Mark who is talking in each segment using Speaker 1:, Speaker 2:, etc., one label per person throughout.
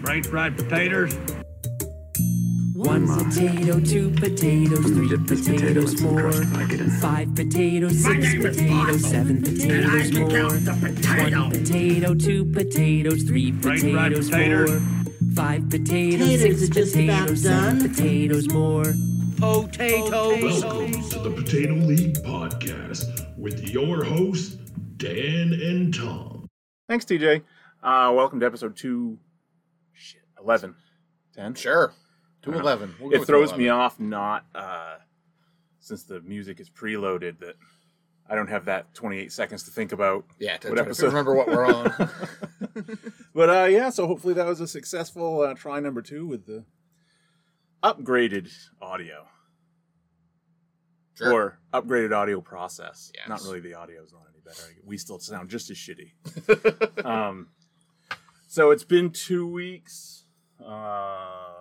Speaker 1: French fried potatoes.
Speaker 2: One potato, two potatoes, three potatoes more. Five potatoes,
Speaker 1: My
Speaker 2: six
Speaker 1: name is
Speaker 2: potatoes,
Speaker 1: Martha, And
Speaker 2: seven
Speaker 1: I
Speaker 2: potatoes
Speaker 1: can
Speaker 2: more.
Speaker 1: count the potato.
Speaker 2: One potato, two potatoes, three
Speaker 1: Right, right,
Speaker 2: potatoes
Speaker 1: potato.
Speaker 2: more. Five potatoes,
Speaker 3: Potatoes
Speaker 2: six
Speaker 3: are just about
Speaker 2: potatoes, seven
Speaker 3: done.
Speaker 2: potatoes more.
Speaker 4: Welcome to the Potato League Podcast with your hosts, Dan and Tom.
Speaker 5: Thanks, TJ. Uh, welcome to episode two. Shit, eleven. Ten.
Speaker 6: Sure. 211. We'll go
Speaker 5: It
Speaker 6: with
Speaker 5: throws me
Speaker 6: 211.
Speaker 5: off not uh, since the music is preloaded that I don't have that 28 seconds to think about.
Speaker 6: Yeah, to,
Speaker 5: what
Speaker 6: to- to
Speaker 5: episode.
Speaker 6: remember what we're on.
Speaker 5: But uh, yeah, so hopefully that was a successful uh, try number two with the upgraded audio
Speaker 6: Sure.
Speaker 5: or upgraded audio process.
Speaker 6: Yes.
Speaker 5: Not really the audio is not any better. We still sound just as shitty. um, so it's been two weeks. Uh,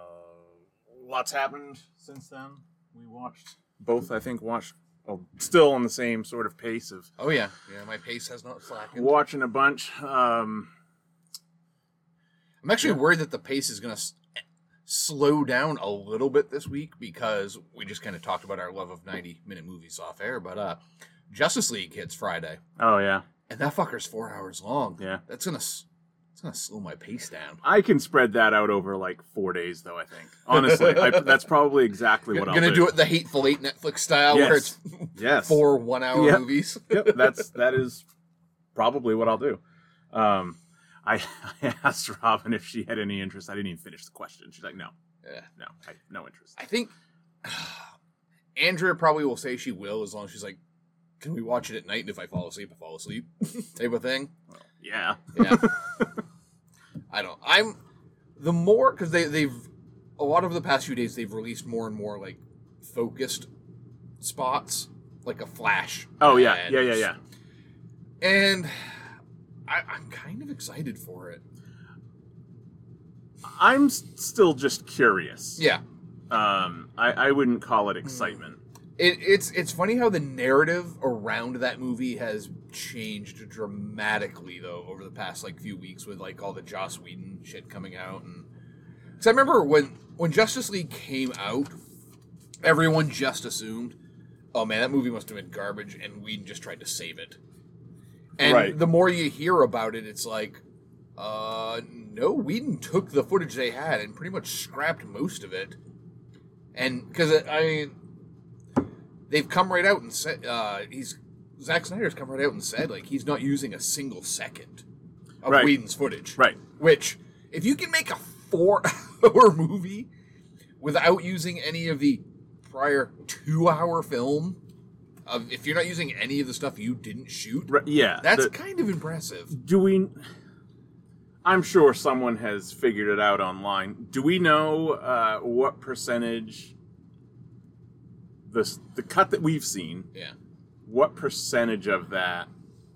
Speaker 5: lots happened since then. We watched both. I think watched oh, still on the same sort of pace of
Speaker 6: oh, yeah. Yeah, my pace has not slackened.
Speaker 5: watching a bunch. Um,
Speaker 6: I'm actually worried that the pace is going to s- slow down a little bit this week because we just kind of talked about our love of 90 minute movies off air. But uh Justice League hits Friday,
Speaker 5: oh yeah,
Speaker 6: and that fucker's four hours long.
Speaker 5: Yeah.
Speaker 6: That's going to. S- it's gonna slow my pace down.
Speaker 5: I can spread that out over like four days, though. I think honestly, I, that's probably exactly
Speaker 6: I'm
Speaker 5: what
Speaker 6: gonna
Speaker 5: I'll
Speaker 6: do it the Hateful Eight Netflix style, where
Speaker 5: Yes.
Speaker 6: it's
Speaker 5: Yes.
Speaker 6: four one-hour
Speaker 5: Yep.
Speaker 6: movies.
Speaker 5: yep, that's that is probably what I'll do. Um, I, I asked Robin if she had any interest. I didn't even finish the question. She's like, no,
Speaker 6: Yeah.
Speaker 5: no, I, no interest.
Speaker 6: I think Andrea probably will say she will as long as she's like, can we watch it at night? And if I fall asleep, I fall asleep type of thing.
Speaker 5: Yeah,
Speaker 6: Yeah. I don't. I'm the more because they they've a lot of the past few days they've released more and more like focused spots like a flash.
Speaker 5: Oh, yeah.
Speaker 6: ad.
Speaker 5: Yeah, yeah, yeah.
Speaker 6: And I, I'm kind of excited for it.
Speaker 5: I'm s- still just curious.
Speaker 6: Yeah.
Speaker 5: Um, I, I wouldn't call it excitement.
Speaker 6: It, it's it's funny how the narrative around that movie has changed dramatically though over the past like few weeks with like all the Joss Whedon shit coming out and because I remember when when Justice League came out, everyone just assumed, oh man, that movie must have been garbage, and Whedon just tried to save it. And
Speaker 5: Right.
Speaker 6: the more you hear about it, it's like, uh, no, Whedon took the footage they had and pretty much scrapped most of it. And because I mean, they've come right out and said uh, he's Zack Snyder's come right out and said like he's not using a single second of
Speaker 5: Right.
Speaker 6: Whedon's footage.
Speaker 5: Right.
Speaker 6: Which, if you can make a four-hour movie without using any of the prior two-hour film, of if you're not using any of the stuff you didn't shoot,
Speaker 5: Right, yeah,
Speaker 6: Hmm. that's
Speaker 5: the-
Speaker 6: kind of impressive.
Speaker 5: do we? I'm sure someone has figured it out online. Do we know uh, what percentage the s- the cut that we've seen?
Speaker 6: Yeah.
Speaker 5: What percentage of that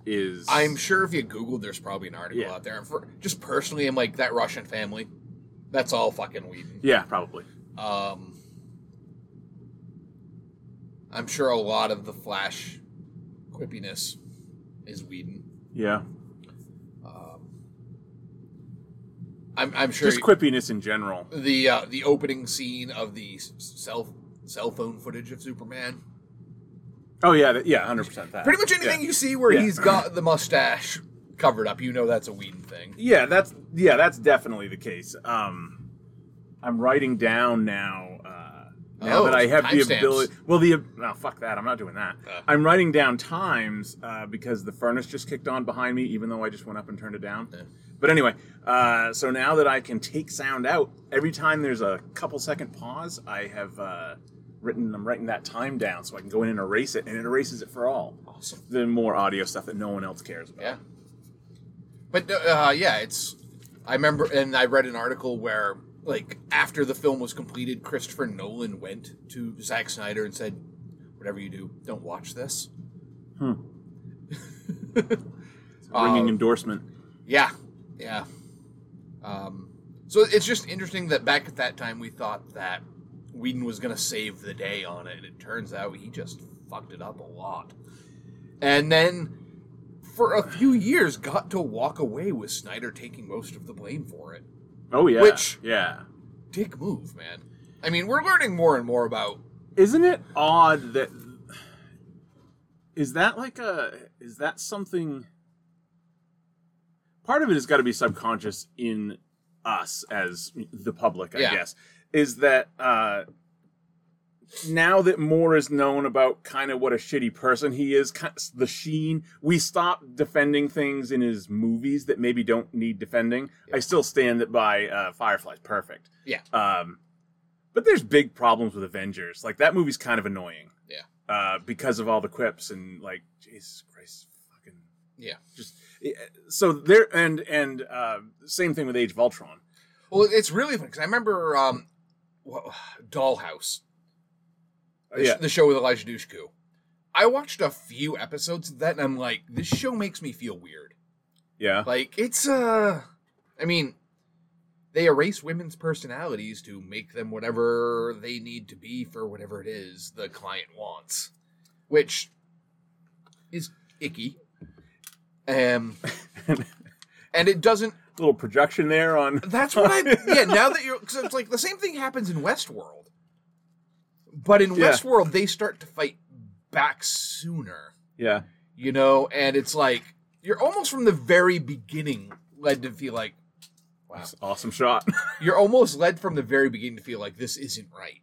Speaker 5: is?
Speaker 6: I'm sure if you Googled, there's probably an article
Speaker 5: Yeah.
Speaker 6: out there. And for, just personally, I'm like that Russian family. That's all fucking Whedon.
Speaker 5: Yeah, probably.
Speaker 6: Um, I'm sure a lot of the Flash quippiness is Whedon.
Speaker 5: Yeah,
Speaker 6: I'm, I'm sure
Speaker 5: just quippiness in general.
Speaker 6: the uh, the opening scene of the s- cell cell phone footage of Superman.
Speaker 5: Oh yeah, that, yeah, hundred percent that.
Speaker 6: Pretty much anything
Speaker 5: Yeah.
Speaker 6: you see where
Speaker 5: Yeah.
Speaker 6: he's got the mustache covered up, you know that's a Whedon thing.
Speaker 5: Yeah, that's yeah, that's definitely the case. Um, I'm writing down now. Uh, now
Speaker 6: Oh,
Speaker 5: that I have the
Speaker 6: timestamps.
Speaker 5: ability, well, the no, fuck that. I'm not doing that.
Speaker 6: Uh.
Speaker 5: I'm writing down times uh, because the furnace just kicked on behind me, even though I just went up and turned it down. But anyway, uh, so now that I can take sound out, every time there's a couple second pause, I have uh, written. I'm writing that time down so I can go in and erase it, and it erases it for all.
Speaker 6: Awesome.
Speaker 5: The more audio stuff that no one else cares about.
Speaker 6: Yeah. But uh, yeah, it's. I remember, and I read an article where, like, after the film was completed, Christopher Nolan went to Zack Snyder and said, "Whatever you do, don't watch this."
Speaker 5: Ringing
Speaker 6: Uh,
Speaker 5: endorsement.
Speaker 6: Yeah, yeah. Um, so it's just interesting that back at that time we thought that Whedon was going to save the day on it, and it turns out he just fucked it up a lot. And then for a few years got to walk away with Snyder taking most of the blame for it.
Speaker 5: Oh yeah.
Speaker 6: Which-
Speaker 5: yeah.
Speaker 6: Dick move, man. I mean, we're learning more and more about.
Speaker 5: Isn't it odd that is that like a is that something part of it has got to be subconscious in us as the public, I
Speaker 6: Yeah.
Speaker 5: guess. Is that uh now that more is known about kind of what a shitty person he is, ki- the sheen, we stop defending things in his movies that maybe don't need defending. I still stand that by uh, Firefly's perfect.
Speaker 6: Yeah.
Speaker 5: Um, but there's big problems with Avengers. Like that movie's kind of annoying.
Speaker 6: Yeah.
Speaker 5: Uh, because of all the quips and like Jesus Christ, fucking
Speaker 6: Yeah.
Speaker 5: just yeah, so there and and uh, same thing with Age of Ultron.
Speaker 6: Well, it's really funny because I remember um, wha- Dollhouse, the, sh-
Speaker 5: Uh, yeah.
Speaker 6: the show with Elijah Dushku. I watched a few episodes of that, and I'm like, this show makes me feel weird.
Speaker 5: Yeah.
Speaker 6: Like it's uh, I mean, they erase women's personalities to make them whatever they need to be for whatever it is the client wants, which is icky. Um, and it doesn't
Speaker 5: Little projection there on
Speaker 6: that's what I. Yeah, now that you're, because it's like the same thing happens in Westworld, but in
Speaker 5: Yeah.
Speaker 6: Westworld they start to fight back sooner,
Speaker 5: Yeah.
Speaker 6: you know, and it's like you're almost from the very beginning led to feel like, wow,
Speaker 5: That's an awesome shot.
Speaker 6: you're almost led from the very beginning to feel like this isn't right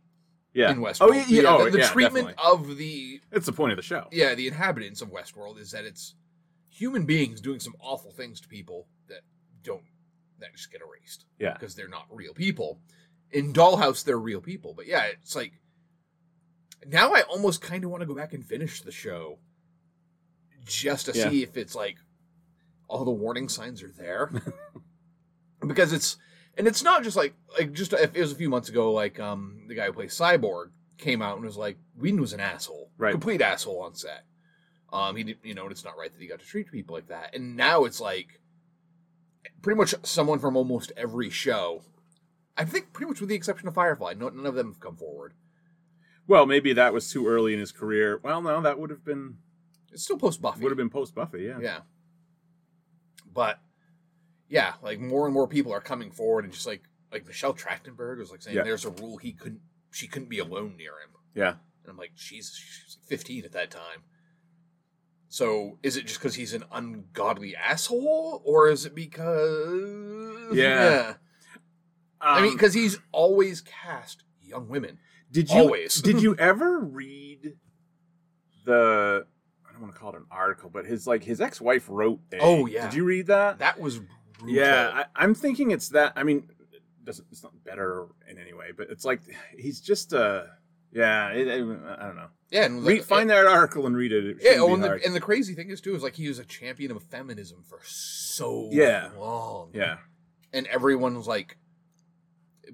Speaker 5: yeah.
Speaker 6: in Westworld.
Speaker 5: Oh yeah. yeah. oh,
Speaker 6: the, the
Speaker 5: yeah,
Speaker 6: treatment
Speaker 5: definitely.
Speaker 6: of the
Speaker 5: It's the point of the show.
Speaker 6: yeah the inhabitants of Westworld is that it's human beings doing some awful things to people that don't that just get erased.
Speaker 5: Yeah.
Speaker 6: because they're not real people. In Dollhouse, they're real people. But yeah, it's like now I almost kind of want to go back and finish the show just to
Speaker 5: Yeah.
Speaker 6: see if it's like all the warning signs are there because it's and it's not just like like just if it was a few months ago like um the guy who plays Cyborg came out and was like Whedon was an asshole,
Speaker 5: Right.
Speaker 6: complete asshole on set. Um, he did, you know, and it's not right that he got to treat people like that. And now it's like pretty much someone from almost every show. I think pretty much with the exception of Firefly, no, none of them have come forward.
Speaker 5: Well, maybe that was too early in his career. Well, no, that would have been
Speaker 6: It's still post Buffy.
Speaker 5: would have been post Buffy. Yeah.
Speaker 6: yeah. But yeah, like more and more people are coming forward and just like like Michelle Trachtenberg was like saying
Speaker 5: Yeah.
Speaker 6: there's a rule he couldn't she couldn't be alone near him.
Speaker 5: Yeah.
Speaker 6: And I'm like, Jesus, she was 15 at that time. So is it just because he's an ungodly asshole, or is it because
Speaker 5: Yeah.
Speaker 6: I mean,
Speaker 5: Um,
Speaker 6: because he's always cast young women.
Speaker 5: Did you
Speaker 6: Always.
Speaker 5: did you ever read the I don't want to call it an article, but his like his ex wife wrote. A,
Speaker 6: Oh, yeah.
Speaker 5: Did you read that?
Speaker 6: That was brutal.
Speaker 5: yeah, I, I'm thinking it's that. I mean, it doesn't it's not better in any way, but it's like he's just uh yeah. It, I, I don't know.
Speaker 6: yeah. And
Speaker 5: Read, find that article and read it. it
Speaker 6: Yeah,
Speaker 5: shouldn't
Speaker 6: oh,
Speaker 5: be
Speaker 6: and, the,
Speaker 5: hard.
Speaker 6: and the crazy thing is too is like he was a champion of feminism for so
Speaker 5: Yeah.
Speaker 6: long.
Speaker 5: yeah,
Speaker 6: and everyone was like,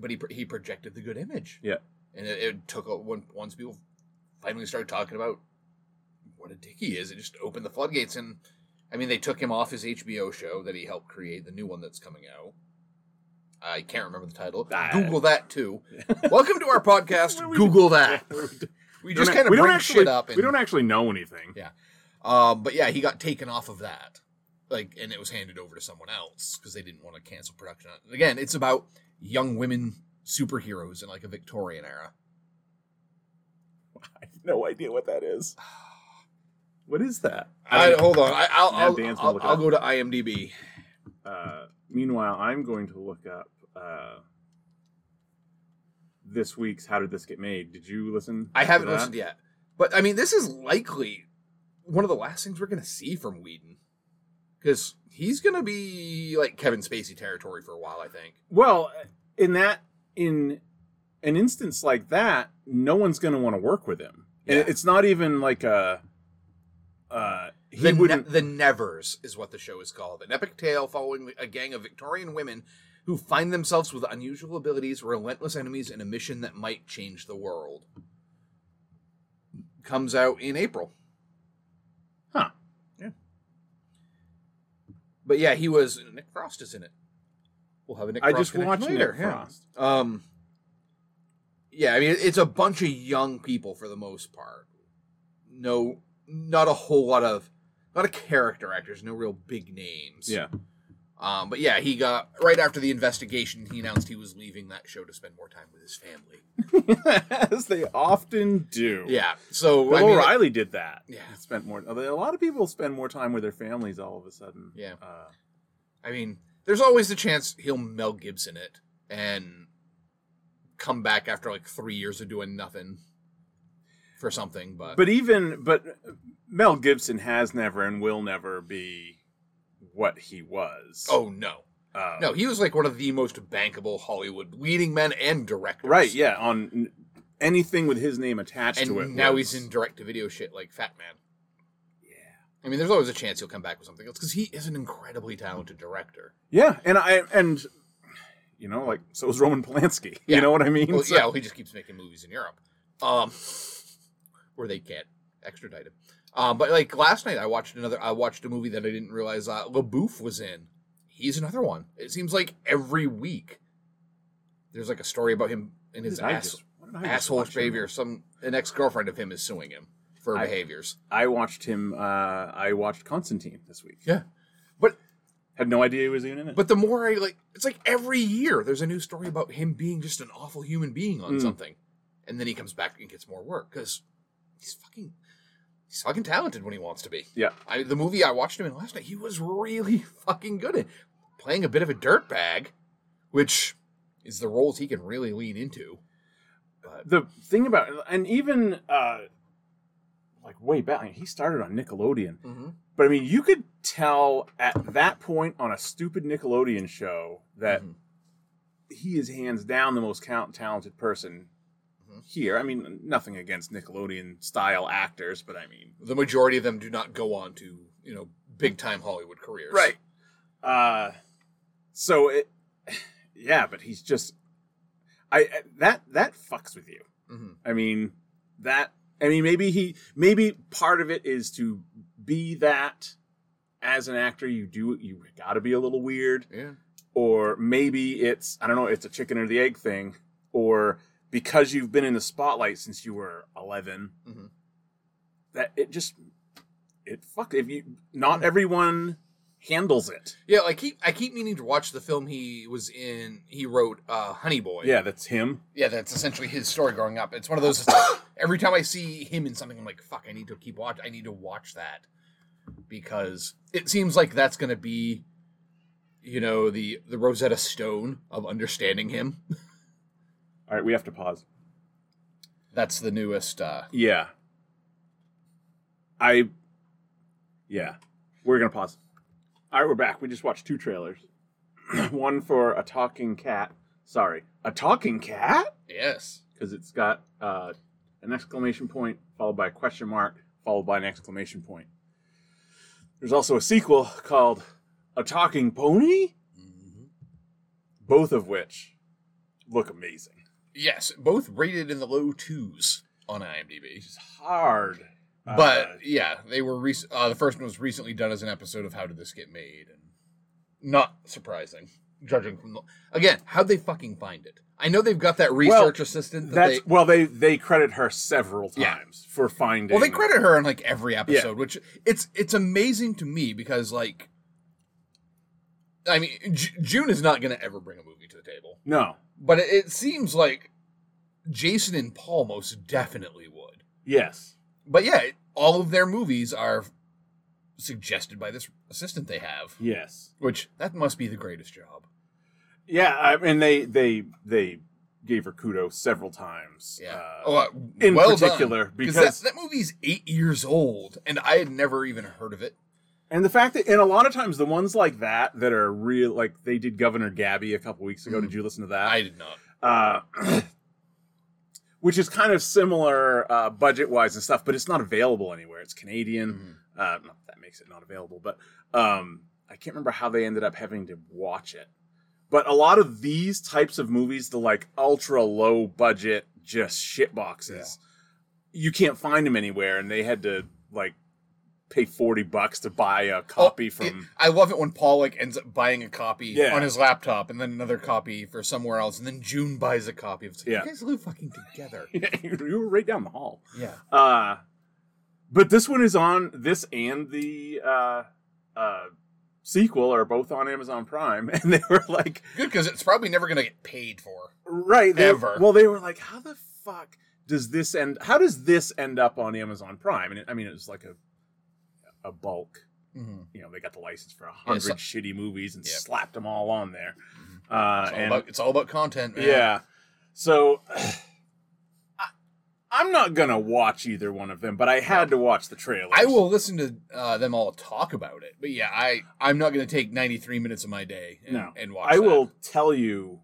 Speaker 6: but he he projected the good image.
Speaker 5: Yeah.
Speaker 6: and it, it took a, when once people finally started talking about what a dick he is, it just opened the floodgates. And I mean, they took him off his HBO show that he helped create, the new one that's coming out. I can't remember the title.
Speaker 5: Ah.
Speaker 6: Google that too. Welcome to our podcast.
Speaker 5: What are we
Speaker 6: Google that. We just kind of
Speaker 5: we
Speaker 6: bring
Speaker 5: don't actually,
Speaker 6: shit up. And,
Speaker 5: we don't actually know anything.
Speaker 6: Yeah. um, but yeah, he got taken off of that, like, and it was handed over to someone else because they didn't want to cancel production. on it. And again, it's about young women superheroes in like a Victorian era.
Speaker 5: I have no idea what that is. What is that?
Speaker 6: I,
Speaker 5: don't-
Speaker 6: hold on, I, I'll
Speaker 5: Yeah,
Speaker 6: I'll,
Speaker 5: Dan's gonna
Speaker 6: I'll,
Speaker 5: look it
Speaker 6: I'll
Speaker 5: up.
Speaker 6: go to IMDb.
Speaker 5: Uh, meanwhile, I'm going to look up uh, this week's "How Did This Get Made." Did you listen?
Speaker 6: I
Speaker 5: to
Speaker 6: haven't
Speaker 5: that?
Speaker 6: listened yet, but I mean, this is likely one of the last things we're gonna see from Whedon because he's gonna be like Kevin Spacey territory for a while. I think.
Speaker 5: Well, in that in an instance like that, no one's going to want to work with him.
Speaker 6: Yeah.
Speaker 5: And it's not even like a. Uh, he
Speaker 6: the, ne-
Speaker 5: wouldn't.
Speaker 6: the Nevers is what the show is called. An epic tale following a gang of Victorian women who find themselves with unusual abilities, relentless enemies, and a mission that might change the world. Comes out in April.
Speaker 5: Huh.
Speaker 6: But yeah, he was Nick Frost is in it. We'll have a Nick
Speaker 5: I
Speaker 6: Frost
Speaker 5: just
Speaker 6: connection
Speaker 5: watched
Speaker 6: later.
Speaker 5: Nick
Speaker 6: yeah.
Speaker 5: Frost.
Speaker 6: Um Yeah, I mean it's a bunch of young people for the most part. No not a whole lot of not a character actors, no real big names.
Speaker 5: Yeah.
Speaker 6: Um, but yeah, he got right after the investigation, he announced he was leaving that show to spend more time with his family.
Speaker 5: As they often do.
Speaker 6: Yeah, so
Speaker 5: Bill
Speaker 6: I mean, like-
Speaker 5: O'Reilly did that.
Speaker 6: Yeah.
Speaker 5: He spent more. A lot of people spend more time with their families all of a sudden.
Speaker 6: Yeah.
Speaker 5: Uh,
Speaker 6: I mean, there's always the chance he'll Mel Gibson it and come back after like three years of doing nothing for something. But,
Speaker 5: but even but Mel Gibson has never and will never be what he was.
Speaker 6: oh no,
Speaker 5: Uh,
Speaker 6: no, he was like one of the most bankable Hollywood leading men and directors.
Speaker 5: Right. Yeah. On n- anything with his name attached
Speaker 6: and
Speaker 5: to it.
Speaker 6: now
Speaker 5: was-
Speaker 6: he's in direct to video shit like Fat Man.
Speaker 5: Yeah.
Speaker 6: I mean, there's always a chance he'll come back with something else because he is an incredibly talented director.
Speaker 5: Yeah, and I and you know, like so is Roman Polanski.
Speaker 6: Yeah.
Speaker 5: You know what I mean?
Speaker 6: Well,
Speaker 5: So-
Speaker 6: yeah, well, he just keeps making movies in Europe, um, where they can't extradite him. Um, but like last night, I watched another. I watched a movie that I didn't realize uh, LaBouffe was in. He's another one. It seems like every week there's like a story about him and his
Speaker 5: Did I
Speaker 6: ass,
Speaker 5: just- what did I just
Speaker 6: asshole
Speaker 5: watch him
Speaker 6: behavior.
Speaker 5: in?
Speaker 6: Some an ex girlfriend of him is suing him for
Speaker 5: I-
Speaker 6: behaviors.
Speaker 5: I watched him. Uh, I watched Constantine this week.
Speaker 6: Yeah, but
Speaker 5: Had no idea he was even in it.
Speaker 6: but the more I like, it's like every year there's a new story about him being just an awful human being on
Speaker 5: Mm.
Speaker 6: something, and then he comes back and gets more work because he's fucking he's fucking talented when he wants to be.
Speaker 5: yeah,
Speaker 6: I the movie I watched him in last night, he was really fucking good at playing a bit of a dirtbag, which is the roles he can really lean into.
Speaker 5: the thing about and even uh, like way back, he started on Nickelodeon.
Speaker 6: Mm-hmm.
Speaker 5: But I mean, you could tell at that point on a stupid Nickelodeon show that
Speaker 6: Mhm.
Speaker 5: he is hands down the most count- talented person here. I mean, nothing against Nickelodeon style actors, but I mean,
Speaker 6: The majority of them do not go on to you know big time Hollywood careers.
Speaker 5: Uh, so it, yeah, but he's just, I I- that that fucks with you.
Speaker 6: hmm
Speaker 5: I mean, that. I mean, maybe he, maybe part of it is to be that. As an actor, you do you got to be a little weird.
Speaker 6: Yeah.
Speaker 5: or maybe it's I don't know, it's a chicken or the egg thing, or because you've been in the spotlight since you were 11
Speaker 6: Mhm.
Speaker 5: that it just it fuck if you not everyone handles it.
Speaker 6: Yeah, like he, I keep meaning to watch the film he was in. He wrote uh, Honey Boy.
Speaker 5: Yeah, that's him.
Speaker 6: yeah, that's essentially his story growing up. It's one of those. it's like, every time I see him in something, I'm like, "Fuck, I need to keep watch. I need to watch that," because it seems like that's going to be, you know, the the Rosetta Stone of understanding him.
Speaker 5: All right, we have to pause.
Speaker 6: That's the newest. uh
Speaker 5: Yeah. I Yeah. We're going to pause. All right, we're back. We just watched two trailers. One for a talking cat. Sorry. A talking cat?
Speaker 6: Yes.
Speaker 5: because it's got uh, an exclamation point followed by a question mark followed by an exclamation point. There's also a sequel called A Talking Pony, both of which look amazing.
Speaker 6: Yes, both rated in the low twos on IMDb.
Speaker 5: It's hard,
Speaker 6: But
Speaker 5: uh,
Speaker 6: yeah, they were rec- uh, the first one was recently done as an episode of How Did This Get Made, and not surprising, judging from the- again how'd they fucking find it. I know they've got that research assistant. That
Speaker 5: that's
Speaker 6: they,
Speaker 5: well, they they credit her several
Speaker 6: Yeah.
Speaker 5: times for finding.
Speaker 6: well, they credit her in like every episode, which it's it's amazing to me because like, I mean, J- June is not going to ever bring a movie to the table,
Speaker 5: No,
Speaker 6: but it, it seems like Jason and Paul most definitely would.
Speaker 5: yes,
Speaker 6: But yeah, it- all of their movies are suggested by this assistant they have,
Speaker 5: yes,
Speaker 6: which that must be the greatest job.
Speaker 5: yeah. I mean, they they they gave her kudos several times.
Speaker 6: Yeah.
Speaker 5: uh,
Speaker 6: oh, uh,
Speaker 5: in
Speaker 6: well
Speaker 5: particular,
Speaker 6: done.
Speaker 5: because-
Speaker 6: that, that movie's eight years old, and I had never even heard of it.
Speaker 5: And the fact that, and a lot of times the ones like that that are real, like they did Governor Gabby a couple weeks ago. Did you listen to
Speaker 6: Mm. I
Speaker 5: that?
Speaker 6: did not.
Speaker 5: uh, which is kind of similar uh, budget wise and stuff, but it's not available anywhere. It's Canadian.
Speaker 6: Mm-hmm.
Speaker 5: Uh, not that, that makes it not available, but um, I can't remember how they ended up having to watch it. But a lot of these types of movies, the like ultra low budget, just shit boxes, you can't find them anywhere, and they had to like pay forty bucks to buy a copy
Speaker 6: Oh,
Speaker 5: from.
Speaker 6: it- I love it when Paul like ends up buying a copy
Speaker 5: Yeah.
Speaker 6: on his laptop, and then another copy for somewhere else, and then June buys a copy. It's like,
Speaker 5: Yeah.
Speaker 6: you guys live fucking together.
Speaker 5: you were right down the hall.
Speaker 6: yeah.
Speaker 5: Uh, but this one is on this and the uh, uh, sequel are both on Amazon Prime, and they were like,
Speaker 6: Good, because it's probably never going to get paid for.
Speaker 5: right, they,
Speaker 6: Ever.
Speaker 5: Well, they were like, how the fuck does this end? How does this end up on Amazon Prime? And it, I mean, it was like a a bulk.
Speaker 6: Mm-hmm.
Speaker 5: You know, they got the license for a hundred
Speaker 6: so-
Speaker 5: shitty movies and
Speaker 6: Yep.
Speaker 5: slapped them all on there. Uh,
Speaker 6: It's, all
Speaker 5: and
Speaker 6: about, it's all about content, man.
Speaker 5: yeah. So I, I'm not gonna watch either one of them, but I had to watch the trailers.
Speaker 6: I will listen to uh, them all talk about it, but yeah, I I'm not going to take 93 minutes of my day and,
Speaker 5: No.
Speaker 6: and watch.
Speaker 5: I
Speaker 6: that.
Speaker 5: will tell you,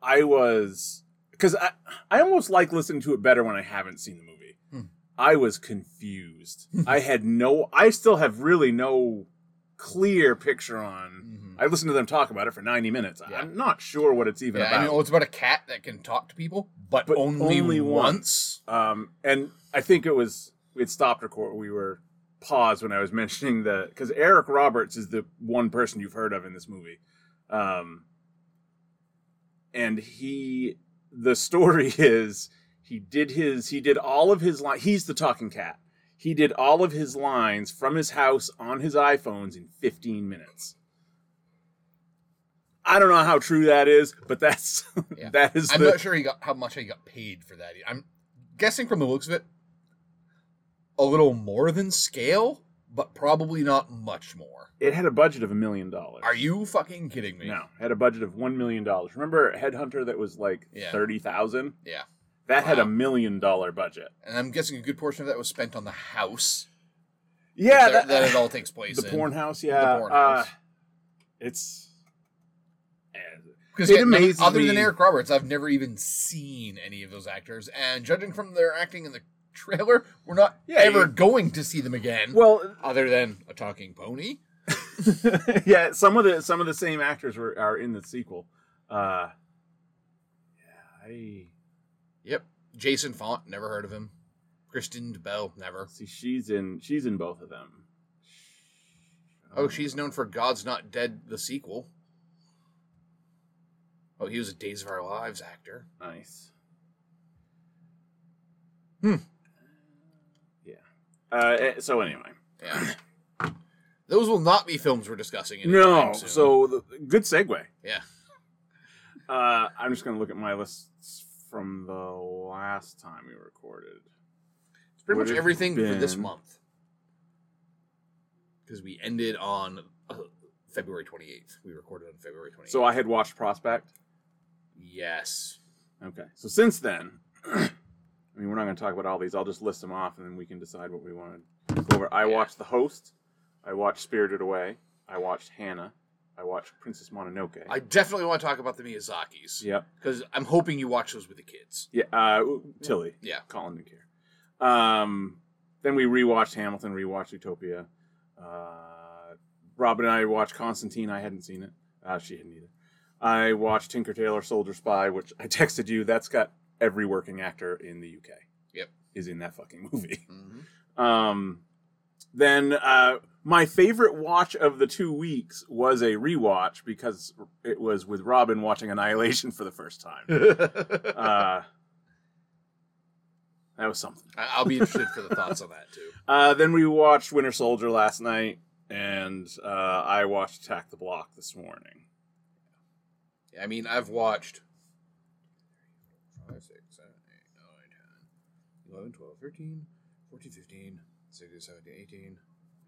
Speaker 5: I was because I I almost like listening to it better when I haven't seen the movie.
Speaker 6: Hmm.
Speaker 5: I was confused. I had no. I still have really no clear picture on.
Speaker 6: Mhm.
Speaker 5: I listened to them talk about it for 90 minutes.
Speaker 6: Yeah.
Speaker 5: I'm not sure what it's even
Speaker 6: Yeah,
Speaker 5: about.
Speaker 6: I know it's about a cat that can talk to people, but,
Speaker 5: But
Speaker 6: only,
Speaker 5: only
Speaker 6: once.
Speaker 5: Um, and I think it was we had stopped record. We were paused when I was mentioning the because Eric Roberts is the one person you've heard of in this movie, um, and he the story is he did his he did all of his line. He's the talking cat. He did all of his lines from his house on his iPhones in 15 minutes. I don't know how true that is, but that's
Speaker 6: Yeah.
Speaker 5: that is
Speaker 6: I'm
Speaker 5: the,
Speaker 6: not sure he got how much he got paid for that. I'm guessing from the looks of it, a little more than scale, but probably not much more.
Speaker 5: it had a budget of a million dollars.
Speaker 6: Are you fucking kidding me?
Speaker 5: No, had a budget of one million dollars. Remember Headhunter that was like
Speaker 6: Yeah.
Speaker 5: thirty thousand?
Speaker 6: Yeah,
Speaker 5: That had
Speaker 6: Wow.
Speaker 5: a million dollar budget.
Speaker 6: and I'm guessing a good portion of that was spent on the house.
Speaker 5: Yeah,
Speaker 6: that,
Speaker 5: that,
Speaker 6: that it all takes place.
Speaker 5: the
Speaker 6: in.
Speaker 5: porn house. Yeah,
Speaker 6: porn
Speaker 5: uh,
Speaker 6: house.
Speaker 5: it's. eh,
Speaker 6: Because
Speaker 5: It
Speaker 6: yeah, none-
Speaker 5: amazes
Speaker 6: other than
Speaker 5: me-
Speaker 6: Eric Roberts, I've never even seen any of those actors, and judging from their acting in the trailer, we're not
Speaker 5: Yeah, you-
Speaker 6: ever going to see them again.
Speaker 5: Well,
Speaker 6: other than a talking pony.
Speaker 5: yeah, some of the some of the same actors were are in the sequel. Uh, yeah, I
Speaker 6: Yep. Jason Font, never heard of him. Kristen Bell, never.
Speaker 5: see. She's in. She's in both of them.
Speaker 6: Oh, she's known for God's Not Dead, the sequel. Oh, he was a Days of Our Lives actor.
Speaker 5: Nice.
Speaker 6: Hmm.
Speaker 5: Yeah. Uh, eh, so anyway.
Speaker 6: Yeah. Those will not be films we're discussing.
Speaker 5: No.
Speaker 6: anytime soon.
Speaker 5: So the, good segue.
Speaker 6: yeah,
Speaker 5: Uh, I'm just gonna look at my lists from the last time we recorded.
Speaker 6: it's pretty
Speaker 5: Would
Speaker 6: much
Speaker 5: have
Speaker 6: everything for this
Speaker 5: been-
Speaker 6: month because we ended on uh, February twenty eighth. We recorded on February twenty eighth.
Speaker 5: So I had watched Prospect.
Speaker 6: yes,
Speaker 5: Okay. So since then, I mean, we're not gonna talk about all these. I'll just list them off, and then we can decide what we want to go over. I
Speaker 6: Yeah.
Speaker 5: watched The Host. I watched Spirited Away. I watched Hannah. I watched Princess Mononoke.
Speaker 6: I definitely want to talk about the Miyazaki's
Speaker 5: Yep.
Speaker 6: because I'm hoping you watch those with the kids.
Speaker 5: Yeah. Uh, Tilly.
Speaker 6: Yeah,
Speaker 5: Colin Newcare. Um, then we rewatched Hamilton, rewatched Utopia. Uh, Rob and I watched Constantine. I hadn't seen it. Uh, she hadn't either. I watched Tinker Tailor Soldier Spy, which I texted you. That's got every working actor in the UK.
Speaker 6: Yep.
Speaker 5: Is in that fucking movie.
Speaker 6: Mhm.
Speaker 5: Um, then uh, my favorite watch of the two weeks was a rewatch because it was with Robin watching Annihilation for the first time. uh, that was something.
Speaker 6: I- I'll be interested for the thoughts on that too.
Speaker 5: Uh, then we watched Winter Soldier last night, and uh, I watched Attack the Block this morning.
Speaker 6: I mean, I've watched 5, 6, 7, 8, 9, 10, 11, 12, 13, 14, 15, 16, 17, 18,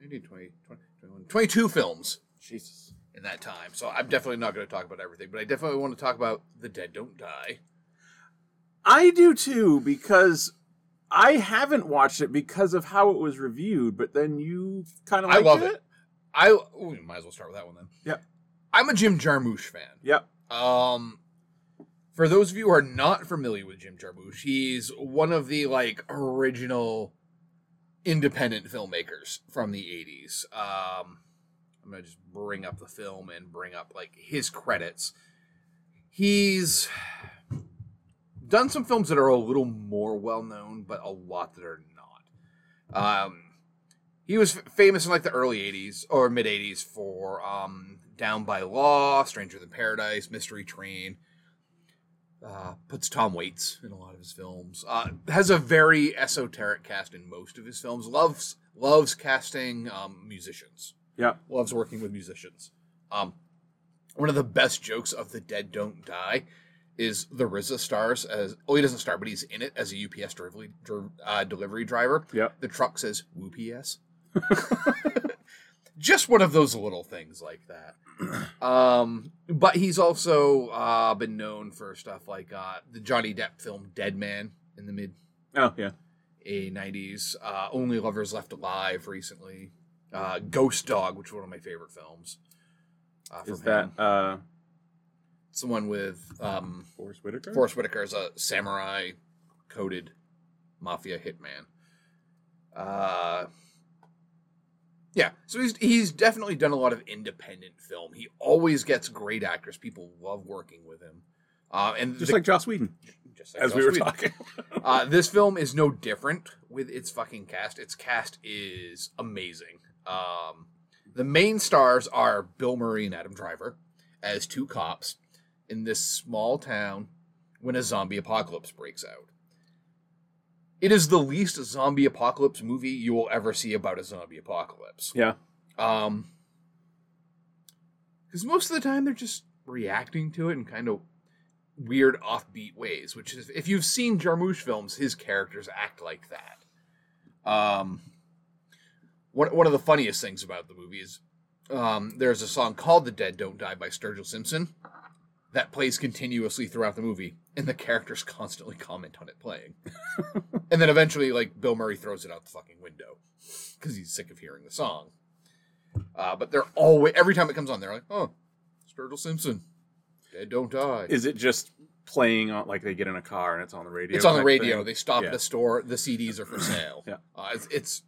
Speaker 6: 19, 20, 20, 21, 22 films
Speaker 5: Jesus.
Speaker 6: in that time. So I'm definitely not going to talk about everything, but I definitely want to talk about The Dead Don't Die.
Speaker 5: I do too, because I haven't watched it because of how it was reviewed, but then you kind of
Speaker 6: I
Speaker 5: liked
Speaker 6: love
Speaker 5: it.
Speaker 6: it. I ooh, we might as well start with that one then.
Speaker 5: Yep.
Speaker 6: I'm a Jim Jarmusch fan.
Speaker 5: Yep.
Speaker 6: Um, for those of you who are not familiar with Jim Jarmusch, he's one of the like original independent filmmakers from the '80s. Um, I'm gonna just bring up the film and bring up like his credits. He's done some films that are a little more well known, but a lot that are not. Um, he was f- famous in like the early 80s or mid 80s for um, down by law stranger than paradise mystery train uh, puts tom waits in a lot of his films uh, has a very esoteric cast in most of his films loves loves casting um, musicians
Speaker 5: Yeah.
Speaker 6: loves working with musicians. Um, one of the best jokes of the Dead Don't Die is the RZA stars as oh he doesn't star but he's in it as a UPS delivery dri- uh, delivery driver.
Speaker 5: Yeah.
Speaker 6: the truck says WPS. Just one of those little things like that. Um, but he's also uh, been known for stuff like uh, the Johnny Depp film Dead Man in the mid
Speaker 5: Oh yeah.
Speaker 6: a 90s. Uh, Only Lovers Left Alive recently. Uh, Ghost Dog, which is one of my favorite films. Uh, from
Speaker 5: Is that
Speaker 6: him.
Speaker 5: uh,
Speaker 6: It's the one with um,
Speaker 5: Forrest Whitaker?
Speaker 6: Forrest Whitaker as a samurai coded mafia hitman. Uh, yeah, so he's he's definitely done a lot of independent film. He always gets great actors. People love working with him. Uh, and
Speaker 5: Just
Speaker 6: the-
Speaker 5: like Joss Whedon,
Speaker 6: just like
Speaker 5: as we
Speaker 6: Joss
Speaker 5: were
Speaker 6: Whedon.
Speaker 5: talking.
Speaker 6: Uh, this film is no different with its fucking cast. Its cast is amazing. Um, the main stars are Bill Murray and Adam Driver as two cops in this small town when a zombie apocalypse breaks out. It is the least zombie apocalypse movie you will ever see about a zombie apocalypse.
Speaker 5: yeah.
Speaker 6: Um, because most of the time they're just reacting to it in kind of weird, offbeat ways. Which is, if you've seen Jarmusch films, his characters act like that. Um, one one of the funniest things about the movie is um, there's a song called "The Dead Don't Die" by Sturgill Simpson that plays continuously throughout the movie, and the characters constantly comment on it playing. and then eventually, like Bill Murray throws it out the fucking window because he's sick of hearing the song. Uh, but they're always every time it comes on, they're like, "Oh, Sturgill Simpson, Dead Don't Die."
Speaker 5: Is it just playing on like they get in a car and it's on the radio?
Speaker 6: it's on the
Speaker 5: type
Speaker 6: radio.
Speaker 5: thing?
Speaker 6: They stop
Speaker 5: Yeah.
Speaker 6: at the store. The CDs are for sale.
Speaker 5: Yeah.
Speaker 6: uh, it's, it's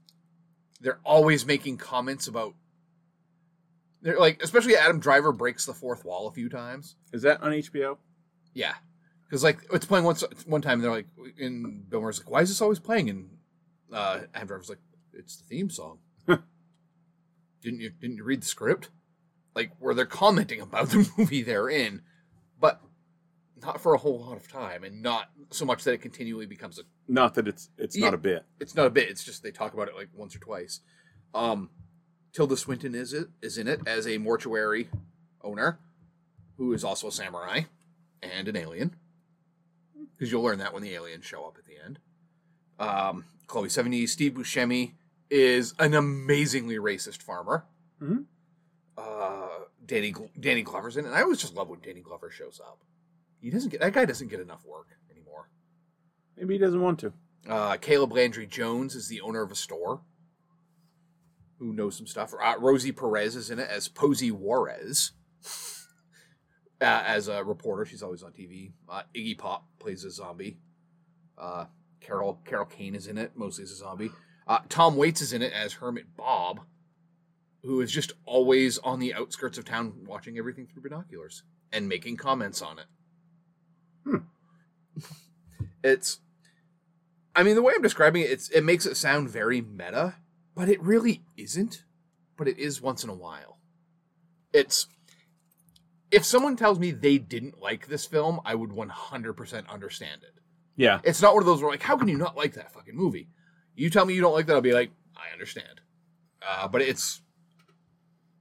Speaker 6: they're always making comments about. They're like, especially Adam Driver breaks the fourth wall a few times.
Speaker 5: Is that on HBO?
Speaker 6: Yeah, because like it's playing once one time. They're like, and Bill Murray's like, "Why is this always playing?" And uh, Adam Driver's like, "It's the theme song." didn't you Didn't you read the script? Like where they're commenting about the movie they're in, but not for a whole lot of time, and not so much that it continually becomes a
Speaker 5: Not that it's it's
Speaker 6: Yeah.
Speaker 5: not a bit.
Speaker 6: it's not a bit. It's just they talk about it like once or twice. Um, Tilda Swinton is it is in it as a mortuary owner, who is also a samurai and an alien. Because you'll learn that when the aliens show up at the end. Um, Chloe seventy, Steve Buscemi is an amazingly racist farmer.
Speaker 5: Mhm.
Speaker 6: Uh, Danny Gl- Danny Glover's in, it. and I always just love when Danny Glover shows up. He doesn't get that guy doesn't get enough work anymore.
Speaker 5: Maybe he doesn't want to.
Speaker 6: Uh, Caleb Landry Jones is the owner of a store who knows some stuff. Uh, Rosie Perez is in it as Posey Juarez. Uh, as a reporter, she's always on TV. Uh, Iggy Pop plays a zombie. Uh, Carol Carol Kane is in it, mostly as a zombie. Uh, Tom Waits is in it as Hermit Bob, who is just always on the outskirts of town, watching everything through binoculars and making comments on it. it's I mean, the way I'm describing it, it's, it makes it sound very meta, but it really isn't. But it is once in a while. It's if someone tells me they didn't like this film, I would 100% understand it.
Speaker 5: Yeah.
Speaker 6: It's not one of those where like, how can you not like that fucking movie? You tell me you don't like that, I'll be like, I understand. Uh, but it's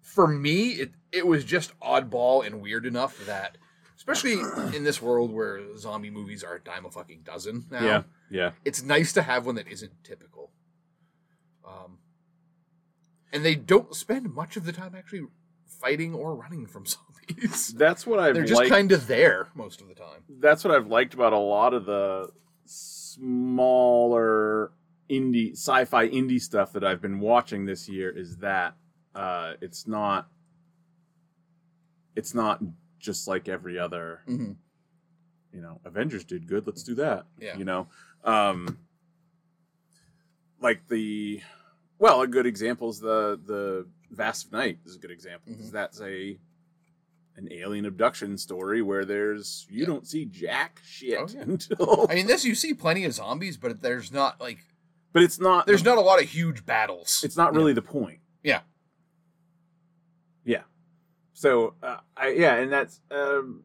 Speaker 6: for me, it it was just oddball and weird enough that, especially in this world where zombie movies are a dime a fucking dozen now
Speaker 5: Yeah. Yeah.
Speaker 6: it's nice to have one that isn't typical. Um, and they don't spend much of the time actually fighting or running from zombies.
Speaker 5: That's what I've
Speaker 6: They're just
Speaker 5: liked.
Speaker 6: kind of there most of the time.
Speaker 5: that's what I've liked about a lot of the smaller indie sci-fi indie stuff that I've been watching this year is that uh, it's not it's not just like every other
Speaker 6: Mhm.
Speaker 5: you know Avengers did good let's do that
Speaker 6: Yeah.
Speaker 5: you know um, like the well a good example is the the Vast of Night is a good example 'cause
Speaker 6: Mhm.
Speaker 5: that's a an alien abduction story where there's you
Speaker 6: Yeah.
Speaker 5: don't see jack shit
Speaker 6: Oh, yeah.
Speaker 5: until
Speaker 6: I mean, this you see plenty of zombies, but there's not like
Speaker 5: but it's not
Speaker 6: there's not a lot of huge battles.
Speaker 5: it's not really the point
Speaker 6: Yeah.
Speaker 5: yeah so uh, I, yeah and that's um,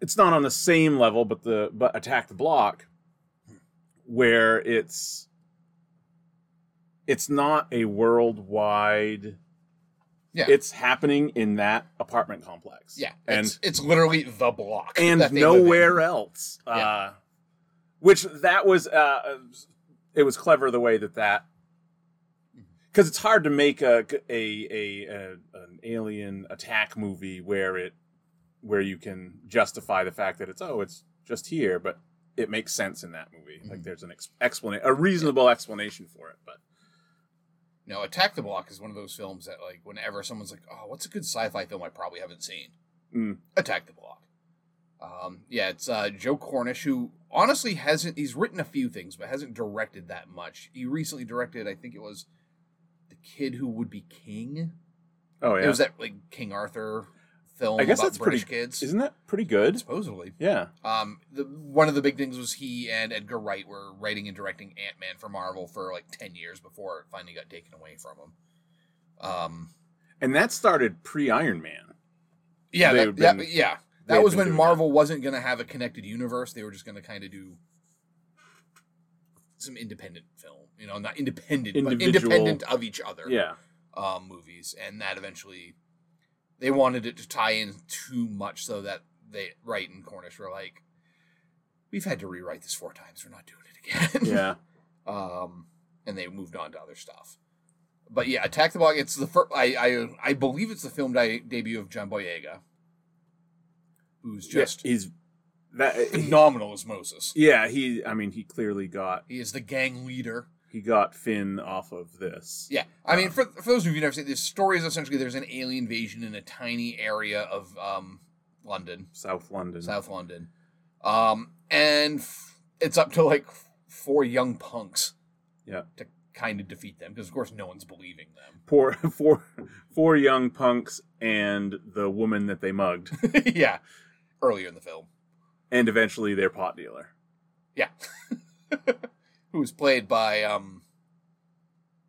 Speaker 5: it's not on the same level but the but attack the block where it's it's not a worldwide
Speaker 6: Yeah.
Speaker 5: It's happening in that apartment complex.
Speaker 6: Yeah,
Speaker 5: And
Speaker 6: it's, it's literally the block, that
Speaker 5: and
Speaker 6: they live in.
Speaker 5: nowhere else. Uh, which that was, uh, it was clever the way that that,
Speaker 6: Mm-hmm.
Speaker 5: because it's hard to make a, a, a, a an alien attack movie where it where you can justify the fact that it's oh it's just here, but it makes sense in that movie.
Speaker 6: Mm-hmm.
Speaker 5: Like there's an ex- explanation, a reasonable explanation for it. But
Speaker 6: No, Attack the Block is one of those films that, like, whenever someone's like, "Oh, what's a good sci-fi film I probably haven't seen?"
Speaker 5: Mm.
Speaker 6: Attack the Block. Um, yeah, it's uh, Joe Cornish, who honestly hasn't. He's written a few things, but hasn't directed that much. He recently directed, I think it was, the kid who would be king.
Speaker 5: oh yeah,
Speaker 6: It was that like King Arthur film
Speaker 5: I guess
Speaker 6: about
Speaker 5: that's
Speaker 6: British
Speaker 5: pretty.
Speaker 6: kids,
Speaker 5: Isn't that pretty good?
Speaker 6: supposedly.
Speaker 5: Yeah.
Speaker 6: Um, the, one of the big things was he and Edgar Wright were writing and directing Ant Man for Marvel for like ten years before it finally got taken away from him. Um,
Speaker 5: And that started pre Iron Man.
Speaker 6: Yeah,
Speaker 5: they
Speaker 6: that,
Speaker 5: would've
Speaker 6: that-
Speaker 5: been-
Speaker 6: yeah.
Speaker 5: they had
Speaker 6: That was
Speaker 5: been
Speaker 6: when
Speaker 5: doing
Speaker 6: Marvel wasn't going to have a connected universe. They were just going to kind of do some independent film, you know, not independent, but
Speaker 5: Individual-
Speaker 6: independent of each other
Speaker 5: Yeah.
Speaker 6: um, movies. And that eventually, they wanted it to tie in too much so that they, Wright and Cornish were like, we've had to rewrite this four times. We're not doing it again
Speaker 5: Yeah.
Speaker 6: um, and they moved on to other stuff. But yeah, Attack the Block. It's the first. I, I I believe it's the film di- debut of John Boyega, who's just
Speaker 5: Yeah, he's that
Speaker 6: phenomenal as Moses.
Speaker 5: yeah he i mean he clearly got
Speaker 6: He is the gang leader.
Speaker 5: he got finn off of this
Speaker 6: Yeah, I mean, for for those of you who've never seen, this story is essentially there's an alien invasion in a tiny area of um, London,
Speaker 5: south london
Speaker 6: South London, um, and f- it's up to like f- four young punks
Speaker 5: yeah
Speaker 6: to kind of defeat them because of course no one's believing them.
Speaker 5: poor four four young punks and the woman that they mugged
Speaker 6: yeah, earlier in the film.
Speaker 5: and eventually their pot dealer
Speaker 6: Yeah. Who was played by um,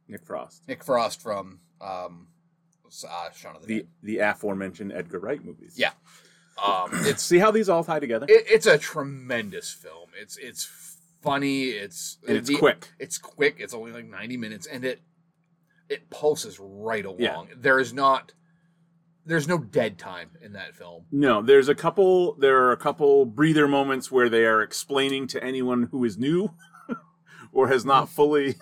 Speaker 5: nick frost
Speaker 6: Nick Frost from um, uh, Shaun of the,
Speaker 5: the
Speaker 6: Dead.
Speaker 5: the aforementioned edgar wright movies
Speaker 6: Yeah. Um, it's
Speaker 5: see how these all tie together
Speaker 6: it, it's a tremendous film. It's it's funny. It's
Speaker 5: And it's
Speaker 6: the-
Speaker 5: quick.
Speaker 6: It's quick. It's only like ninety minutes, and it it pulses right along.
Speaker 5: Yeah.
Speaker 6: There is not there's no dead time in that film.
Speaker 5: no there's a couple there are a couple breather moments where they are explaining to anyone who is new or has not fully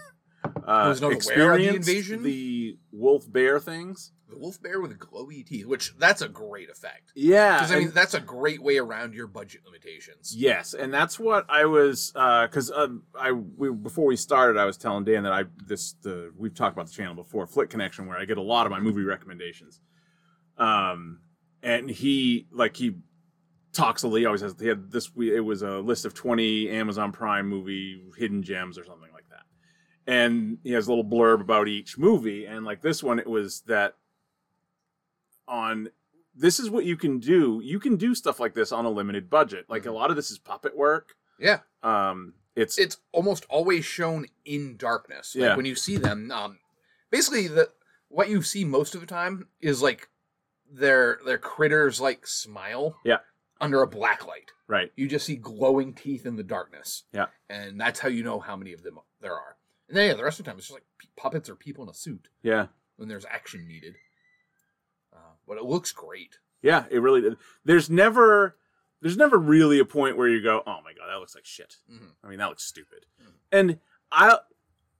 Speaker 5: uh,
Speaker 6: Who's not aware of the
Speaker 5: experienced
Speaker 6: invasion?
Speaker 5: the wolf bear things
Speaker 6: The wolf bear with glowy teeth, which that's a great effect.
Speaker 5: Yeah.
Speaker 6: Because I
Speaker 5: and-
Speaker 6: mean, that's a great way around your budget limitations.
Speaker 5: yes, and that's what I was because um, I we, before we started, I was telling Dan that I this the we've talked about the channel before, Flick Connection, where I get a lot of my movie recommendations. Um, and he like he talks a lot. He always has he had this. we- It was a list of twenty Amazon Prime movie hidden gems or something like that. And he has a little blurb about each movie, and like this one, it was that on this is what you can do. You can do stuff like this on a limited budget. Like
Speaker 6: Mm-hmm.
Speaker 5: a lot of this is puppet work.
Speaker 6: Yeah.
Speaker 5: Um, it's
Speaker 6: it's almost always shown in darkness. Like
Speaker 5: Yeah.
Speaker 6: when you see them, um, basically the what you see most of the time is like their their critters like smile.
Speaker 5: Yeah.
Speaker 6: Under a black light,
Speaker 5: right.
Speaker 6: you just see glowing teeth in the darkness.
Speaker 5: Yeah.
Speaker 6: And that's how you know how many of them there are. And then yeah, the rest of the time it's just like p- puppets or people in a suit
Speaker 5: Yeah,
Speaker 6: when there's action needed. Uh, but it looks great.
Speaker 5: yeah. It really. Did. There's never, there's never really a point where you go, oh my god, that looks like shit.
Speaker 6: Mhm.
Speaker 5: I mean, that looks stupid.
Speaker 6: Mm-hmm.
Speaker 5: And I'll,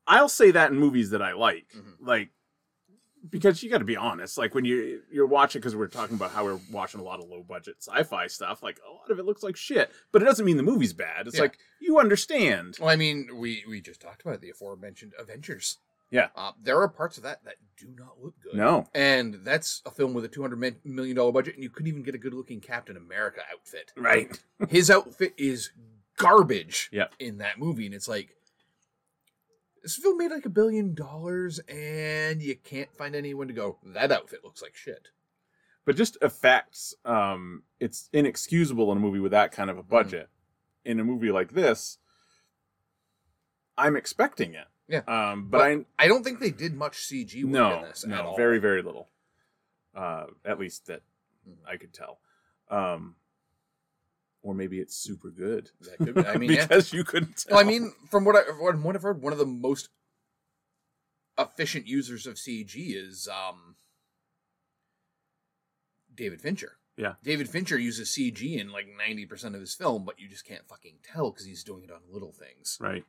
Speaker 5: I'll say that in movies that I like,
Speaker 6: Mhm.
Speaker 5: like because you got to be honest. Like when you you're watching, because we're talking about how we're watching a lot of low budget sci-fi stuff. Like a lot of it looks like shit, but it doesn't mean the movie's bad. It's
Speaker 6: Yeah.
Speaker 5: like you understand.
Speaker 6: Well, I mean, we we just talked about the aforementioned Avengers.
Speaker 5: Yeah.
Speaker 6: Uh, there are parts of that that do not look good.
Speaker 5: No.
Speaker 6: And that's a film with a two hundred million million dollar budget, and you couldn't even get a good looking Captain America outfit.
Speaker 5: Right.
Speaker 6: His outfit is garbage.
Speaker 5: Yeah.
Speaker 6: In that movie, and it's like this film made like a billion dollars, and you can't find anyone to go. That outfit looks like shit.
Speaker 5: but just effects um it's inexcusable in a movie with that kind of
Speaker 6: Hmm.
Speaker 5: a budget in a movie like this i'm expecting it
Speaker 6: Yeah.
Speaker 5: um but, i
Speaker 6: I don't think they did much CG work
Speaker 5: no
Speaker 6: in this at
Speaker 5: no
Speaker 6: all.
Speaker 5: very very little uh at least that
Speaker 6: Hmm.
Speaker 5: i could tell um or maybe it's super good
Speaker 6: That could be- I mean, yeah.
Speaker 5: because you couldn't tell.
Speaker 6: Well, I mean, from what I from what I've heard, one of the most efficient users of CG is um David Fincher.
Speaker 5: Yeah.
Speaker 6: David Fincher uses CG in like 90% of his film, but you just can't fucking tell because he's doing it on little things,
Speaker 5: Right.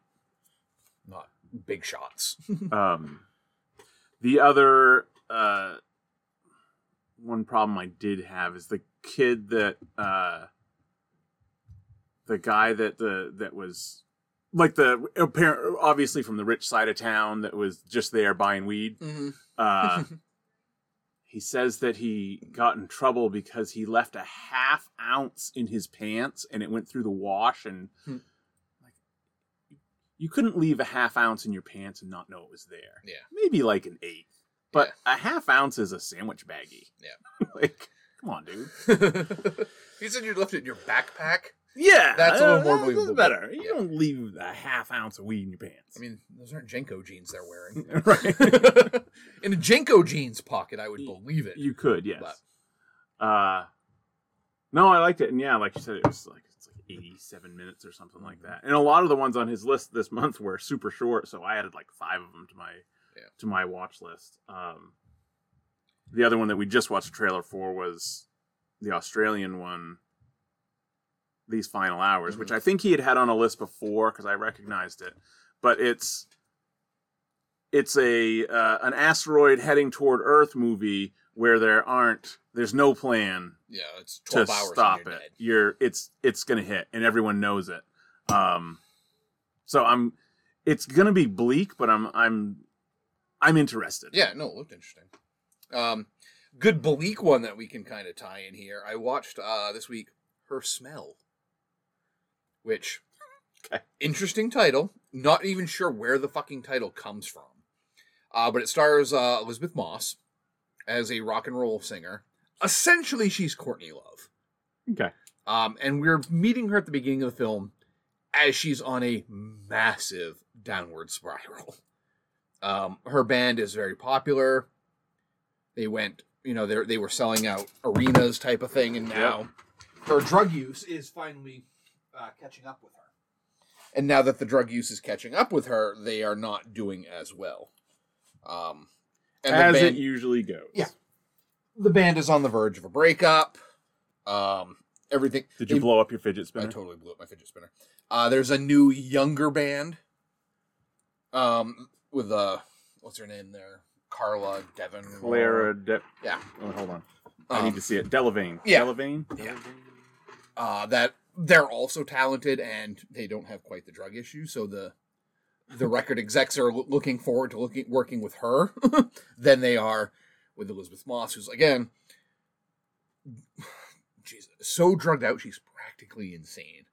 Speaker 6: not big shots.
Speaker 5: Um, the other uh, one problem I did have is the kid that uh, the guy that the that was like the apparent obviously from the rich side of town that was just there buying weed.
Speaker 6: Mhm.
Speaker 5: Uh, he says that he got in trouble because he left a half ounce in his pants and it went through the wash and
Speaker 6: Hmm.
Speaker 5: like you couldn't leave a half ounce in your pants and not know it was there.
Speaker 6: Yeah.
Speaker 5: Maybe like an eighth. But a half ounce is a sandwich baggie. Yeah. like come on, dude.
Speaker 6: you said you left it in your backpack.
Speaker 5: Yeah.
Speaker 6: That's a little
Speaker 5: uh,
Speaker 6: more
Speaker 5: that's
Speaker 6: believable, but-
Speaker 5: better. You
Speaker 6: yeah.
Speaker 5: don't leave a half ounce of weed in your pants.
Speaker 6: I mean, those aren't Jenko jeans they're wearing.
Speaker 5: right.
Speaker 6: in a Jenko jeans pocket, I would believe it.
Speaker 5: You could, yes. Uh, no, I liked it, and yeah, like you said, it was like it's like eighty-seven minutes or something like that. And a lot of the ones on his list this month were super short, so I added like five of them to my
Speaker 6: Yeah.
Speaker 5: to my watch list. Um, the other one that we just watched a trailer for was the Australian one. These final hours, which I think he had had on a list before because I recognized it, but it's it's a uh, an asteroid heading toward Earth movie where there aren't there's no plan
Speaker 6: yeah, it's
Speaker 5: to
Speaker 6: 12 hours. and
Speaker 5: stop it.
Speaker 6: you're dead.
Speaker 5: You're it's it's gonna hit and everyone knows it. Um, so I'm it's gonna be bleak, but I'm I'm I'm interested.
Speaker 6: Yeah, no, it looked interesting. Um, good Balik one that we can kind of tie in here. I watched uh, this week Her Smell, which
Speaker 5: Okay.
Speaker 6: interesting title. Not even sure where the fucking title comes from, uh, but it stars uh, Elizabeth Moss as a rock and roll singer. Essentially, she's Courtney Love.
Speaker 5: Okay.
Speaker 6: Um, and we're meeting her at the beginning of the film as she's on a massive downward spiral. Um, her band is very popular. They went, you know, they they were selling out arenas type of thing, and now her drug use is finally uh, catching up with her. And now that the drug use is catching up with her, they are not doing as well. Um, and the
Speaker 5: As
Speaker 6: band-
Speaker 5: it usually goes.
Speaker 6: Yeah. the band is on the verge of a breakup. Um, everything.
Speaker 5: Did you
Speaker 6: they-
Speaker 5: blow up your fidget
Speaker 6: I
Speaker 5: spinner?
Speaker 6: totally blew up my fidget spinner. Uh, there's a new younger band. Um, with uh, what's her name there? Carla Devon. or-
Speaker 5: Clara De-
Speaker 6: Yeah.
Speaker 5: Oh, hold on. I
Speaker 6: Um,
Speaker 5: need to see it. Delavane.
Speaker 6: yeah.
Speaker 5: Delavane.
Speaker 6: Yeah. Uh, that they're also talented and they don't have quite the drug issue, so the the record execs are loo- looking forward to looking working with her than they are with Elizabeth Moss, who's again, she's so drugged out she's practically insane.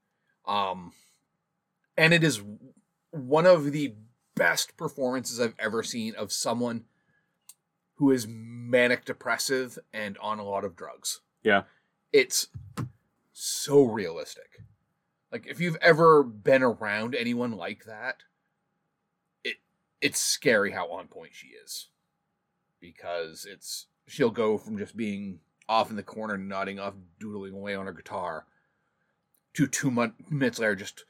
Speaker 6: Um, and it is one of the best performances I've ever seen of someone who is manic depressive and on a lot of drugs.
Speaker 5: Yeah.
Speaker 6: It's so realistic. Like if you've ever been around anyone like that, it it's scary how on point she is. Because it's she'll go from just being off in the corner nodding off doodling away on her guitar to 2 mon- minutes later just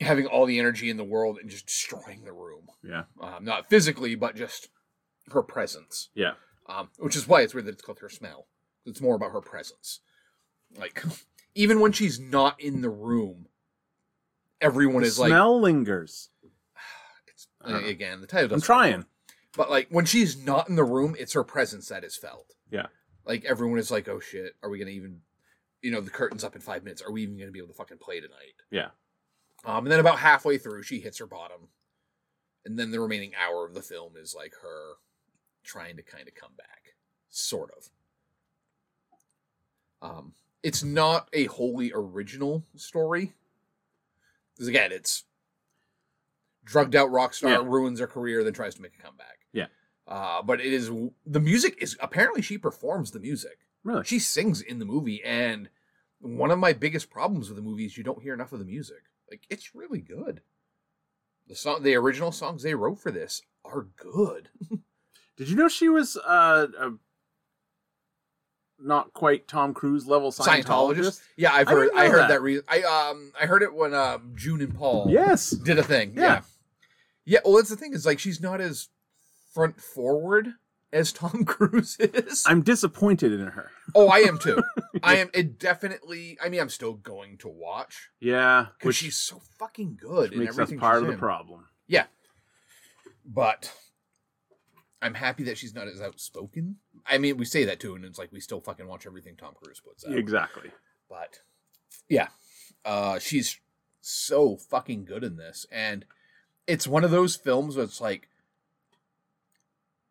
Speaker 6: having all the energy in the world and just destroying the room.
Speaker 5: Yeah.
Speaker 6: Um, not physically, but just her presence.
Speaker 5: Yeah.
Speaker 6: Um, which is why it's weird that it's called her smell. It's more about her presence. Like, even when she's not in the room, everyone
Speaker 5: The
Speaker 6: is like,
Speaker 5: smell lingers.
Speaker 6: it's, uh,
Speaker 5: I don't know.
Speaker 6: again, the title
Speaker 5: I'm
Speaker 6: doesn't.
Speaker 5: trying.
Speaker 6: but like, when she's not in the room, it's her presence that is felt.
Speaker 5: Yeah.
Speaker 6: Like, everyone is like, oh shit, are we going to even, you know, the curtain's up in five minutes. Are we even going to be able to fucking play tonight?
Speaker 5: Yeah.
Speaker 6: Um, and then about halfway through, she hits her bottom, and then the remaining hour of the film is like her trying to kind of come back, sort of. Um, it's not a wholly original story, because again, it's drugged out rock star
Speaker 5: Yeah.
Speaker 6: ruins her career, then tries to make a comeback.
Speaker 5: Yeah.
Speaker 6: Uh, but it is the music is apparently she performs the music.
Speaker 5: Really?
Speaker 6: She sings in the movie, and one of my biggest problems with the movie is you don't hear enough of the music. Like it's really good. The song, the original songs they wrote for this are good.
Speaker 5: Did you know she was uh, a not quite Tom Cruise level Scientologist?
Speaker 6: Yeah, I've
Speaker 5: I
Speaker 6: heard.
Speaker 5: didn't
Speaker 6: I,
Speaker 5: know
Speaker 6: heard that.
Speaker 5: that.
Speaker 6: re- I um I heard it when um June and Paul
Speaker 5: Yes.
Speaker 6: did a thing. Yeah.
Speaker 5: Yeah.
Speaker 6: yeah. Well, that's the thing is like she's not as front forward as Tom Cruise is.
Speaker 5: I'm disappointed in her.
Speaker 6: oh, I am too. I am it definitely. I mean, I'm still going to watch
Speaker 5: Yeah,
Speaker 6: because
Speaker 5: which
Speaker 6: she's so fucking good. in
Speaker 5: makes us
Speaker 6: everything
Speaker 5: part
Speaker 6: she's
Speaker 5: of the
Speaker 6: in.
Speaker 5: problem.
Speaker 6: Yeah, but I'm happy that she's not as outspoken. I mean, we say that too, and it's like we still fucking watch everything Tom Cruise puts out.
Speaker 5: Exactly.
Speaker 6: But yeah, uh, she's so fucking good in this, and it's one of those films where it's like,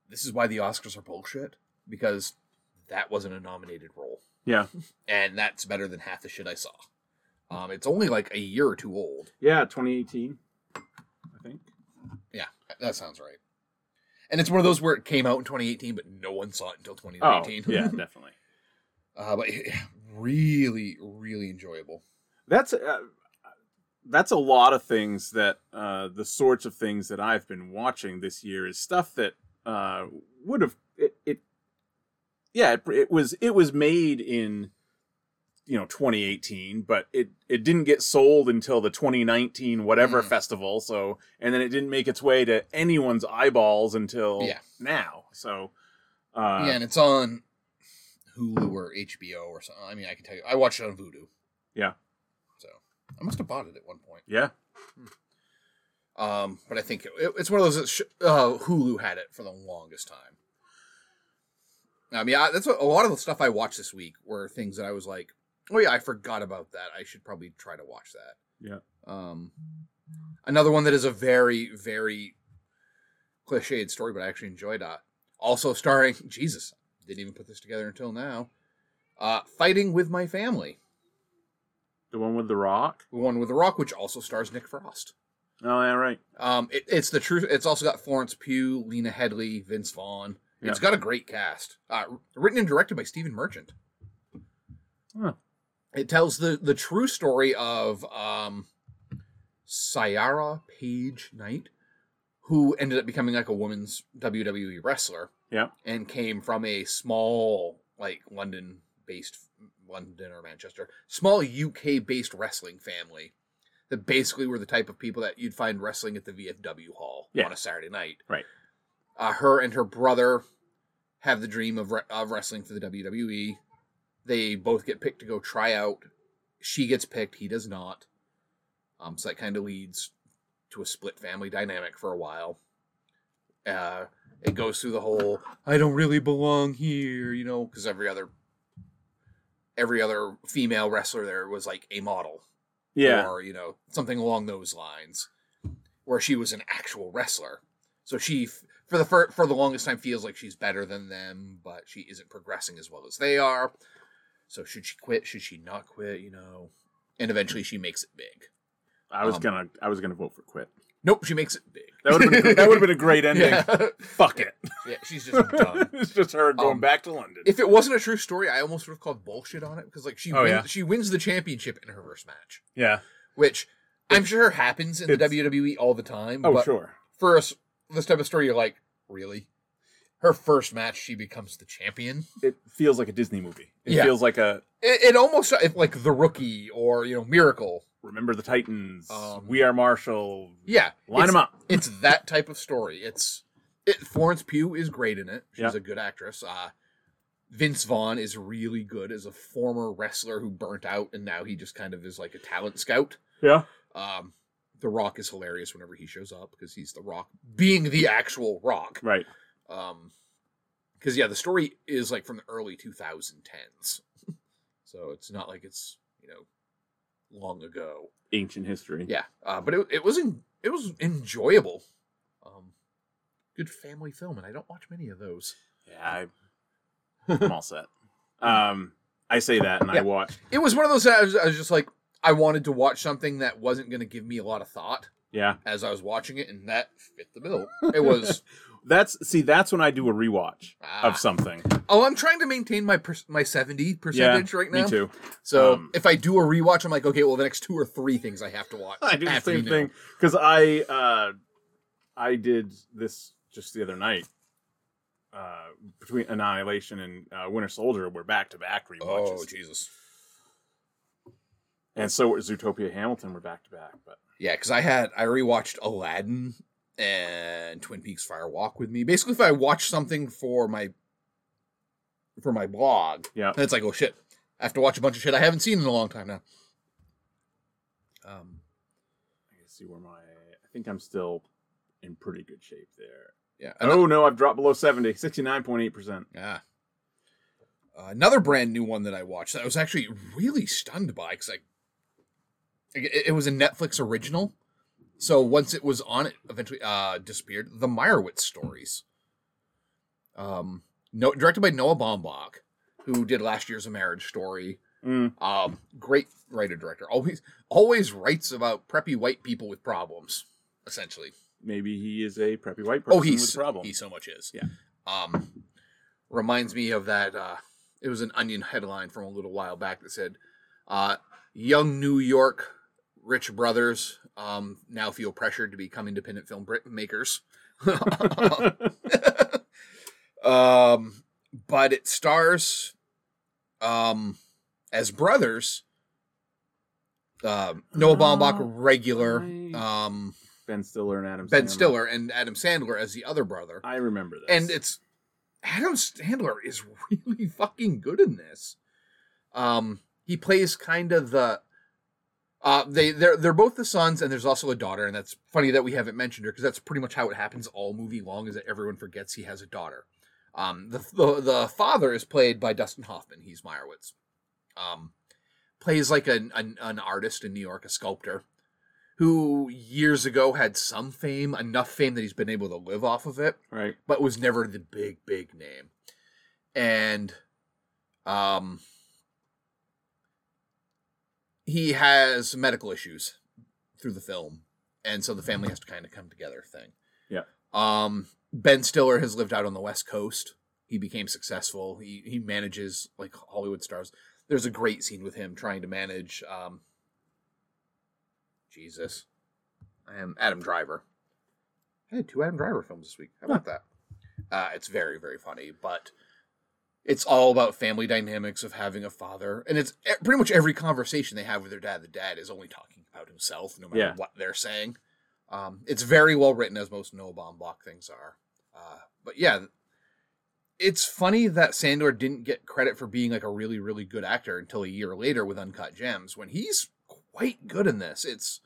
Speaker 6: this is why the Oscars are bullshit because that wasn't a nominated role,
Speaker 5: Yeah,
Speaker 6: and that's better than half the shit I saw. Um, it's only like a year or two old.
Speaker 5: yeah. 2018, I think.
Speaker 6: Yeah, that sounds right. And it's one of those where it came out in 2018, but no one saw it until 2019.
Speaker 5: Oh, yeah, definitely.
Speaker 6: uh, but yeah, really, really enjoyable.
Speaker 5: That's uh, that's a lot of things that uh, the sorts of things that I've been watching this year is stuff that uh, would have it, it yeah it, it was it was made in you know 2018 but it it didn't get sold until the 2019 whatever
Speaker 6: Mm.
Speaker 5: festival so and then it didn't make its way to anyone's eyeballs until
Speaker 6: Yeah.
Speaker 5: now so uh
Speaker 6: yeah, and it's on Hulu or HBO or something. I mean, I can tell you, I watched it on Vudu.
Speaker 5: Yeah.
Speaker 6: So I must have bought it at one point.
Speaker 5: yeah
Speaker 6: Um, but I think it, it's one of those that sh- uh, Hulu had it for the longest time. I mean, I, that's what, a lot of the stuff I watched this week were things that I was like, oh yeah, I forgot about that. I should probably try to watch that.
Speaker 5: Yeah.
Speaker 6: Um, another one that is a very, very cliched story, but I actually enjoyed it. Also starring Jesus. Didn't even put this together until now. Uh, Fighting with My Family,
Speaker 5: the one with the rock
Speaker 6: the one with The Rock, which also stars Nick Frost.
Speaker 5: oh yeah right
Speaker 6: Um, it, it's the truth. It's also got Florence Pugh, Lena Headley, Vince Vaughn. It's
Speaker 5: Yeah.
Speaker 6: got a great cast. Uh, written and directed by Stephen Merchant.
Speaker 5: Huh.
Speaker 6: It tells the the true story of um, Sayara Page Knight, who ended up becoming like a woman's WWE wrestler
Speaker 5: yeah
Speaker 6: and came from a small like London based London or Manchester small UK based wrestling family that basically were the type of people that you'd find wrestling at the VFW hall
Speaker 5: Yeah.
Speaker 6: on a Saturday night.
Speaker 5: Right.
Speaker 6: Uh, her and her brother have the dream of, re- of wrestling for the WWE. They both get picked to go try out. She gets picked, he does not. Um, so that kind of leads to a split family dynamic for a while. Uh, it goes through the whole I don't really belong here, you know, because every other every other female wrestler there was like a model
Speaker 5: yeah
Speaker 6: or you know something along those lines, where she was an actual wrestler. So she f- for the for, for the longest time feels like she's better than them, but she isn't progressing as well as they are. So should she quit? Should she not quit? You know, and eventually she makes it big.
Speaker 5: I was
Speaker 6: Um,
Speaker 5: gonna I was gonna vote for quit.
Speaker 6: Nope, she makes it big.
Speaker 5: That would have been that would have been a great ending.
Speaker 6: yeah.
Speaker 5: Fuck it.
Speaker 6: yeah, she's just done.
Speaker 5: it's just her going
Speaker 6: Um,
Speaker 5: back to London.
Speaker 6: If it wasn't a true story, I almost would have called bullshit on it because like she
Speaker 5: Oh,
Speaker 6: wins,
Speaker 5: yeah.
Speaker 6: she wins the championship in her first match,
Speaker 5: yeah.
Speaker 6: which I'm sure happens in the
Speaker 5: it's-
Speaker 6: WWE all the time.
Speaker 5: Oh
Speaker 6: but
Speaker 5: sure.
Speaker 6: for us, this type of story, you're like, really? Her first match, she becomes the champion.
Speaker 5: It feels like a Disney movie. It
Speaker 6: Yeah.
Speaker 5: feels like a
Speaker 6: It, it almost if like the rookie or you know Miracle.
Speaker 5: Remember the Titans.
Speaker 6: Um,
Speaker 5: we are Marshall.
Speaker 6: Yeah,
Speaker 5: Line
Speaker 6: it's-
Speaker 5: them up.
Speaker 6: It's that type of story. It's it, Florence Pugh is great in it. She's
Speaker 5: Yeah.
Speaker 6: a good actress. Uh, Vince Vaughn is really good as a former wrestler who burnt out and now he just kind of is like a talent scout.
Speaker 5: Yeah.
Speaker 6: Um, the Rock is hilarious whenever he shows up because he's the Rock, being the actual Rock.
Speaker 5: Right.
Speaker 6: um because yeah the story is like from the early 2010s so it's not like it's you know long ago
Speaker 5: Ancient history.
Speaker 6: yeah uh, but it, it was en- it was enjoyable um good family film and i don't watch many of those
Speaker 5: Yeah. I, I'm all set. Um, I say that and
Speaker 6: Yeah.
Speaker 5: I watch.
Speaker 6: it was one of those that I was, I was just like i wanted to watch something that wasn't going to give me a lot of thought
Speaker 5: Yeah.
Speaker 6: as i was watching it and that fit the bill it was
Speaker 5: That's see. That's when I do a rewatch
Speaker 6: Ah.
Speaker 5: of something.
Speaker 6: oh i'm trying to maintain my per- my 70 percentage right now
Speaker 5: Me too.
Speaker 6: So
Speaker 5: Um,
Speaker 6: if I do a rewatch, I'm like, okay, well, the next two or three things I have to watch.
Speaker 5: I do the
Speaker 6: have to
Speaker 5: same
Speaker 6: know.
Speaker 5: thing because I uh, I did this just the other night uh, between Annihilation and uh, Winter Soldier. We're back to back rewatches,
Speaker 6: Oh Jesus!
Speaker 5: and so is Zootopia Hamilton. We're back to back, but
Speaker 6: Yeah, because I had I rewatched Aladdin and Twin Peaks Fire Walk with Me. Basically, if I watch something for my for my blog,
Speaker 5: Yeah.
Speaker 6: it's like, oh shit, I have to watch a bunch of shit I haven't seen in a long time now. Um,
Speaker 5: I can see where my. I think I'm still in pretty good shape there.
Speaker 6: yeah.
Speaker 5: Oh no, I've dropped below 70, 69.8 percent.
Speaker 6: Yeah. Uh, another brand new one that I watched that I was actually really stunned by because I, it, it was a Netflix original. So once it was on, it eventually uh, disappeared. The Meyerowitz stories. Um, no, directed by Noah Baumbach, who did last year's A Marriage Story.
Speaker 5: Mm.
Speaker 6: Um, great writer director. Always always writes about preppy white people with problems. Essentially,
Speaker 5: Maybe he is a preppy white person
Speaker 6: oh, he's
Speaker 5: with a problem.
Speaker 6: He so much is.
Speaker 5: Yeah.
Speaker 6: Um, reminds me of that. Uh, it was an Onion headline from a little while back that said, uh, "Young New York rich brothers um, now feel pressured to become independent film bri- makers." um, but it stars um, as brothers. Um, Noah Baumbach,
Speaker 2: Oh,
Speaker 6: regular.
Speaker 2: right.
Speaker 6: Um,
Speaker 5: ben Stiller and Adam.
Speaker 6: Ben
Speaker 5: Sandler.
Speaker 6: Stiller and Adam Sandler as the other brother.
Speaker 5: I remember this.
Speaker 6: And it's Adam Sandler is really fucking good in this. Um he plays kind of the uh they they're they're both the sons and there's also a daughter and that's funny that we haven't mentioned her because that's pretty much how it happens all movie long is that everyone forgets he has a daughter. Um the the, the father is played by Dustin Hoffman. He's Meyerowitz. Um plays like an, an an artist in New York, a sculptor who years ago had some fame, enough fame that he's been able to live off of it
Speaker 5: right.
Speaker 6: but was never the big big name and um he has medical issues through the film and so the family has to kind of come together thing
Speaker 5: Yeah.
Speaker 6: um ben stiller has lived out on the west coast he became successful he he manages like hollywood stars there's a great scene with him trying to manage um jesus i am adam driver I had two Adam Driver films this week. How about that? Uh, it's very, very funny, but it's all about family dynamics of having a father, and it's e- pretty much every conversation they have with their dad. The dad is only talking about himself, no matter
Speaker 5: Yeah.
Speaker 6: what they're saying. Um, it's very well written, as most Noah Baumbach things are. Uh, but yeah, it's funny that Sandor didn't get credit for being like a really, really good actor until a year later with Uncut Gems, when he's quite good in this. It's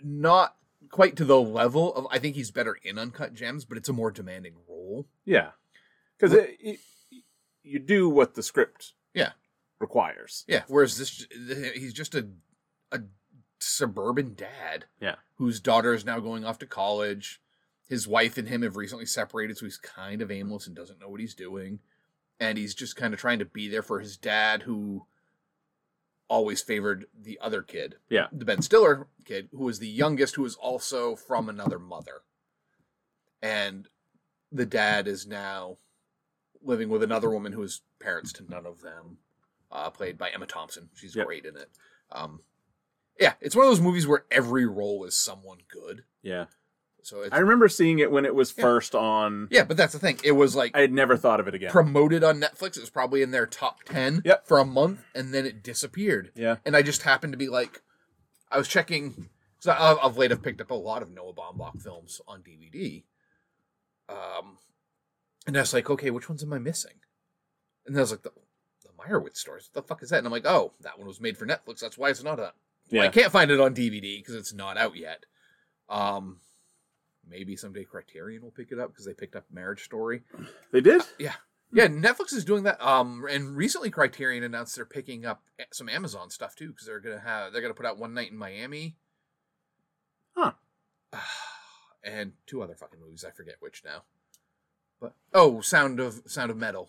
Speaker 6: not quite to the level of I think he's better in Uncut Gems, but it's a more demanding role.
Speaker 5: Yeah. Because it, it, you do what the script.
Speaker 6: Yeah.
Speaker 5: Requires.
Speaker 6: Yeah. Whereas this, he's just a a suburban dad.
Speaker 5: Yeah.
Speaker 6: Whose daughter is now going off to college. His wife and him have recently separated, so he's kind of aimless and doesn't know what he's doing. And he's just kind of trying to be there for his dad, who always favored the other kid.
Speaker 5: Yeah.
Speaker 6: The Ben Stiller kid, who was the youngest, who was also from another mother. And the dad is now living with another woman who is parents to none of them, uh, played by Emma Thompson. She's
Speaker 5: Yep.
Speaker 6: great in it. Um, yeah, it's one of those movies where every role is someone good.
Speaker 5: Yeah.
Speaker 6: So it's,
Speaker 5: I remember seeing it when it was
Speaker 6: Yeah.
Speaker 5: first on.
Speaker 6: yeah, but that's the thing. It was like
Speaker 5: I had never thought of it again.
Speaker 6: promoted on Netflix. It was probably in their top ten
Speaker 5: Yep.
Speaker 6: for a month, and then it disappeared.
Speaker 5: yeah.
Speaker 6: And I just happened to be like, I was checking. So I- of late, I've picked up a lot of Noah Baumbach films on DVD. Um, and I was like, okay, which ones am I missing? And then I was like, the, the Meyerowitz stories. What the fuck is that? And I'm like, oh, that one was made for Netflix. That's why it's not on.
Speaker 5: Yeah.
Speaker 6: I can't find it on DVD because it's not out yet. Um, maybe someday Criterion will pick it up because they picked up Marriage Story.
Speaker 5: They did?
Speaker 6: Yeah, Netflix is doing that. Um, and recently Criterion announced they're picking up some Amazon stuff too because they're gonna have they're gonna put out One Night in Miami.
Speaker 5: Huh.
Speaker 6: And two other fucking movies, I forget which now. But oh, Sound of Sound of Metal,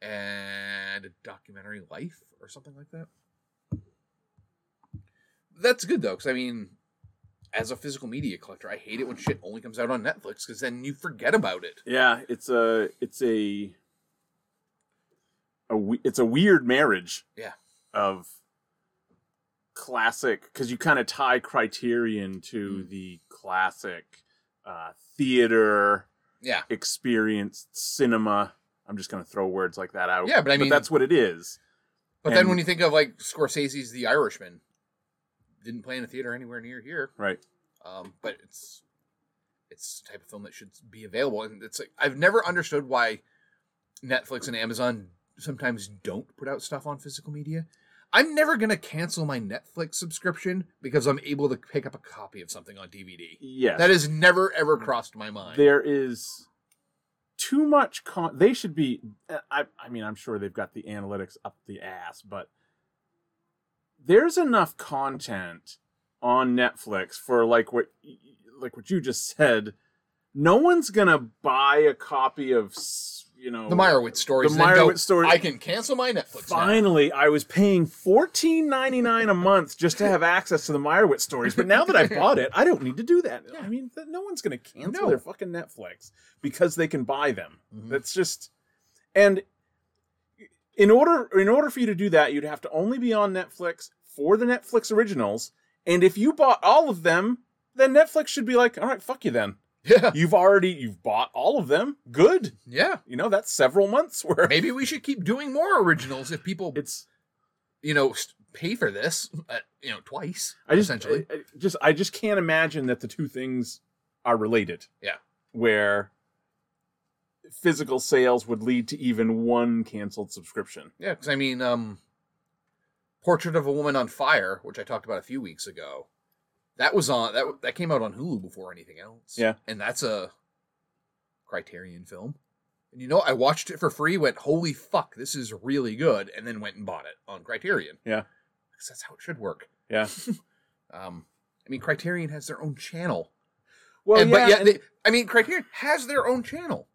Speaker 6: and a documentary Life or something like that. That's good though, because I mean, as a physical media collector, I hate it when shit only comes out on Netflix because then you forget about it.
Speaker 5: Yeah. It's a. It's a. a we, it's a weird marriage.
Speaker 6: Yeah.
Speaker 5: Of classic. Because you kind of tie criterion to
Speaker 6: Mm.
Speaker 5: the classic uh, theater.
Speaker 6: Yeah.
Speaker 5: experienced cinema. I'm just going to throw words like that out.
Speaker 6: Yeah, but I mean-
Speaker 5: that's what it is.
Speaker 6: But then
Speaker 5: And-
Speaker 6: when you think of like Scorsese's The Irishman, didn't play in a theater anywhere near here.
Speaker 5: Right.
Speaker 6: Um, but it's it's the type of film that should be available. And it's like I've never understood why Netflix and Amazon sometimes don't put out stuff on physical media. I'm never gonna cancel my Netflix subscription because I'm able to pick up a copy of something on DVD.
Speaker 5: Yes.
Speaker 6: That has never ever crossed my mind.
Speaker 5: there is too much con they should be uh, I, I mean i'm sure they've got the analytics up the ass but there's enough content on netflix for like what like what you just said no one's gonna buy a copy of s- you know
Speaker 6: the Meyerowitz stories.
Speaker 5: the
Speaker 6: and then go,
Speaker 5: Meyerowitz story-
Speaker 6: I can cancel my Netflix. now."
Speaker 5: Finally, I was paying fourteen ninety nine a month just to have access to the Meyerowitz stories, but now that I bought it, I don't need to do that. I mean, th- no one's going to cancel
Speaker 6: No.
Speaker 5: their fucking Netflix because they can buy them. That's just and in order in order for you to do that, you'd have to only be on Netflix for the Netflix originals, and if you bought all of them, then Netflix should be like, "All right, fuck you then.
Speaker 6: Yeah.
Speaker 5: You've already you've bought all of them. Good.
Speaker 6: Yeah.
Speaker 5: You know, that's several months worth.
Speaker 6: Maybe we should keep doing more originals if people,
Speaker 5: It's
Speaker 6: you know, st- pay for this, uh, you know, twice.
Speaker 5: I just uh,
Speaker 6: essentially.
Speaker 5: I, I just I just can't imagine that the two things are related.
Speaker 6: Yeah.
Speaker 5: Where physical sales would lead to even one canceled subscription.
Speaker 6: Yeah, because I mean, um, Portrait of a Woman on Fire, which I talked about a few weeks ago, that was on that that came out on Hulu before anything else.
Speaker 5: Yeah.
Speaker 6: and that's a Criterion film. And you know, I watched it for free, went, "Holy fuck, this is really good," and then went and bought it on Criterion.
Speaker 5: Yeah.
Speaker 6: 'Cause that's how it should work.
Speaker 5: Yeah.
Speaker 6: Um, I mean, Criterion has their own channel,
Speaker 5: Well,
Speaker 6: and, but
Speaker 5: yeah,
Speaker 6: yet, they, I mean, Criterion has their own channel,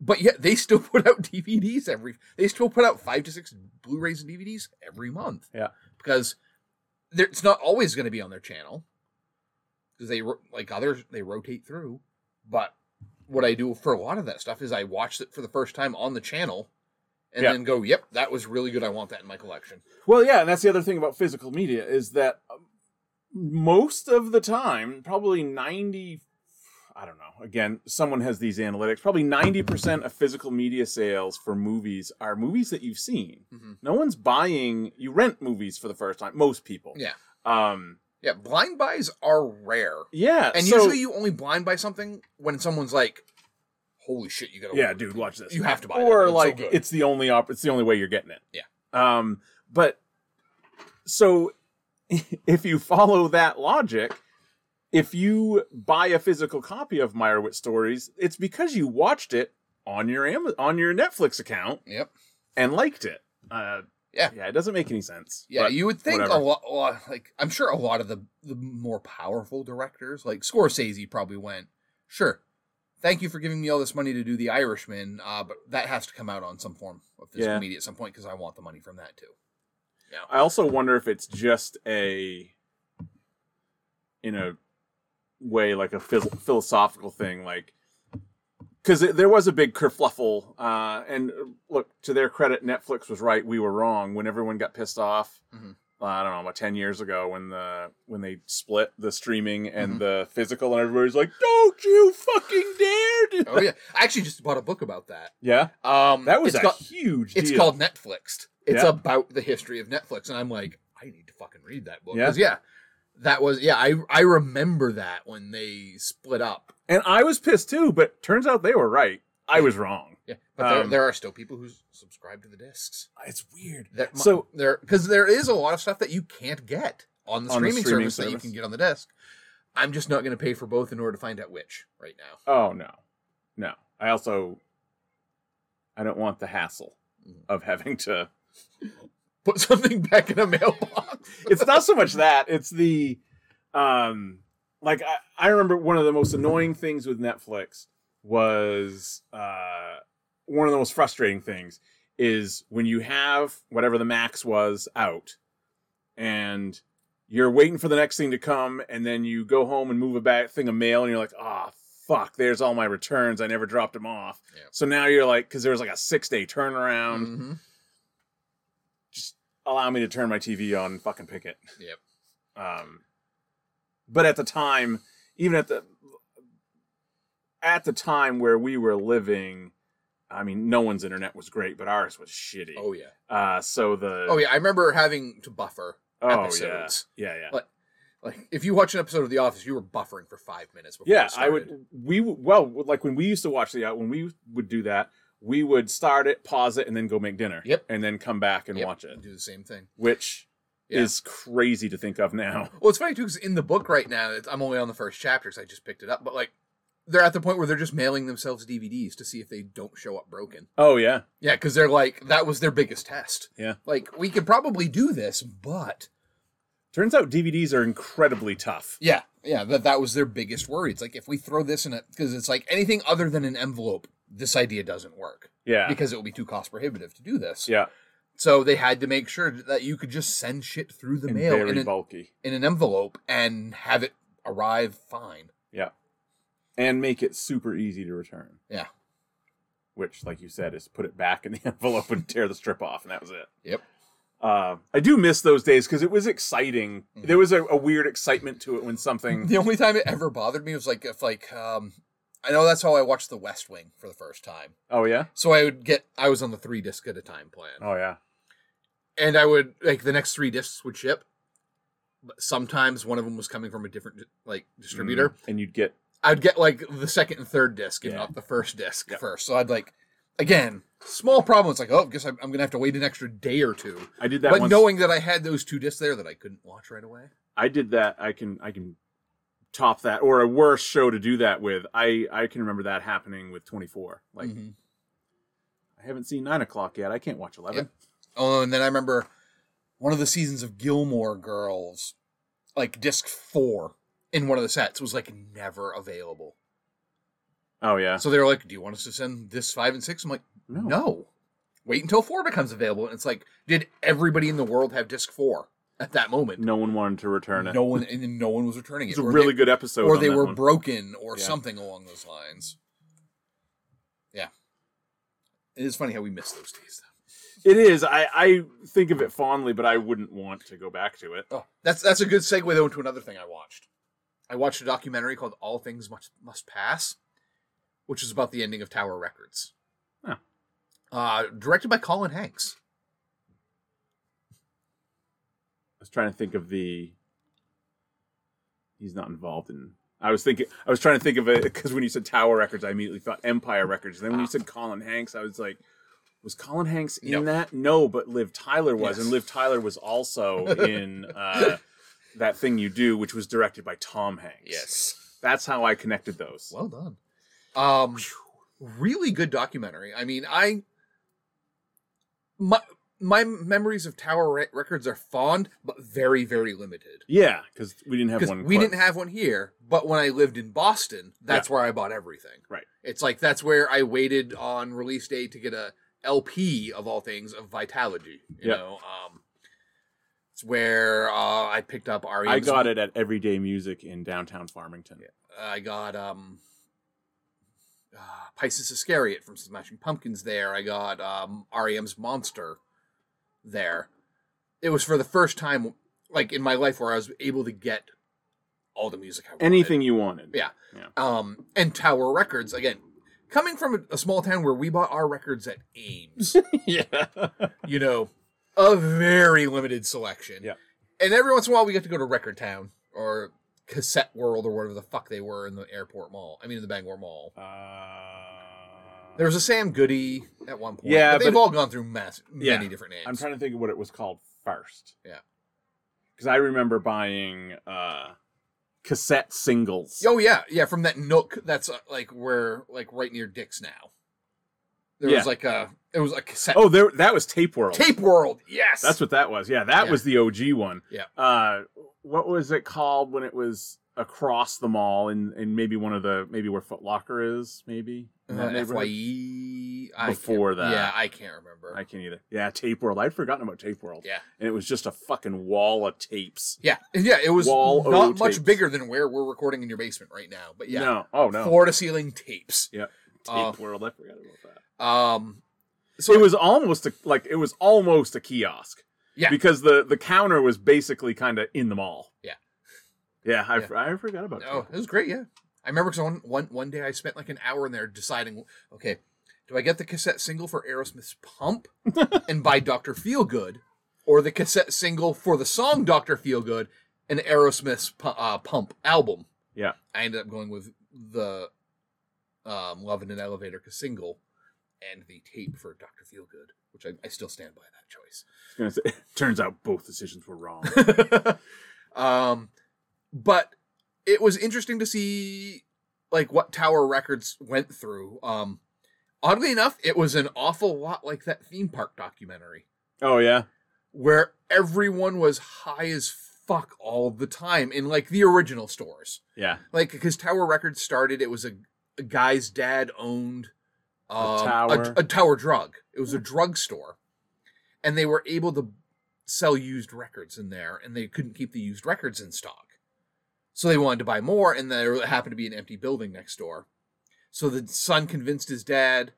Speaker 6: but yet they still put out DVDs every. They still put out five to six Blu-rays and DVDs every month.
Speaker 5: Yeah.
Speaker 6: because they're- it's not always going to be on their channel because they ro- like others they rotate through. But what I do for a lot of that stuff is I watch it for the first time on the channel, and
Speaker 5: Yeah.
Speaker 6: then go, "Yep, that was really good. I want that in my collection."
Speaker 5: well, yeah, and that's the other thing about physical media is that um, most of the time, probably 90 I don't know. Again, someone has these analytics. Probably 90% of physical media sales for movies are movies that you've seen.
Speaker 6: Mhm.
Speaker 5: No one's buying you rent movies for the first time, most people.
Speaker 6: Yeah,
Speaker 5: Um
Speaker 6: yeah. Blind buys are rare.
Speaker 5: Yeah,
Speaker 6: And
Speaker 5: so-
Speaker 6: usually you only blind buy something when someone's like, "Holy shit, you gotta
Speaker 5: yeah, dude, watch this.
Speaker 6: You have to buy it.
Speaker 5: or
Speaker 6: It's so
Speaker 5: like
Speaker 6: good.
Speaker 5: it's the only op- it's the only way you're getting it.
Speaker 6: Yeah.
Speaker 5: Um, but so if you follow that logic, if you buy a physical copy of Meyerowitz Stories, it's because you watched it on your Am- on your Netflix account
Speaker 6: Yep.
Speaker 5: and liked it. Uh,
Speaker 6: Yeah.
Speaker 5: yeah, it doesn't make any sense.
Speaker 6: Yeah,
Speaker 5: but
Speaker 6: you would think a
Speaker 5: whatever.
Speaker 6: lot, a lot. Like I'm sure a lot of the the more powerful directors, like Scorsese, probably went, "Sure, thank you for giving me all this money to do The Irishman, uh, but that has to come out on some form of physical
Speaker 5: Yeah.
Speaker 6: media at some point because I want the money from that too."
Speaker 5: I also wonder if it's just a, in a way, like a phil- philosophical thing, like because there was a big kerfluffle. Uh, and uh, look, to their credit, Netflix was right; we were wrong. When everyone got pissed off,
Speaker 6: Mhm.
Speaker 5: uh, I don't know, about ten years ago, when the when they split the streaming and
Speaker 6: Mhm.
Speaker 5: the physical, and everybody's like, "Don't you fucking dare!" Do
Speaker 6: Oh yeah, I actually just bought a book about that.
Speaker 5: Yeah,
Speaker 6: Um,
Speaker 5: that was
Speaker 6: it's
Speaker 5: a
Speaker 6: got-
Speaker 5: huge.
Speaker 6: It's
Speaker 5: deal.
Speaker 6: called Netflixed. It's
Speaker 5: Yeah.
Speaker 6: about the history of Netflix, and I'm like, I need to fucking read that book.
Speaker 5: Yeah.
Speaker 6: 'Cause, yeah, that was yeah. I I remember that when they split up.
Speaker 5: and I was pissed too. But turns out they were right. I was wrong.
Speaker 6: Yeah, but there,
Speaker 5: Um,
Speaker 6: there are still people who s- subscribe to the discs.
Speaker 5: Uh, It's weird.
Speaker 6: That, mi-
Speaker 5: So-
Speaker 6: there because there is a lot of stuff that you can't get on the
Speaker 5: On the
Speaker 6: streaming,
Speaker 5: streaming
Speaker 6: service, that you
Speaker 5: service.
Speaker 6: can get on the disc. I'm just not going to pay for both in order to find out which right now.
Speaker 5: Oh no, no. I also I don't want the hassle
Speaker 6: Mm.
Speaker 5: of having to.
Speaker 6: Put something back in a mailbox.
Speaker 5: It's not so much that it's the, um, like I, I remember one of the most annoying things with Netflix was uh one of the most frustrating things is when you have whatever the max was out and you're waiting for the next thing to come and then you go home and move a bag thing of mail and you're like ah fuck there's all my returns i never dropped them off
Speaker 6: Yeah.
Speaker 5: so now you're like because there was like a six day turnaround
Speaker 6: Mhm.
Speaker 5: just allow me to turn my tv on and fucking pick it
Speaker 6: Yep.
Speaker 5: um but at the time even at the at the time where we were living i mean no one's internet was great but ours was shitty
Speaker 6: Oh yeah.
Speaker 5: uh so the
Speaker 6: Oh yeah. I remember having to buffer
Speaker 5: oh, yeah
Speaker 6: episodes.
Speaker 5: yeah yeah
Speaker 6: Like, Like if you watch an episode of The Office, you were buffering for five minutes. Before
Speaker 5: Yeah,
Speaker 6: it
Speaker 5: I
Speaker 6: started.
Speaker 5: would. We w- well, like when we used to watch the uh, when we would do that, we would start it, pause it, and then go make dinner.
Speaker 6: Yep.
Speaker 5: And then come back and
Speaker 6: Yep,
Speaker 5: watch it,
Speaker 6: do the same thing.
Speaker 5: which
Speaker 6: Yeah.
Speaker 5: is crazy to think of now.
Speaker 6: Well, it's funny too because in the book right now, it's, I'm only on the first chapter, so I just picked it up. But like, they're at the point where they're just mailing themselves DVDs to see if they don't show up broken.
Speaker 5: Oh yeah,
Speaker 6: Yeah, because they're like that was their biggest test.
Speaker 5: Yeah.
Speaker 6: like we could probably do this, but
Speaker 5: turns out DVDs are incredibly tough.
Speaker 6: yeah, yeah, that that was their biggest worry. It's like if we throw this in a because it's like anything other than an envelope, this idea doesn't work
Speaker 5: Yeah.
Speaker 6: because it will be too cost prohibitive to do this.
Speaker 5: yeah.
Speaker 6: So they had to make sure that you could just send shit through the
Speaker 5: And
Speaker 6: mail
Speaker 5: very
Speaker 6: in an,
Speaker 5: bulky.
Speaker 6: in an envelope and have it arrive fine.
Speaker 5: Yeah. And make it super easy to return.
Speaker 6: Yeah.
Speaker 5: Which, like you said, is put it back in the envelope and tear the strip off, and that was it.
Speaker 6: Yep.
Speaker 5: Uh, I do miss those days because it was exciting.
Speaker 6: Mhm.
Speaker 5: There was a, a weird excitement to it when something.
Speaker 6: The only time it ever bothered me was like if like um I know that's how I watched The West Wing for the first time.
Speaker 5: Oh yeah.
Speaker 6: So I would get I was on the three disc at a time plan.
Speaker 5: Oh yeah.
Speaker 6: and I would like the next three discs would ship. But sometimes one of them was coming from a different like distributor.
Speaker 5: Mm. And you'd get
Speaker 6: I'd get like the second and third disc and
Speaker 5: Yeah.
Speaker 6: not the first disc
Speaker 5: Yep.
Speaker 6: first. So I'd like again small problem. It's like oh, guess I'm, I'm gonna have to wait an extra day or two.
Speaker 5: I did that
Speaker 6: but
Speaker 5: once.
Speaker 6: knowing that I had those two discs there that I couldn't watch right away.
Speaker 5: I did that. I can I can top that or a worse show to do that with. I I can remember that happening with 24. Like
Speaker 6: Mhm.
Speaker 5: I haven't seen nine o'clock yet. I can't watch 11.
Speaker 6: Oh, and then I remember one of the seasons of Gilmore Girls, like disc four in one of the sets was like never available.
Speaker 5: Oh yeah.
Speaker 6: So they were like, "Do you want us to send this five and six? I'm like.
Speaker 5: No.
Speaker 6: No. Wait until four becomes available. And it's like, did everybody in the world have disc four at that moment?
Speaker 5: No one wanted to return it.
Speaker 6: No one and then no one was returning it.
Speaker 5: It's a
Speaker 6: Or
Speaker 5: really
Speaker 6: they,
Speaker 5: good episode.
Speaker 6: Or
Speaker 5: on
Speaker 6: they
Speaker 5: that
Speaker 6: were
Speaker 5: one.
Speaker 6: broken or
Speaker 5: Yeah.
Speaker 6: something along those lines. Yeah. It is funny how we miss those days though.
Speaker 5: It is. I I think of it fondly, but I wouldn't want to go back to it.
Speaker 6: Oh. That's that's a good segue though into another thing I watched. I watched a documentary called All Things Must Must Pass, which is about the ending of Tower Records.
Speaker 5: Huh.
Speaker 6: Uh, directed by Colin Hanks.
Speaker 5: I was trying to think of the. He's not involved in. I was thinking. I was trying to think of it because when you said Tower Records, I immediately thought Empire Records. Then when you said Colin Hanks, I was like, was Colin Hanks in
Speaker 6: No.
Speaker 5: that? No, but Liv Tyler was,
Speaker 6: Yes.
Speaker 5: and Liv Tyler was also in uh, that thing you do, which was directed by Tom Hanks. that's how I connected those.
Speaker 6: Well done. Um, really good documentary. I mean, I my my memories of Tower Re- Records are fond, but very very limited.
Speaker 5: yeah, because we didn't have
Speaker 6: Because
Speaker 5: one.
Speaker 6: we
Speaker 5: close.
Speaker 6: didn't have one here, but when I lived in Boston, that's where I bought everything.
Speaker 5: Right.
Speaker 6: It's like that's where I waited on release day to get a LP of all things of Vitalogy. You
Speaker 5: Yeah.
Speaker 6: know, um, it's where uh, I picked up REM's
Speaker 5: I got it at Everyday Music in downtown Farmington.
Speaker 6: I got um uh, Pisces Iscariot from Smashing Pumpkins there. I got um REM's Monster there. It was for the first time like in my life where I was able to get all the music I wanted.
Speaker 5: Anything you wanted.
Speaker 6: Yeah. Um and Tower Records again. Coming from a, a small town where we bought our records at Ames,
Speaker 5: yeah.
Speaker 6: you know, a very limited selection.
Speaker 5: Yeah.
Speaker 6: And every once in a while we got to go to Record Town or Cassette World or whatever the fuck they were in the airport mall. I mean in the Bangor Mall.
Speaker 5: Uh,
Speaker 6: There was a Sam Goody at one point.
Speaker 5: Yeah,
Speaker 6: but they've
Speaker 5: but-
Speaker 6: all gone through mass,
Speaker 5: Yeah.
Speaker 6: many different names.
Speaker 5: I'm trying to think of what it was called first.
Speaker 6: Yeah.
Speaker 5: Because I remember buying uh, cassette singles.
Speaker 6: Oh yeah, yeah, from that nook that's uh, like where like right near Dick's now. There
Speaker 5: Yeah.
Speaker 6: was like a it was a cassette
Speaker 5: oh, there that was Tape World.
Speaker 6: tape world. Yes,
Speaker 5: That's what that was. Yeah, that
Speaker 6: Yeah.
Speaker 5: was the OG one.
Speaker 6: Yeah.
Speaker 5: Uh, what was it called when it was across the mall and and maybe one of the maybe where Foot Locker is maybe in that
Speaker 6: uh,
Speaker 5: neighborhood?
Speaker 6: FYE. E, I can't-
Speaker 5: Before that.
Speaker 6: yeah, I can't remember.
Speaker 5: I can't either. Yeah, Tape World. I'd forgotten about Tape World.
Speaker 6: yeah,
Speaker 5: And it was just a fucking wall of tapes.
Speaker 6: yeah, yeah. It was
Speaker 5: Wall O
Speaker 6: not much
Speaker 5: tapes.
Speaker 6: bigger than where we're recording in your basement right now. But yeah,
Speaker 5: No. Oh no.
Speaker 6: floor to ceiling tapes.
Speaker 5: Yeah. Tape
Speaker 6: Uh,
Speaker 5: World. I forgot about that.
Speaker 6: um,
Speaker 5: So it was almost a, like it was almost a kiosk.
Speaker 6: Yeah.
Speaker 5: Because the the counter was basically kind of in the mall.
Speaker 6: Yeah.
Speaker 5: Yeah, I,
Speaker 6: Yeah.
Speaker 5: I forgot about that.
Speaker 6: Oh, it was great. Yeah, I remember because one, one one day I spent like an hour in there deciding, okay, do I get the cassette single for Aerosmith's Pump and buy Doctor Feelgood, or the cassette single for the song Doctor Feelgood an Aerosmith's pu- uh, Pump album.
Speaker 5: Yeah.
Speaker 6: I ended up going with the um, Love in an Elevator single and the tape for Dr. Feelgood, which I, I still stand by that choice.
Speaker 5: Gonna say- Turns out both decisions were wrong.
Speaker 6: um, but it was interesting to see like what Tower Records went through. Um, oddly enough, it was an awful lot like that theme park documentary
Speaker 5: oh yeah,
Speaker 6: where everyone was high as fuck all the time in like the original stores.
Speaker 5: yeah.
Speaker 6: Like because Tower Records started, it was a, a guy's dad owned um, a,
Speaker 5: tower.
Speaker 6: a tower drug. It was a drug store, and they were able to sell used records in there, and they couldn't keep the used records in stock, so they wanted to buy more, and there happened to be an empty building next door. So the son convinced his dad,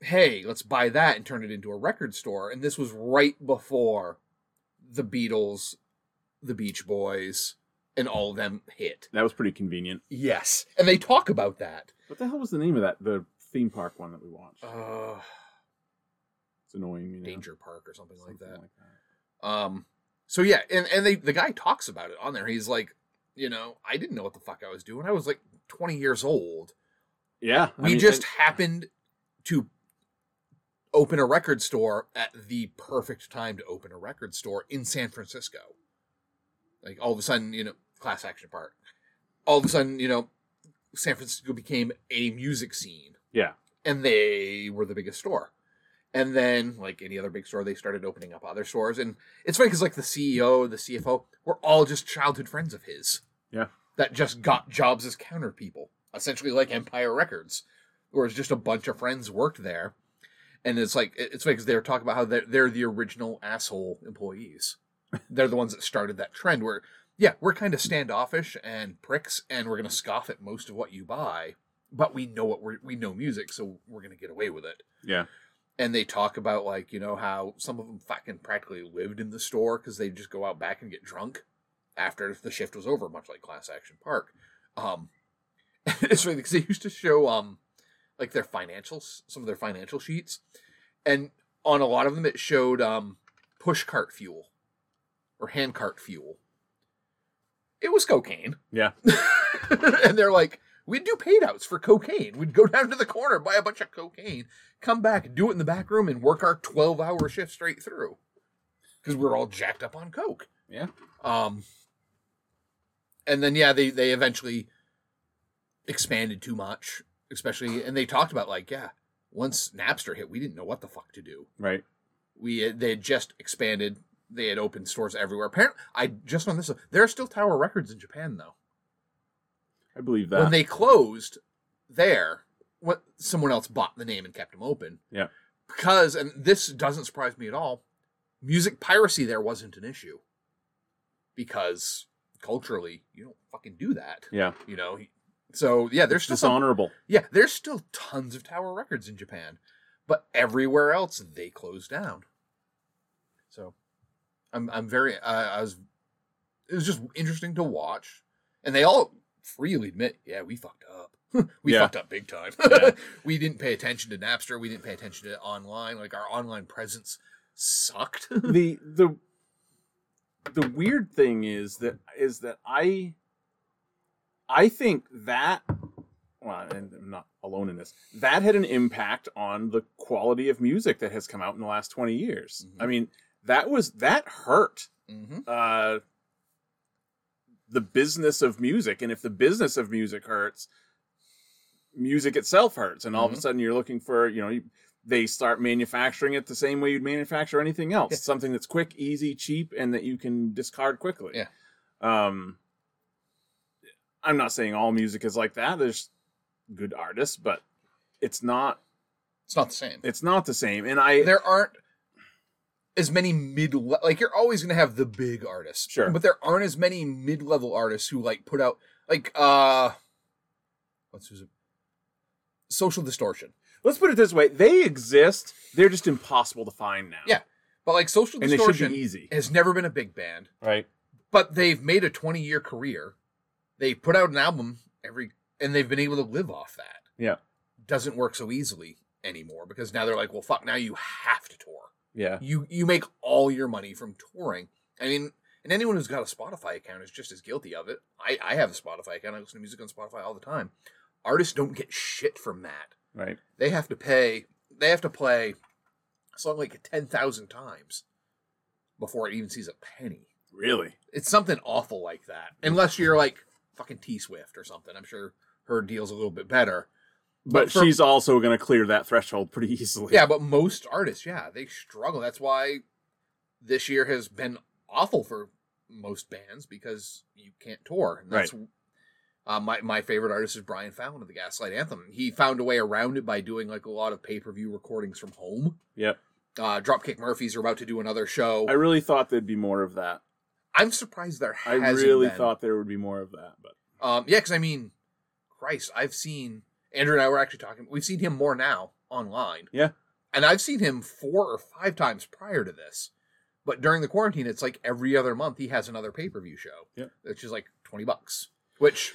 Speaker 6: "Hey, let's buy that and turn it into a record store." And this was right before the Beatles, the Beach Boys, and all of them hit.
Speaker 5: That was pretty convenient.
Speaker 6: Yes, and they talk about that.
Speaker 5: What the hell was the name of that? The theme park one that we watched.
Speaker 6: Uh,
Speaker 5: it's annoying me. now.
Speaker 6: Danger Park or something,
Speaker 5: Something
Speaker 6: like that. Um, so yeah, and and they the guy talks about it on there. He's like, you know, I didn't know what the fuck I was doing. I was like 20 years old.
Speaker 5: Yeah, I
Speaker 6: We
Speaker 5: mean,
Speaker 6: just
Speaker 5: and-
Speaker 6: happened to open a record store at the perfect time to open a record store in San Francisco. Like all of a sudden, you know, class action part. All of a sudden, you know, San Francisco became a music scene
Speaker 5: yeah.
Speaker 6: and they were the biggest store. And then, like any other big store, they started opening up other stores. And it's funny because, like, the CEO, the CFO were all just childhood friends of his.
Speaker 5: Yeah.
Speaker 6: That just got jobs as counter people, essentially like Empire Records, where it's just a bunch of friends worked there. And it's like, it- it's funny because they were talking about how they're, they're the original asshole employees. they're the ones that started that trend where, yeah, we're kind of standoffish and pricks, and we're going to scoff at most of what you buy but we know what we're, we know music, so we're gonna get away with it.
Speaker 5: Yeah.
Speaker 6: And they talk about like you know how some of them fucking practically lived in the store because they just go out back and get drunk after the shift was over, much like Class Action Park. Um, it's funny because they used to show um like their financials, some of their financial sheets, and on a lot of them it showed um push cart fuel or hand cart fuel. It was cocaine.
Speaker 5: Yeah.
Speaker 6: and they're like, we'd do paid outs for cocaine. We'd go down to the corner, buy a bunch of cocaine, come back, do it in the back room, and work our 12 hour shift straight through because we're all jacked up on coke.
Speaker 5: Yeah.
Speaker 6: Um, and then, yeah, they, they eventually expanded too much, especially, and they talked about, like, yeah, once Napster hit, we didn't know what the fuck to do
Speaker 5: Right.
Speaker 6: we uh, they had just expanded. They had opened stores everywhere. Apparently, I just on this. There are still Tower Records in Japan though.
Speaker 5: I believe that.
Speaker 6: When they closed there, what someone else bought the name and kept them open.
Speaker 5: Yeah.
Speaker 6: Because and this doesn't surprise me at all. Music piracy there wasn't an issue. Because culturally, you don't fucking do that.
Speaker 5: yeah.
Speaker 6: You know. So yeah, there's still some-
Speaker 5: Dishonorable.
Speaker 6: yeah, there's still tons of Tower Records in Japan, but everywhere else they closed down. So, I'm I'm very I I was it was just interesting to watch, and they all freely admit, yeah, we fucked up. we
Speaker 5: Yeah.
Speaker 6: fucked up big time.
Speaker 5: Yeah.
Speaker 6: we didn't pay attention to Napster. We didn't pay attention to online. Like our online presence sucked.
Speaker 5: the the the weird thing is that is that I I think that well, and I'm not alone in this. That had an impact on the quality of music that has come out in the last 20 years.
Speaker 6: Mhm.
Speaker 5: I mean, that was that hurt
Speaker 6: mm-hmm.
Speaker 5: uh the business of music and if the business of music hurts music itself hurts and all of
Speaker 6: Mhm.
Speaker 5: a sudden you're looking for you know you, they start manufacturing it the same way you'd manufacture anything else
Speaker 6: Yeah.
Speaker 5: something that's quick easy cheap and that you can discard quickly
Speaker 6: Yeah.
Speaker 5: um i'm not saying all music is like that there's good artists but it's not
Speaker 6: It's not the same.
Speaker 5: it's not the same and i
Speaker 6: there aren't as many mid like you're always going to have the big artists
Speaker 5: Sure.
Speaker 6: but there aren't as many mid-level artists who like put out like uh what's his social distortion
Speaker 5: let's put it this way they exist they're just impossible to find now
Speaker 6: Yeah. but like social
Speaker 5: and they should
Speaker 6: distortion
Speaker 5: be easy
Speaker 6: has never been a big band
Speaker 5: right
Speaker 6: but they've made a 20 year career they put out an album every and they've been able to live off that
Speaker 5: Yeah.
Speaker 6: doesn't work so easily anymore because now they're like well fuck now you have to tour
Speaker 5: yeah
Speaker 6: you you make all your money from touring. I mean, And anyone who's got a Spotify account is just as guilty of it. I, I have a Spotify account. I listen to music on Spotify all the time. Artists don't get shit from that.
Speaker 5: Right.
Speaker 6: They have to pay. They have to play a song like ten thousand times before it even sees a penny.
Speaker 5: Really?
Speaker 6: It's something awful like that. Unless you're like fucking T Swift or something. I'm sure her deal's a little bit better.
Speaker 5: But,
Speaker 6: for-
Speaker 5: she's also going to clear that threshold pretty easily.
Speaker 6: Yeah, but most artists, yeah, they struggle. That's why this year has been awful for most bands because you can't tour. And that's uh, my my favorite artist is Brian Fallon of the Gaslight Anthem. He found a way around it by doing like a lot of pay per view recordings from home.
Speaker 5: Yep.
Speaker 6: Uh, Dropkick Murphys are about to do another show.
Speaker 5: I really thought there'd be more of that.
Speaker 6: I, am surprised there
Speaker 5: I
Speaker 6: hasn't.
Speaker 5: really
Speaker 6: been.
Speaker 5: thought there would be more of that, but
Speaker 6: Um, yeah, because I mean, Christ, I've seen Andrew and I were actually talking. We've seen him more now online.
Speaker 5: Yeah.
Speaker 6: and I've seen him four or five times prior to this. But during the quarantine, it's like every other month he has another pay per view show.
Speaker 5: Yeah.
Speaker 6: which is like twenty bucks, which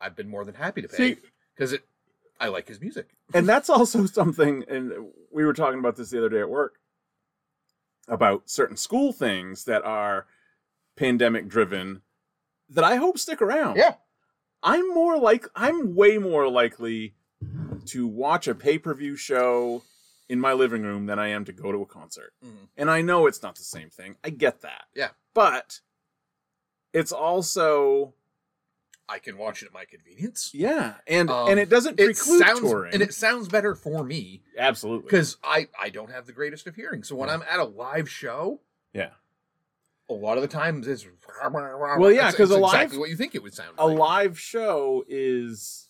Speaker 6: I've been more than happy to pay
Speaker 5: See-
Speaker 6: because it. I like his music.
Speaker 5: and that's also something and we were talking about this the other day at work about certain school things that are pandemic driven that i hope stick around i'm more like i'm way more likely to watch a pay-per-view show in my living room than i am to go to a concert
Speaker 6: Mhm.
Speaker 5: and i know it's not the same thing i get that
Speaker 6: Yeah.
Speaker 5: but it's also
Speaker 6: I can watch it at my convenience.
Speaker 5: yeah and
Speaker 6: Um,
Speaker 5: and it doesn't
Speaker 6: It
Speaker 5: preclude
Speaker 6: sounds
Speaker 5: touring
Speaker 6: and it sounds better for me
Speaker 5: absolutely
Speaker 6: because I I don't have the greatest of hearing. So when I'm at a live show,
Speaker 5: yeah
Speaker 6: a lot of the times it's
Speaker 5: Well, yeah, 'cause a live-
Speaker 6: exactly what you think it would sound
Speaker 5: a
Speaker 6: like.
Speaker 5: live show is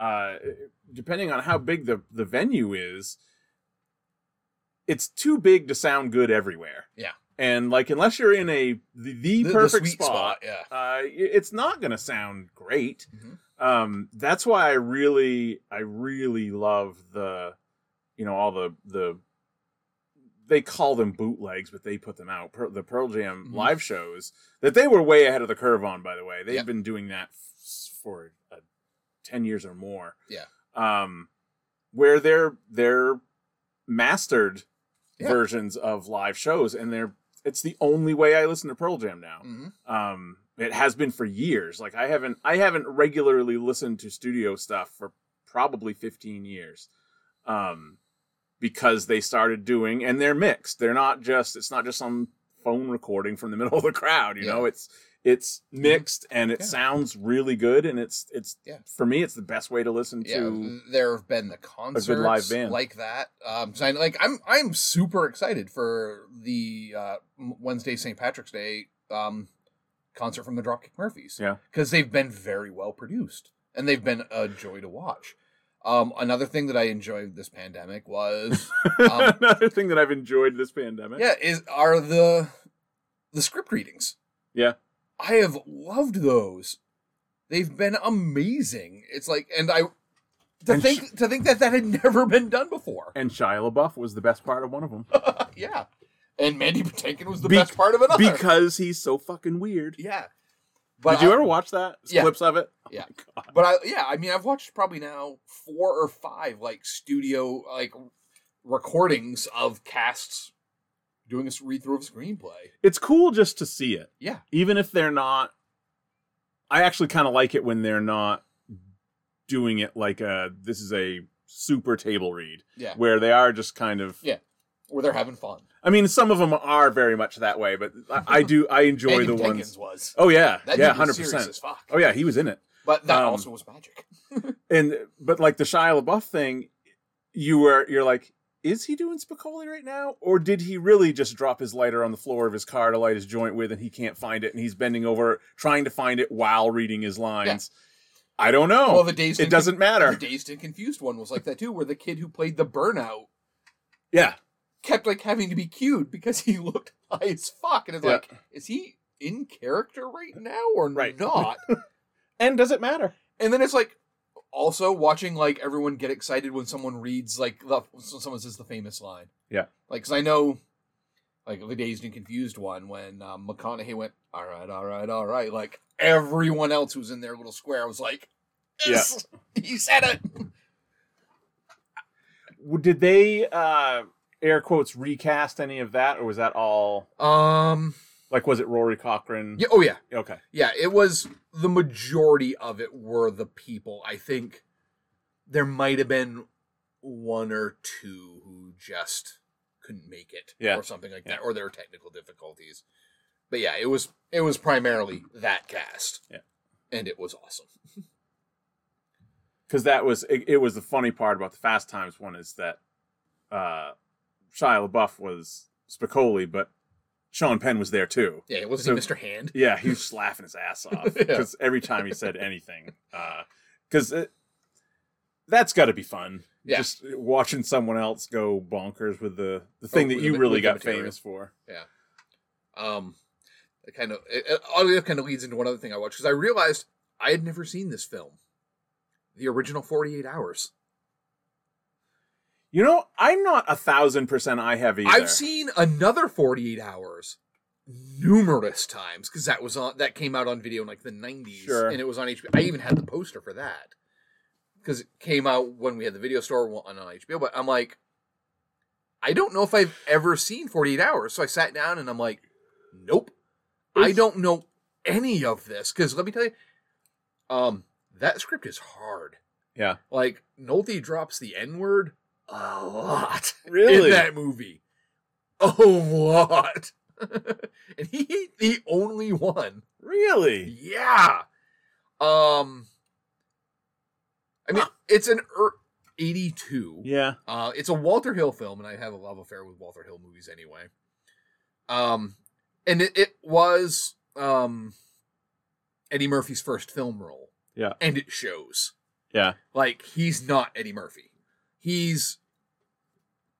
Speaker 5: uh depending on how big the the venue is it's too big to sound good everywhere
Speaker 6: Yeah.
Speaker 5: and like unless you're in a the, the,
Speaker 6: The- the
Speaker 5: perfect
Speaker 6: sweet
Speaker 5: spot,
Speaker 6: yeah.
Speaker 5: uh y- it's not gonna sound great
Speaker 6: Mhm.
Speaker 5: um that's why i really i really love the you know all the the they call them bootlegs but they put them out Pearl, the pearl jam
Speaker 6: Mhm.
Speaker 5: live shows that they were way ahead of the curve on by the way they've
Speaker 6: Yep.
Speaker 5: been doing that f- for uh, 10 years or more
Speaker 6: Yeah.
Speaker 5: um where they're they're mastered
Speaker 6: Yeah.
Speaker 5: versions of live shows and they're it's the only way i listen to pearl jam now
Speaker 6: Mhm.
Speaker 5: um it has been for years like i haven't i haven't regularly listened to studio stuff for probably 15 years um because they started doing and they're mixed they're not just it's not just some phone recording from the middle of the crowd you
Speaker 6: Yeah. Mm-hmm.
Speaker 5: know it's it's mixed and it
Speaker 6: Yeah.
Speaker 5: sounds really good and it's it's
Speaker 6: Yeah.
Speaker 5: for me it's the best way to listen
Speaker 6: Yeah, mm,
Speaker 5: to
Speaker 6: there have been the concerts
Speaker 5: live band.
Speaker 6: like that. Um, so I, like I'm I'm super excited for the uh, M- Wednesday St. Patrick's Day um, concert from the Dropkick Murphys.
Speaker 5: Yeah.
Speaker 6: because they've been very well produced and they've been a joy to watch. Um, another thing that I enjoyed this pandemic was Um,
Speaker 5: another thing that i've enjoyed this pandemic
Speaker 6: yeah is are the the script readings
Speaker 5: Yeah.
Speaker 6: i have loved those they've been amazing it's like and i to
Speaker 5: And
Speaker 6: think to think that that had never been done before
Speaker 5: and shia labeouf was the best part of one of them
Speaker 6: yeah and mandy patinkin was the
Speaker 5: Be-
Speaker 6: best part of another
Speaker 5: because he's so fucking weird
Speaker 6: yeah but
Speaker 5: Did you
Speaker 6: I,
Speaker 5: ever watch that?
Speaker 6: Yeah.
Speaker 5: Clips of it? Oh
Speaker 6: Yeah.
Speaker 5: my God.
Speaker 6: but i yeah i mean i've watched probably now four or five like studio like recordings of casts doing a read through of screenplay
Speaker 5: It's cool just to see it.
Speaker 6: yeah
Speaker 5: Even if they're not I actually kind of like it when they're not doing it like a this is a super table read
Speaker 6: yeah
Speaker 5: where they are just kind of
Speaker 6: Yeah. where they're having fun
Speaker 5: I mean some of them are very much that way, but I, I do I enjoy
Speaker 6: Andy
Speaker 5: the
Speaker 6: Dickens
Speaker 5: ones
Speaker 6: was.
Speaker 5: Oh yeah.
Speaker 6: That
Speaker 5: yeah,
Speaker 6: dude was serious
Speaker 5: 100%.
Speaker 6: as fuck.
Speaker 5: Oh yeah, he was in it.
Speaker 6: But that
Speaker 5: Um,
Speaker 6: also was magic.
Speaker 5: and but like the Shia LaBeouf thing, you were you're like, is he doing Spicoli right now, or did he really just drop his lighter on the floor of his car to light his joint with, and he can't find it, and he's bending over trying to find it while reading his lines? I don't know.
Speaker 6: well, the dazed
Speaker 5: it
Speaker 6: and
Speaker 5: doesn't
Speaker 6: Con-
Speaker 5: matter.
Speaker 6: the dazed and confused one was like that too, where the kid who played the burnout
Speaker 5: Yeah,
Speaker 6: kept like having to be cued because he looked high as fuck, and it's
Speaker 5: Yeah.
Speaker 6: like, is he in character right now or
Speaker 5: Right.
Speaker 6: not?
Speaker 5: and does it matter?
Speaker 6: and then it's like also watching like everyone get excited when someone reads like the when someone says the famous line.
Speaker 5: Yeah.
Speaker 6: Like, 'cause I know, like the dazed and confused one when um, McConaughey went, all right, all right, all right. Like everyone else who was in their little square was like,
Speaker 5: Yeah.
Speaker 6: yes, he said it.
Speaker 5: W- Did they uh air quotes recast any of that, or was that all
Speaker 6: Um,
Speaker 5: Like, was it Rory Cochrane?
Speaker 6: Yeah. Oh yeah.
Speaker 5: Okay.
Speaker 6: Yeah. It was the majority of it were the people. I think there might have been one or two who just couldn't make it,
Speaker 5: Yeah.
Speaker 6: or something like
Speaker 5: Yeah.
Speaker 6: that, or there were technical difficulties. But yeah, it was it was primarily that cast.
Speaker 5: Yeah.
Speaker 6: And it was awesome.
Speaker 5: because that was it, it was the funny part about the Fast Times one is that uh Shia LaBeouf was Spicoli, but Sean Penn was there too.
Speaker 6: Yeah. It wasn't
Speaker 5: So-
Speaker 6: Mr. Hand.
Speaker 5: Yeah, he was just laughing his ass off
Speaker 6: Yeah.
Speaker 5: because every time he said anything, because it that's got to be fun.
Speaker 6: Yeah.
Speaker 5: Just watching someone else go bonkers with the the thing that
Speaker 6: Oh, with
Speaker 5: you
Speaker 6: the-
Speaker 5: really
Speaker 6: with the
Speaker 5: got
Speaker 6: material.
Speaker 5: famous for.
Speaker 6: Um, it kind of it, it, all of it kind of leads into one other thing I watched because I realized I had never seen this film, the original Forty Eight Hours.
Speaker 5: You know, I'm not a thousand percent. I have either.
Speaker 6: I've seen another Forty Eight Hours numerous times because that was on that came out on video in like the nineties
Speaker 5: Sure.
Speaker 6: and it was on HBO. I even had the poster for that because it came out when we had the video store wa- on on HBO. But I'm like, I don't know if I've ever seen Forty Eight Hours. So I sat down and I'm like, nope. I don't know any of this because let me tell you, um, that script is hard.
Speaker 5: Yeah.
Speaker 6: Like Nolte drops the N word a lot
Speaker 5: Really?
Speaker 6: in that movie, a lot, and he ain't the only one.
Speaker 5: Really?
Speaker 6: Yeah. Um. I mean, it's an er- eighty-two.
Speaker 5: Yeah.
Speaker 6: Uh, it's a Walter Hill film, and I have a love affair with Walter Hill movies anyway. Um, and it, it was um, Eddie Murphy's first film role.
Speaker 5: Yeah.
Speaker 6: and it shows.
Speaker 5: Yeah.
Speaker 6: Like he's not Eddie Murphy. He's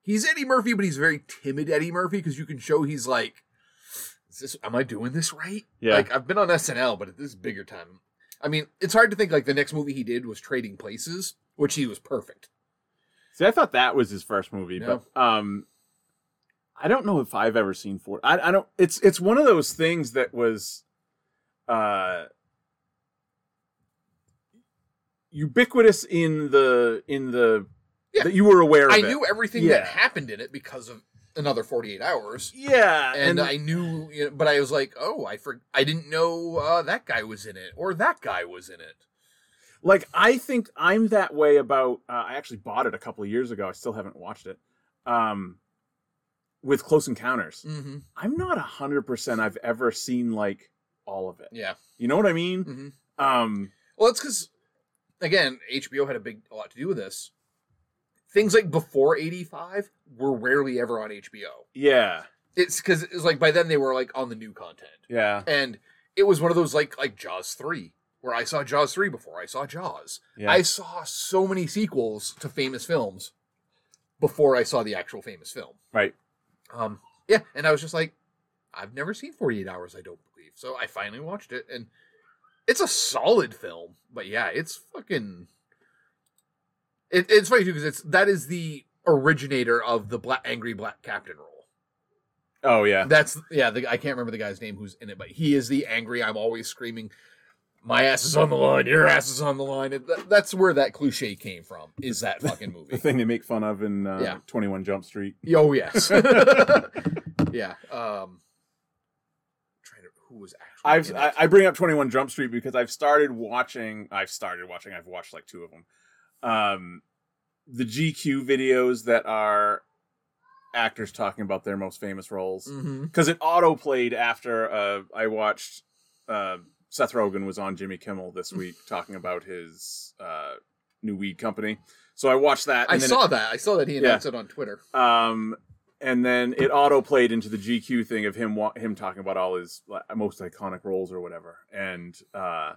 Speaker 6: he's Eddie Murphy, but he's very timid Eddie Murphy because you can show he's like, is this? Am I doing this right?
Speaker 5: Yeah.
Speaker 6: Like I've been on SNL, but this is bigger time. I mean, it's hard to think like the next movie he did was Trading Places, which he was perfect.
Speaker 5: See, I thought that was his first movie,
Speaker 6: No.
Speaker 5: but um, I don't know if I've ever seen Ford. I, I don't. It's it's one of those things that was, uh, ubiquitous in the in the
Speaker 6: Yeah.
Speaker 5: that you were aware of.
Speaker 6: I
Speaker 5: it.
Speaker 6: knew everything
Speaker 5: Yeah.
Speaker 6: that happened in it because of another 48 hours.
Speaker 5: Yeah,
Speaker 6: And, I knew, you know, but I was like, oh, I for, I didn't know uh, that guy was in it or that guy was in it.
Speaker 5: like I think I'm that way about. Uh, I actually bought it a couple of years ago. I still haven't watched it. Um, with Close Encounters,
Speaker 6: Mm-hmm.
Speaker 5: I'm not hundred percent. I've ever seen like all of it.
Speaker 6: Yeah.
Speaker 5: You know what I mean?
Speaker 6: Mm-hmm.
Speaker 5: Um,
Speaker 6: Well, it's because, again, HBO had a big a lot to do with this. Things like before 85 were rarely ever on HBO.
Speaker 5: yeah,
Speaker 6: It's because it was like by then they were like on the new content.
Speaker 5: yeah,
Speaker 6: And it was one of those like like Jaws 3 where I saw Jaws 3 before I saw Jaws.
Speaker 5: yeah.
Speaker 6: I saw so many sequels to famous films before I saw the actual famous film.
Speaker 5: right.
Speaker 6: Um, yeah, and I was just like, I've never seen 48 Hours, I don't believe. So I finally watched it, and it's a solid film. But yeah, it's fucking. It, it's funny too because it's that is the originator of the black angry black captain role.
Speaker 5: Oh yeah,
Speaker 6: That's yeah. The, I can't remember the guy's name who's in it, but he is the angry. I'm always screaming, "My ass is on the line. Your ass is on the line." And th- that's where that cliche came from. Is that fucking
Speaker 5: the
Speaker 6: movie?
Speaker 5: thing they make fun of in uh,
Speaker 6: Yeah.
Speaker 5: Twenty One Jump Street.
Speaker 6: Oh yes. yeah. Um, trying to who was actually
Speaker 5: I've
Speaker 6: in
Speaker 5: I,
Speaker 6: it.
Speaker 5: I bring up Twenty One Jump Street because I've started watching. I've started watching. I've watched like two of them. Um, the GQ videos that are actors talking about their most famous roles
Speaker 6: Mhm.
Speaker 5: because it auto played after uh, I watched. Uh, Seth Rogen was on Jimmy Kimmel this week talking about his uh, new weed company. So I watched that.
Speaker 6: I
Speaker 5: And then it-
Speaker 6: saw that. I saw that he announced it on Twitter.
Speaker 5: um, and then it auto played into the GQ thing of him wa- him talking about all his like, most iconic roles or whatever, and uh,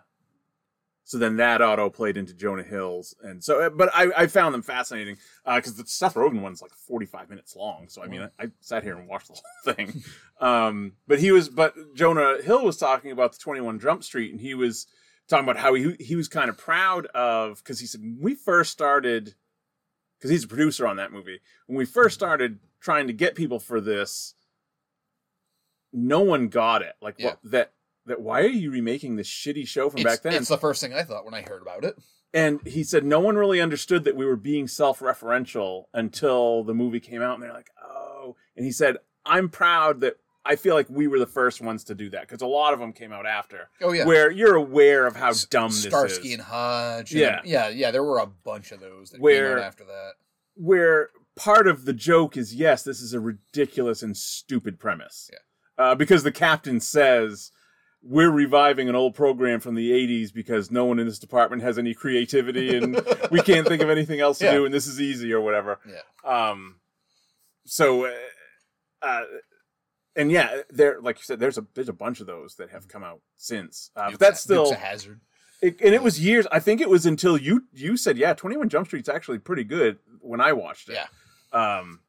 Speaker 5: so then that auto played into Jonah Hill's, and so uh, but I, I found them fascinating because the Seth Rogen one's like forty five minutes long, so I mean I, I sat here and watched the whole thing, um, but he was but Jonah Hill was talking about the twenty one Jump Street, and he was talking about how he he was kind of proud of because he said when we first started because he's a producer on that movie when we first
Speaker 6: Mm-hmm.
Speaker 5: started trying to get people for this no one got it like
Speaker 6: Yeah.
Speaker 5: what that that why are you remaking this shitty show from
Speaker 6: It's,
Speaker 5: back then
Speaker 6: it's the first thing I thought when I heard about it.
Speaker 5: and he said no one really understood that we were being self-referential until the movie came out and they're like oh and he said i'm proud that I feel like we were the first ones to do that because a lot of them came out after.
Speaker 6: Oh, yeah.
Speaker 5: where you're aware of how dumb this
Speaker 6: Starsky
Speaker 5: is.
Speaker 6: and Hutch.
Speaker 5: Yeah.
Speaker 6: yeah, yeah, yeah. There were a bunch of those that
Speaker 5: Where-
Speaker 6: came out after that.
Speaker 5: where part of the joke is yes, this is a ridiculous and stupid premise.
Speaker 6: Yeah.
Speaker 5: Uh, because the captain says, we're reviving an old program from the 80s because no one in this department has any creativity and we can't think of anything else to
Speaker 6: Yeah.
Speaker 5: do and this is easy or whatever.
Speaker 6: Yeah.
Speaker 5: Um, so, uh, uh, and yeah, there, like you said, there's a there's a bunch of those that have come out since. Uh, but that's
Speaker 6: Duke's
Speaker 5: still,
Speaker 6: a hazard.
Speaker 5: it, and it was years. I think it was until you you said, yeah, 21 Jump Street's actually pretty good when I watched it.
Speaker 6: Yeah,
Speaker 5: Um,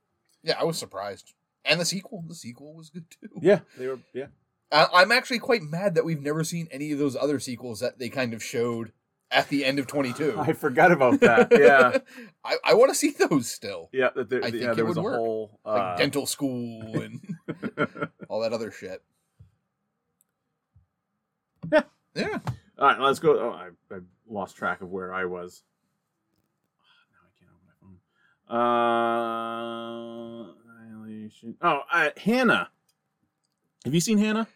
Speaker 6: yeah. I was surprised, and the sequel. The sequel was good too.
Speaker 5: yeah, they were. Yeah,
Speaker 6: I, I'm actually quite mad that we've never seen any of those other sequels that they kind of showed at the end of 22.
Speaker 5: I forgot about that. Yeah,
Speaker 6: I, I want to see those still.
Speaker 5: yeah. That there,
Speaker 6: I
Speaker 5: yeah,
Speaker 6: think
Speaker 5: there
Speaker 6: it
Speaker 5: was
Speaker 6: would
Speaker 5: a
Speaker 6: work.
Speaker 5: whole.
Speaker 6: Like
Speaker 5: Uh,
Speaker 6: dental school and all that other shit.
Speaker 5: Yeah.
Speaker 6: Yeah.
Speaker 5: all right, let's go. Oh, I, I lost track of where I was. Now I can't open my phone. Uh, Annihilation. Oh, uh, Hannah. Have you seen Hannah?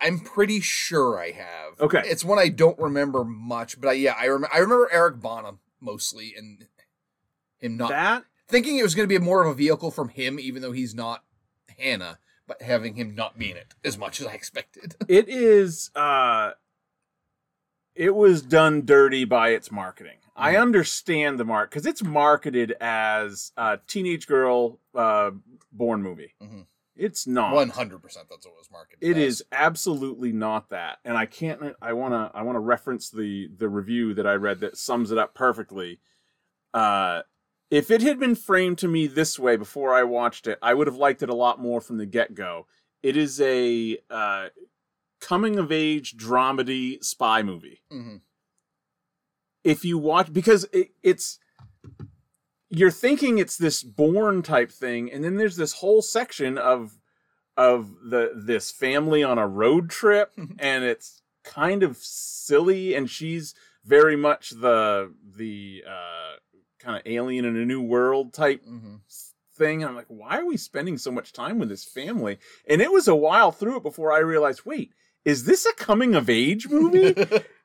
Speaker 6: I'm pretty sure I have.
Speaker 5: Okay.
Speaker 6: It's one I don't remember much, but I, yeah, I, rem- I remember Eric Bonham mostly and him not
Speaker 5: that
Speaker 6: thinking it was going to be more of a vehicle from him, even though he's not Hannah, but having him not be in it as much as I expected.
Speaker 5: it is. Uh, it was done dirty by its marketing. I understand the mark because it's marketed as a teenage girl uh, born movie.
Speaker 6: Mhm.
Speaker 5: It's not.
Speaker 6: One hundred percent. That's what it was marketed.
Speaker 5: It
Speaker 6: as.
Speaker 5: is absolutely not that, and I can't. I wanna. I wanna reference the the review that I read that sums it up perfectly. Uh, if it had been framed to me this way before I watched it, I would have liked it a lot more from the get go. It is a uh, coming of age dramedy spy movie
Speaker 6: Mhm.
Speaker 5: if you watch because it, it's you're thinking it's this born type thing and then there's this whole section of of the this family on a road trip and it's kind of silly and she's very much the the uh kind of alien in a new world type
Speaker 6: Mhm.
Speaker 5: thing and i'm like why are we spending so much time with this family and it was a while through it before i realized wait is this a coming of age movie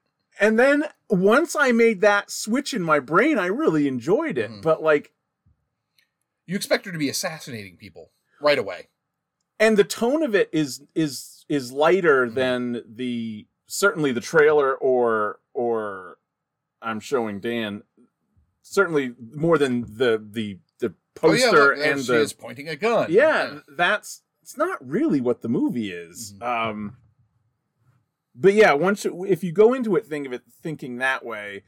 Speaker 5: and then once i made that switch in my brain i really enjoyed it
Speaker 6: Mhm.
Speaker 5: but like
Speaker 6: You expect her to be assassinating people right away.
Speaker 5: and the tone of it is is is lighter
Speaker 6: Mm-hmm.
Speaker 5: than the certainly the trailer or or I'm showing Dan certainly more than the the the poster
Speaker 6: look, there
Speaker 5: and
Speaker 6: Oh, she
Speaker 5: the
Speaker 6: is pointing a gun.
Speaker 5: yeah that's it's not really what the movie is um but yeah once you- if you go into it think of it thinking that way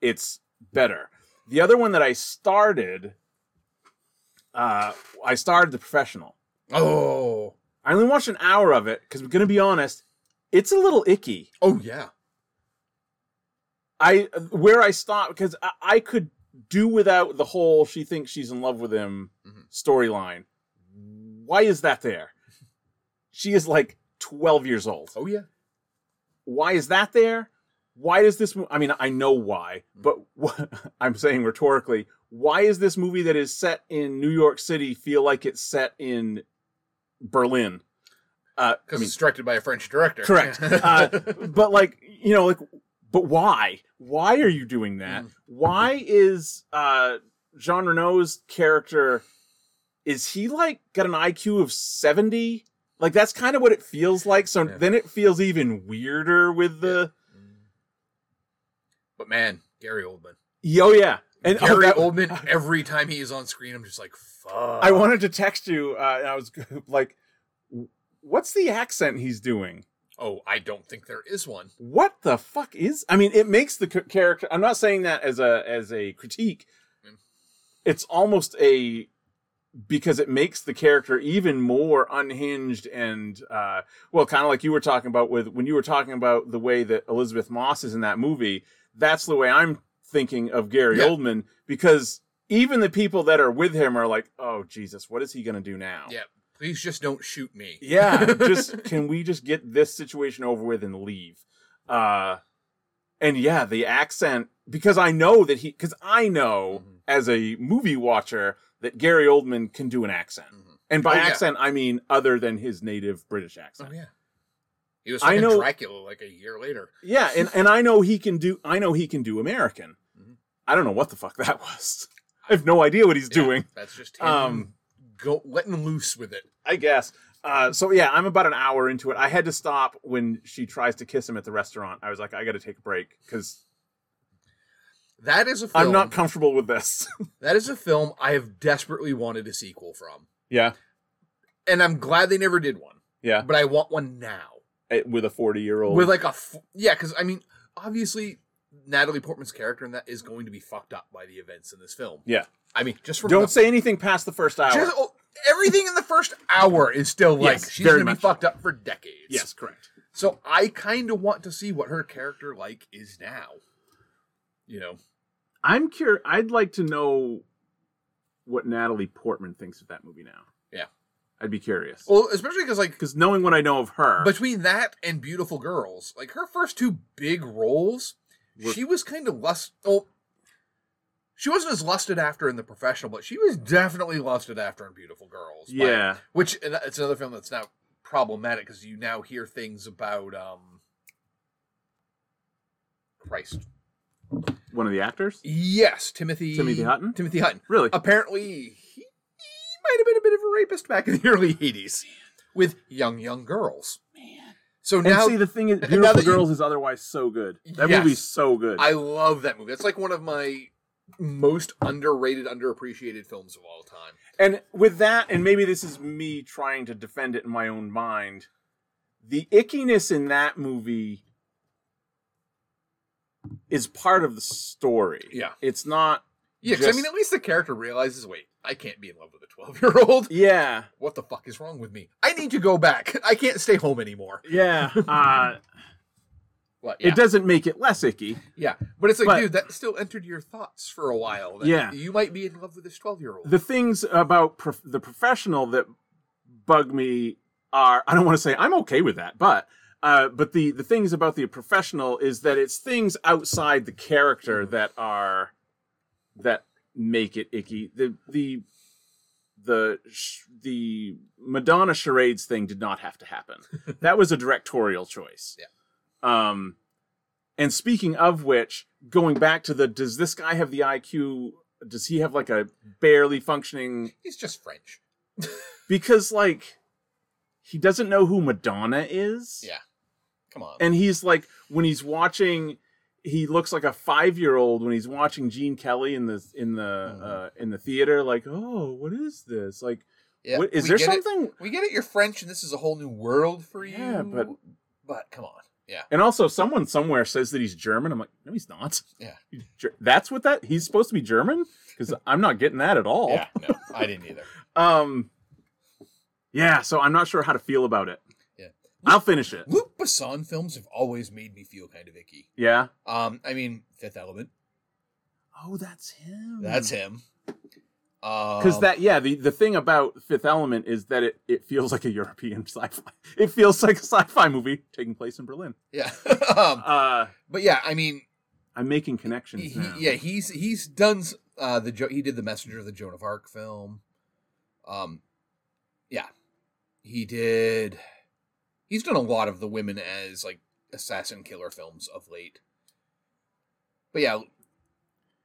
Speaker 5: it's better the other one that i started uh i started the professional
Speaker 6: Oh.
Speaker 5: I only watched an hour of it because we're gonna be honest, it's a little icky.
Speaker 6: Oh yeah.
Speaker 5: I where I stopped because I, I could do without the whole she thinks she's in love with him
Speaker 6: Mhm.
Speaker 5: storyline. Why is that there? She is like twelve years old.
Speaker 6: Oh yeah.
Speaker 5: Why is that there? Why does this? mo- I mean, I know why, but what, I'm saying rhetorically, why is this movie that is set in New York City feel like it's set in Berlin? Uh, I
Speaker 6: Because
Speaker 5: mean,
Speaker 6: it's directed by a French director.
Speaker 5: Correct. uh, but like you know, like but why? Why are you doing that? Why is uh Jean Reno's character is he like got an IQ of 70? Like that's kind of what it feels like. So
Speaker 6: Yeah.
Speaker 5: then it feels even weirder with the
Speaker 6: but man, Gary Oldman.
Speaker 5: yo yeah. And oh,
Speaker 6: Gary
Speaker 5: that-
Speaker 6: Oldman. Every time he is on screen, I'm just like, fuck.
Speaker 5: I wanted to text you uh, and I was like what's the accent he's doing?
Speaker 6: Oh, I don't think there is one.
Speaker 5: what the fuck is i mean it makes the c- character i'm not saying that as a as a critique
Speaker 6: Mm.
Speaker 5: it's almost a because it makes the character even more unhinged and uh well kind of like you were talking about with when you were talking about the way that elizabeth moss is in that movie that's the way i'm thinking of gary
Speaker 6: Yeah.
Speaker 5: oldman because even the people that are with him are like oh jesus what is he gonna do now
Speaker 6: Yeah. Please just don't shoot me.
Speaker 5: yeah just can we just get this situation over with and leave uh and yeah the accent because i know that he because i know
Speaker 6: Mhm.
Speaker 5: as a movie watcher that gary oldman can do an accent
Speaker 6: Mhm.
Speaker 5: And by
Speaker 6: Oh, yeah.
Speaker 5: accent, I mean other than his native British accent.
Speaker 6: Oh yeah. He was
Speaker 5: I
Speaker 6: fucking
Speaker 5: know-
Speaker 6: Dracula like a year later.
Speaker 5: Yeah, and, and I know he can do I know he can do American.
Speaker 6: Mhm.
Speaker 5: I don't know what the fuck that was. I have no idea what he's
Speaker 6: Yeah,
Speaker 5: doing.
Speaker 6: That's just him
Speaker 5: Um,
Speaker 6: go letting loose with it.
Speaker 5: I guess. Uh, so yeah, I'm about an hour into it. I had to stop when she tries to kiss him at the restaurant. I was like, I got to take a break because
Speaker 6: That is a film.
Speaker 5: I'm not comfortable with this.
Speaker 6: That is a film I have desperately wanted a sequel from,
Speaker 5: yeah,
Speaker 6: and I'm glad they never did one.
Speaker 5: Yeah.
Speaker 6: But I want one now
Speaker 5: it- with a 40 year old.
Speaker 6: with like a f- yeah, because I mean, obviously Natalie Portman's character in that is going to be fucked up by the events in this film.
Speaker 5: Yeah.
Speaker 6: I mean, just from
Speaker 5: Don't
Speaker 6: the-
Speaker 5: say anything past the first hour.
Speaker 6: just- oh, everything in the first hour is still like
Speaker 5: Yes,
Speaker 6: she's
Speaker 5: very
Speaker 6: gonna
Speaker 5: much.
Speaker 6: be fucked up for decades.
Speaker 5: yes, correct.
Speaker 6: So I kind of want to see what her character like is now. You know,
Speaker 5: I'm curious. I'd like to know what Natalie Portman thinks of that movie now.
Speaker 6: Yeah.
Speaker 5: I'd be curious.
Speaker 6: well, especially because like
Speaker 5: because knowing what I know of her,
Speaker 6: between that and Beautiful Girls, like her first two big roles,
Speaker 5: Were-
Speaker 6: she was kind of lust. Oh, she wasn't as lusted after in the professional, but she was definitely lusted after in Beautiful Girls. by-
Speaker 5: yeah,
Speaker 6: which and it's another film that's now problematic because you now hear things about um, Christ.
Speaker 5: one of the actors,
Speaker 6: Yes, Timothy
Speaker 5: Timothy Hutton?
Speaker 6: Timothy Hutton.
Speaker 5: really?
Speaker 6: Apparently, he, he might have been a bit of a rapist back in the early '80s with young young girls. So
Speaker 5: and
Speaker 6: now
Speaker 5: see, the thing is,
Speaker 6: now
Speaker 5: Beautiful
Speaker 6: that you-
Speaker 5: Girls is otherwise so good. That
Speaker 6: Yes.
Speaker 5: movie's so good.
Speaker 6: I love that movie. It's like one of my most underrated, underappreciated films of all time.
Speaker 5: And with that, and maybe this is me trying to defend it in my own mind, the ickiness in that movie is part of the story.
Speaker 6: Yeah.
Speaker 5: It's not.
Speaker 6: Yeah, 'cause
Speaker 5: Just-
Speaker 6: I mean, at least the character realizes, wait, I can't be in love with a twelve-year-old.
Speaker 5: Yeah.
Speaker 6: What the fuck is wrong with me? I need to go back. I can't stay home anymore.
Speaker 5: Yeah. Uh,
Speaker 6: But, yeah,
Speaker 5: It doesn't make it less icky.
Speaker 6: yeah. But it's like,
Speaker 5: but-
Speaker 6: dude, that still entered your thoughts for a while. that
Speaker 5: Yeah.
Speaker 6: you might be in love with this twelve-year-old.
Speaker 5: The things about prof- the professional that bug me are I don't want to say I'm okay with that, but. Uh, but the, the things about the professional is that it's things outside the character that are that make it icky. The the the sh- the Madonna charades thing did not have to happen. that was a directorial choice.
Speaker 6: Yeah.
Speaker 5: Um, and speaking of which, going back to the does this guy have the IQ? Does he have like a barely functioning?
Speaker 6: He's just French.
Speaker 5: Because like he doesn't know who Madonna is.
Speaker 6: Yeah. Come on.
Speaker 5: And he's like, when he's watching, he looks like a five year old when he's watching Gene Kelly in the in the
Speaker 6: Mm-hmm.
Speaker 5: uh, in the theater. Like, oh, what is this? Like,
Speaker 6: Yeah,
Speaker 5: what, is
Speaker 6: we
Speaker 5: there
Speaker 6: get it.
Speaker 5: something?
Speaker 6: We get it. You're French, and this is a whole new world for you.
Speaker 5: Yeah, but-
Speaker 6: but come on. Yeah.
Speaker 5: And also, someone somewhere says that he's German. I'm like, no, he's not.
Speaker 6: Yeah.
Speaker 5: He's Ger- that's what that he's supposed to be German because I'm not getting that at all.
Speaker 6: Yeah, no, I didn't either.
Speaker 5: Um. Yeah, so I'm not sure how to feel about it.
Speaker 6: Yeah.
Speaker 5: I'll finish it.
Speaker 6: Luc Besson films have always made me feel kind of icky.
Speaker 5: Yeah.
Speaker 6: Um, I mean, Fifth Element,
Speaker 5: Oh, that's him.
Speaker 6: that's him.
Speaker 5: Because
Speaker 6: Um,
Speaker 5: Hmm. that, yeah, the, the thing about Fifth Element is that it, it feels like a European sci-fi. It feels like a sci-fi movie taking place in Berlin.
Speaker 6: yeah. um,
Speaker 5: Uh,
Speaker 6: but yeah, I mean,
Speaker 5: I'm making
Speaker 6: he,
Speaker 5: connections
Speaker 6: he-
Speaker 5: now.
Speaker 6: yeah, he's he's done s- uh the jo- he did the Messenger of the Joan of Arc film. Um, yeah, he did. He's done a lot of the women as like assassin killer films of late. But yeah,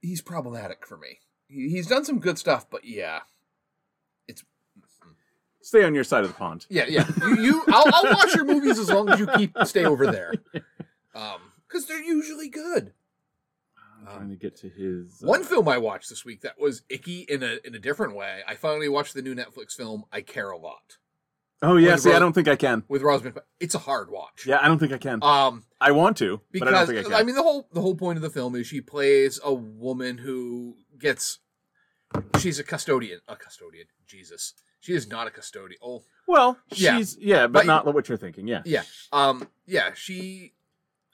Speaker 6: he's problematic for me. He, he's done some good stuff, but yeah.
Speaker 5: Stay on your side of the pond.
Speaker 6: Yeah, yeah. You, you I'll, I'll watch your movies as long as you keep stay over there, Um because they're usually good.
Speaker 5: I'm
Speaker 6: Uh,
Speaker 5: trying to get to his uh,
Speaker 6: One film I watched this week that was icky in a in a different way. I finally watched the new Netflix film I Care a Lot
Speaker 5: Oh yeah,
Speaker 6: with
Speaker 5: see, I
Speaker 6: Ro-
Speaker 5: don't think I can.
Speaker 6: with Rosman. It's a hard watch.
Speaker 5: Yeah, I don't think I can.
Speaker 6: Um,
Speaker 5: I want to, but I don't
Speaker 6: because
Speaker 5: think I can.
Speaker 6: I, mean the whole the whole point of the film is she plays a woman who gets she's a custodian a custodian Jesus she is not a custodian oh
Speaker 5: well,
Speaker 6: yeah.
Speaker 5: she's yeah, but,
Speaker 6: But-
Speaker 5: not what you're thinking. Yeah,
Speaker 6: yeah um yeah she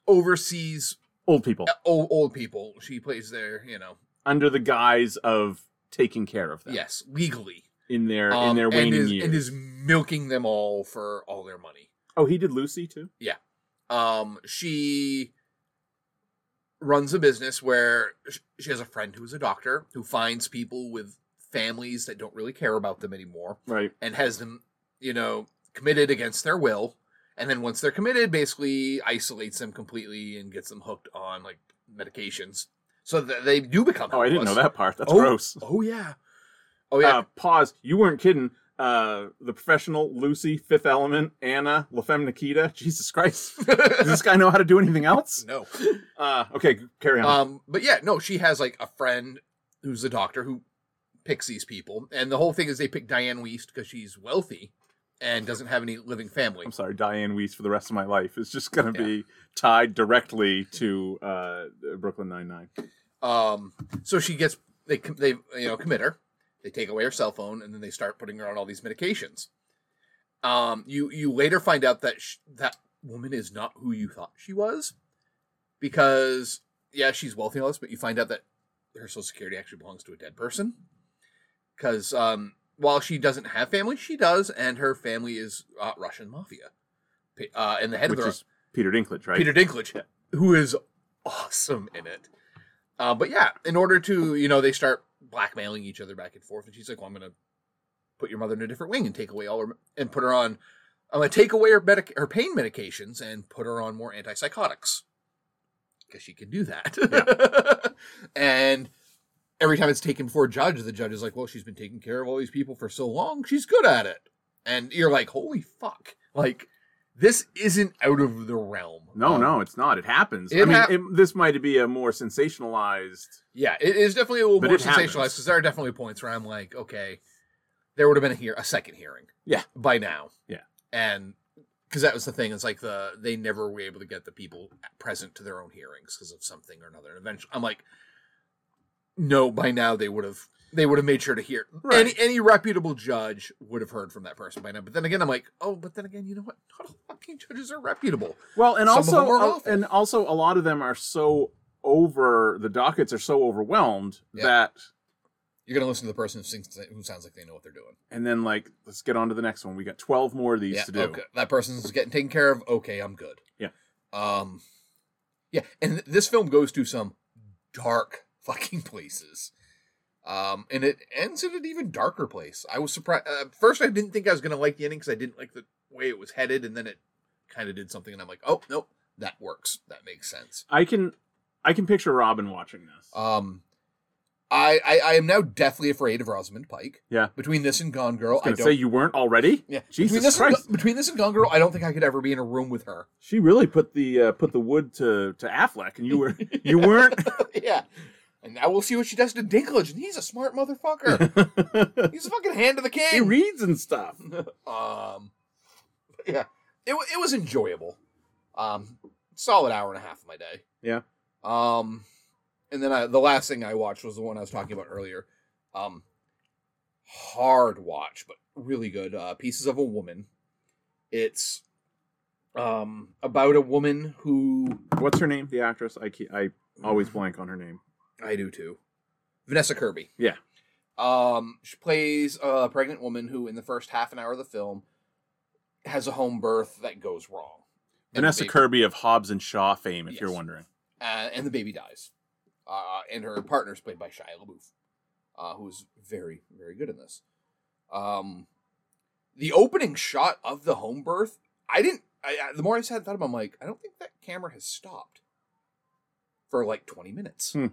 Speaker 6: oversees
Speaker 5: old people
Speaker 6: old, old people she plays their you know
Speaker 5: under the guise of taking care of them.
Speaker 6: yes legally
Speaker 5: in their in
Speaker 6: um,
Speaker 5: their
Speaker 6: and
Speaker 5: waning
Speaker 6: is,
Speaker 5: years.
Speaker 6: and is milking them all for all their money
Speaker 5: oh, he did Lucy too.
Speaker 6: um she runs a business where sh- she has a friend who is a doctor who finds people with families that don't really care about them anymore
Speaker 5: Right.
Speaker 6: and has them, you know, committed against their will. And then once they're committed, basically isolates them completely and gets them hooked on like medications so that they do become.
Speaker 5: Oh, I didn't know
Speaker 6: helpless.
Speaker 5: that part. That's
Speaker 6: oh,
Speaker 5: gross.
Speaker 6: Oh yeah. Oh yeah.
Speaker 5: Uh, pause. You weren't kidding. Uh, the professional, Lucy, Fifth Element, Anna, La Femme Nikita. Jesus Christ. Does Uh, this guy know how to do anything else?
Speaker 6: no.
Speaker 5: Uh, okay, carry on.
Speaker 6: Um, but yeah, no, she has like a friend who's a doctor who picks these people, and the whole thing is they pick Diane Weist because she's wealthy and doesn't have any living family.
Speaker 5: I'm sorry, Diane Weiss for the rest of my life is just going to be tied directly to uh, Brooklyn Nine-Nine.
Speaker 6: Um, so she gets they com- they you know commit her, they take away her cell phone, and then they start putting her on all these medications. Um, you you later find out that sh- that woman is not who you thought she was, because yeah, she's wealthy and all this, but you find out that her social security actually belongs to a dead person. Because um, while she doesn't have family, she does, and her family is uh, Russian mafia, P- uh, and the head
Speaker 5: Which
Speaker 6: of the
Speaker 5: is Peter Dinklage, right?
Speaker 6: Peter Dinklage,
Speaker 5: Yeah.
Speaker 6: who is awesome in it. Uh, but yeah, in order to, you know, they start blackmailing each other back and forth, and she's like, "Well, I'm gonna put your mother in a different wing and take away all her and put her on. I'm gonna take away her medic her pain medications and put her on more antipsychotics because she can do that. and every time it's taken before a judge, the judge is like, "Well, she's been taking care of all these people for so long, she's good at it." And you're like, "Holy fuck!" Like this isn't out of the realm.
Speaker 5: No,
Speaker 6: Um,
Speaker 5: no, it's not. It happens.
Speaker 6: It
Speaker 5: I mean,
Speaker 6: hap-
Speaker 5: it, this might be a more sensationalized.
Speaker 6: Yeah, it is definitely a little
Speaker 5: But
Speaker 6: more
Speaker 5: it happens.
Speaker 6: sensationalized because there are definitely points where I'm like, okay, there would have been a hear a second hearing.
Speaker 5: Yeah.
Speaker 6: By now.
Speaker 5: Yeah.
Speaker 6: And because that was the thing, it's like the they never were able to get the people present to their own hearings because of something or another. And eventually, I'm like, no, by now they would have they would have made sure to hear
Speaker 5: Right.
Speaker 6: any any reputable judge would have heard from that person by now. But then again, I'm like, oh, but then again, you know what? Not all fucking judges are reputable.
Speaker 5: Well, and
Speaker 6: Some of
Speaker 5: also,
Speaker 6: them are
Speaker 5: uh,
Speaker 6: awful.
Speaker 5: and also, a lot of them are so over the dockets are so overwhelmed
Speaker 6: Yeah.
Speaker 5: that,
Speaker 6: You're gonna listen to the person who sings who sounds like they know what they're doing.
Speaker 5: and then like, let's get on to the next one. We got twelve more of these to do.
Speaker 6: Okay. That person's getting taken care of. Okay, I'm good.
Speaker 5: Yeah.
Speaker 6: Um Yeah, and th- this film goes to some dark fucking places. Um and it ends in an even darker place. I was surprised uh, first I didn't think I was going to like the ending cuz I didn't like the way it was headed and then it kind of did something and I'm like, "Oh, nope, that works. That makes sense."
Speaker 5: I can, I can picture Robin watching this.
Speaker 6: Um I, I, I am now deathly afraid of Rosamund Pike.
Speaker 5: Yeah.
Speaker 6: Between this and Gone Girl, I
Speaker 5: Gonna
Speaker 6: don't.
Speaker 5: say you weren't already?
Speaker 6: yeah. between
Speaker 5: Jesus
Speaker 6: this and Go-
Speaker 5: Christ.
Speaker 6: between this and Gone Girl, I don't think I could ever be in a room with her.
Speaker 5: She really put the uh, put the wood to to Affleck, and you were you weren't.
Speaker 6: yeah. And now we'll see what she does to Dinklage, and he's a smart motherfucker. he's a fucking hand of the
Speaker 5: he
Speaker 6: king.
Speaker 5: reads and stuff.
Speaker 6: um, but yeah, it wa- it was enjoyable. Um, solid hour and a half of my day.
Speaker 5: Yeah.
Speaker 6: Um, and then I, the last thing I watched was the one I was talking about earlier. Um, hard watch, but really good. Uh, Pieces of a Woman. It's um about a woman who
Speaker 5: What's her name? The actress. I ke- I always blank on her name.
Speaker 6: I do too. Vanessa Kirby.
Speaker 5: Yeah.
Speaker 6: Um, she plays a pregnant woman who, in the first half an hour of the film, has a home birth that goes wrong. And
Speaker 5: Vanessa
Speaker 6: the baby,
Speaker 5: Kirby of Hobbs and Shaw fame, if
Speaker 6: Yes.
Speaker 5: you're wondering.
Speaker 6: uh, and the baby dies. Uh, and her partner is played by Shia LaBeouf, uh, who's very, very good in this. Um, the opening shot of the home birth, I didn't. I, I, the more I sat and thought about, it, I'm like, I don't think that camera has stopped for like 20 minutes.
Speaker 5: Hmm.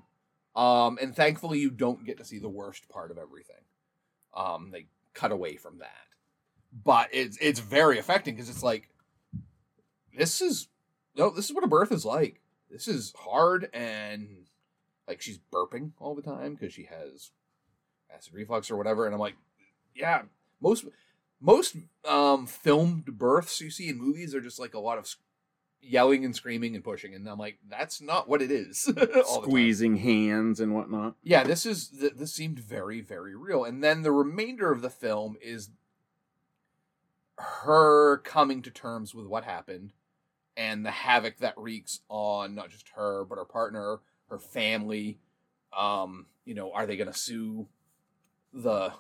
Speaker 6: Um, and thankfully, you don't get to see the worst part of everything. Um, they cut away from that, but it's it's very affecting because it's like, this is no, this is what a birth is like. This is hard and like she's burping all the time because she has acid reflux or whatever. And I'm like, yeah, most most um filmed births you see in movies are just like a lot of sc- yelling and screaming and pushing and i'm like that's not what it is all the time.
Speaker 5: Squeezing hands and whatnot.
Speaker 6: yeah this is th- this seemed very very real and then the remainder of the film is her coming to terms with what happened and the havoc that wreaks on not just her but her partner her family um you know are they going to sue the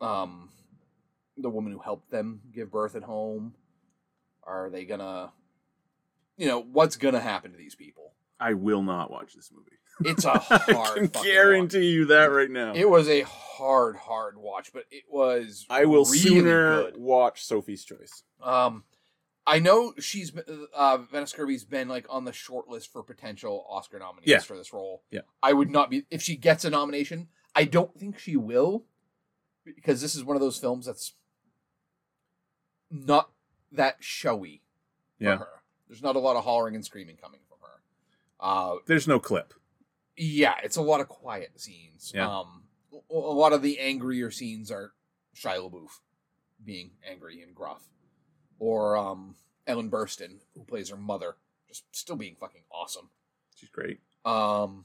Speaker 6: um the woman who helped them give birth at home are they going to you know what's going to happen to these people
Speaker 5: I will not watch this movie.
Speaker 6: It's a
Speaker 5: I
Speaker 6: hard
Speaker 5: can
Speaker 6: fucking
Speaker 5: guarantee you that right now.
Speaker 6: watch. It was a hard, hard watch, but it was
Speaker 5: I will
Speaker 6: really
Speaker 5: sooner
Speaker 6: good.
Speaker 5: watch Sophie's Choice.
Speaker 6: Um, I know she's been- uh, Venice Kirby's been like on the short list for potential Oscar nominees
Speaker 5: Yeah.
Speaker 6: for this role.
Speaker 5: Yeah.
Speaker 6: I would not be if she gets a nomination. I don't think she will, because this is one of those films that's not that showy.
Speaker 5: Yeah.
Speaker 6: for her. there's not a lot of hollering and screaming coming from her. Uh,
Speaker 5: There's no clip.
Speaker 6: yeah, it's a lot of quiet scenes.
Speaker 5: Yeah.
Speaker 6: Um, a- a lot of the angrier scenes are Shia LaBeouf being angry and gruff, or um, Ellen Burstyn, who plays her mother, just still being fucking awesome.
Speaker 5: She's great.
Speaker 6: Um,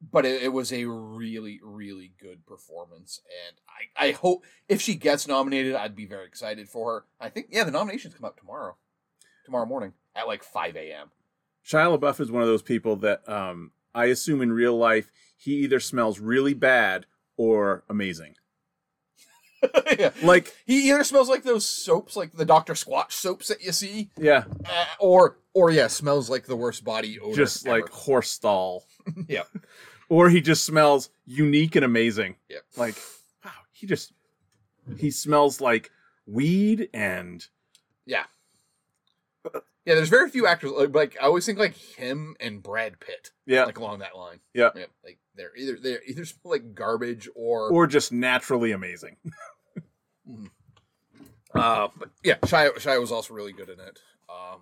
Speaker 6: but it, it was a really, really good performance, and I, I hope if she gets nominated, I'd be very excited for her. I think yeah, the nominations come out tomorrow, tomorrow morning at like five a.m.
Speaker 5: Shia LaBeouf is one of those people that um, I assume in real life he either smells really bad or amazing.
Speaker 6: yeah.
Speaker 5: Like,
Speaker 6: He either smells like those soaps, like the Doctor Squatch soaps that you see,
Speaker 5: yeah,
Speaker 6: uh, or or yeah, smells like the worst body odor.
Speaker 5: just
Speaker 6: ever.
Speaker 5: like horse stall.
Speaker 6: Yeah.
Speaker 5: Or he just smells unique and amazing.
Speaker 6: Yeah.
Speaker 5: Like, wow, he just he smells like weed and
Speaker 6: yeah. There's very few actors like, like I always think like him and Brad Pitt,
Speaker 5: yeah,
Speaker 6: like along that line.
Speaker 5: Yeah.
Speaker 6: like they're either they are either smell like garbage or,
Speaker 5: or just naturally amazing.
Speaker 6: uh, but yeah, Shia Shia was also really good in it. Um,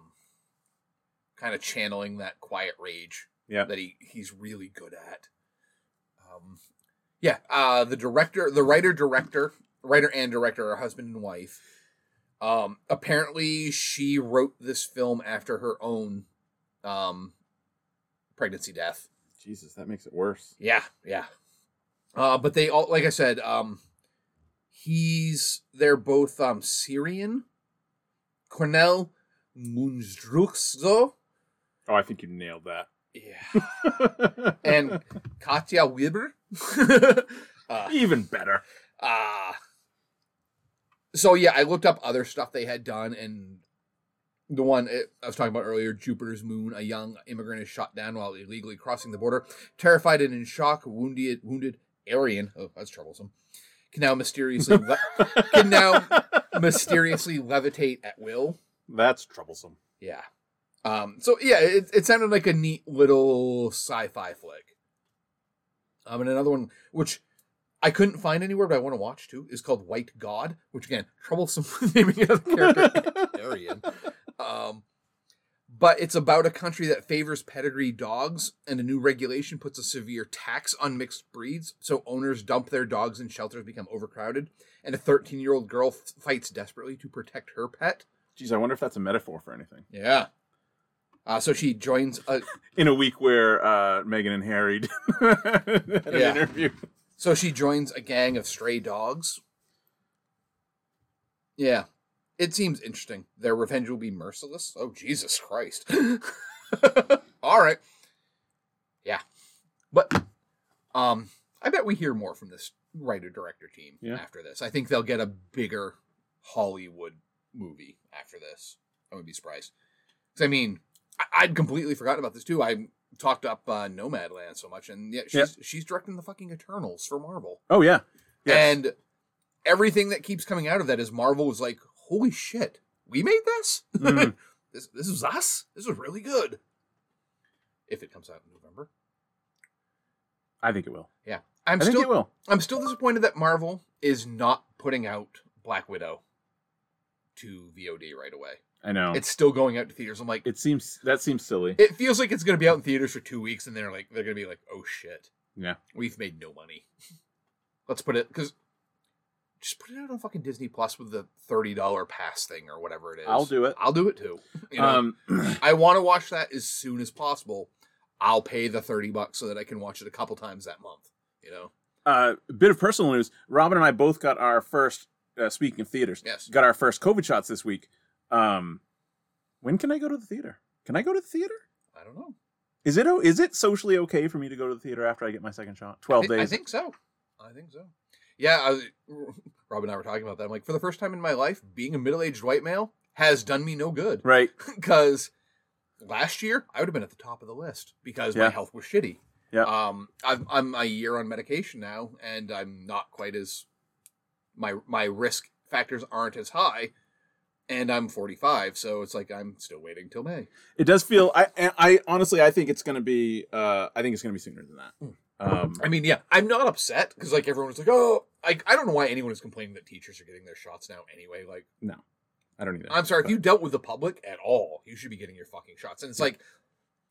Speaker 6: kind of channeling that quiet rage
Speaker 5: Yeah.
Speaker 6: that he he's really good at. Um, yeah, uh, the director, the writer, director, writer and director are husband and wife. Um, apparently, she wrote this film after her own um, pregnancy death.
Speaker 5: Jesus, that makes it worse.
Speaker 6: Yeah, yeah. Uh, but they all, like I said, um, he's they're both um, Syrian. Cornell Munzdruxo.
Speaker 5: Oh, I think you nailed that.
Speaker 6: Yeah. and Katya Weber. uh,
Speaker 5: Even better.
Speaker 6: uh, so yeah, I looked up other stuff they had done, and the one it, I was talking about earlier, Jupiter's Moon, a young immigrant is shot down while illegally crossing the border. Terrified and in shock, wounded, wounded Aryan. Oh, that's troublesome. Can now mysteriously le- can now mysteriously levitate at will.
Speaker 5: That's troublesome.
Speaker 6: Yeah. Um, so yeah, it, it sounded like a neat little sci-fi flick. Um, and another one which I couldn't find anywhere, but I want to watch too, is called White God, which again, troublesome naming another character Aryan. Um, but it's about a country that favors pedigree dogs, and a new regulation puts a severe tax on mixed breeds, so owners dump their dogs and shelters become overcrowded. And a 13-year-old girl f- fights desperately to protect her pet.
Speaker 5: Geez, I wonder if that's a metaphor for anything.
Speaker 6: Yeah. Uh, so she joins. A,
Speaker 5: In a week where uh, Megan and Harry did an
Speaker 6: Yeah.
Speaker 5: interview.
Speaker 6: so she joins a gang of stray dogs. Yeah, it seems interesting. Their revenge will be merciless. Oh Jesus Christ! All right. Yeah, but um, I bet we hear more from this writer director team
Speaker 5: Yeah.
Speaker 6: after this. I think they'll get a bigger Hollywood movie after this. I would be surprised. 'Cause, I mean, I- I'd completely forgotten about this too. I talked up uh, Nomadland so much, and yet she's she's directing the fucking Eternals for Marvel,
Speaker 5: Oh yeah. Yes.
Speaker 6: and everything that keeps coming out of that is Marvel was like, "Holy shit, we made this!
Speaker 5: Mm.
Speaker 6: this this is us. This was really good." If it comes out in November,
Speaker 5: I think it will.
Speaker 6: I'm
Speaker 5: i think
Speaker 6: still
Speaker 5: it will.
Speaker 6: I'm still disappointed that Marvel is not putting out Black Widow to VOD right away.
Speaker 5: I know.
Speaker 6: It's still going out to theaters. I'm like,
Speaker 5: it seems that seems silly.
Speaker 6: it feels like it's going to be out in theaters for two weeks, and they're like, they're going to be like, oh shit,
Speaker 5: Yeah.
Speaker 6: we've made no money. Let's put it because just put it out on fucking Disney Plus with the thirty dollar pass thing or whatever it is.
Speaker 5: I'll do it.
Speaker 6: I'll do it too. You know,
Speaker 5: Um,
Speaker 6: I want to watch that as soon as possible. I'll pay the thirty bucks so that I can watch it a couple times that month. You know,
Speaker 5: uh, bit of personal news. Robin and I both got our first. Uh, speaking of theaters,
Speaker 6: Yes.
Speaker 5: got our first COVID shots this week. Um, when can I go to the theater? Can I go to the theater?
Speaker 6: I don't know.
Speaker 5: Is it o- is it socially okay for me to go to the theater after I get my second shot? Twelve
Speaker 6: I thi-
Speaker 5: days.
Speaker 6: I think so. I think so. Yeah, I, was- Rob and I were talking about that. I'm like, for the first time in my life, being a middle aged white male has done me no good
Speaker 5: right.
Speaker 6: because last year, I would have been at the top of the list because
Speaker 5: Yeah.
Speaker 6: my health was shitty.
Speaker 5: Yeah.
Speaker 6: Um, I'm, I'm a year on medication now, and I'm not quite as my my risk factors aren't as high, and I'm 45, so it's like I'm still waiting till May.
Speaker 5: It does feel. I and I honestly, I think it's going to be. Uh, I think it's going to be sooner than that. Um,
Speaker 6: Hmm. I mean, yeah, I'm not upset because like everyone's like, oh, like I don't know why anyone is complaining that teachers are getting their shots now anyway. Like,
Speaker 5: I don't either.
Speaker 6: I'm sorry if you dealt with the public at all, you should be getting your fucking shots. And it's like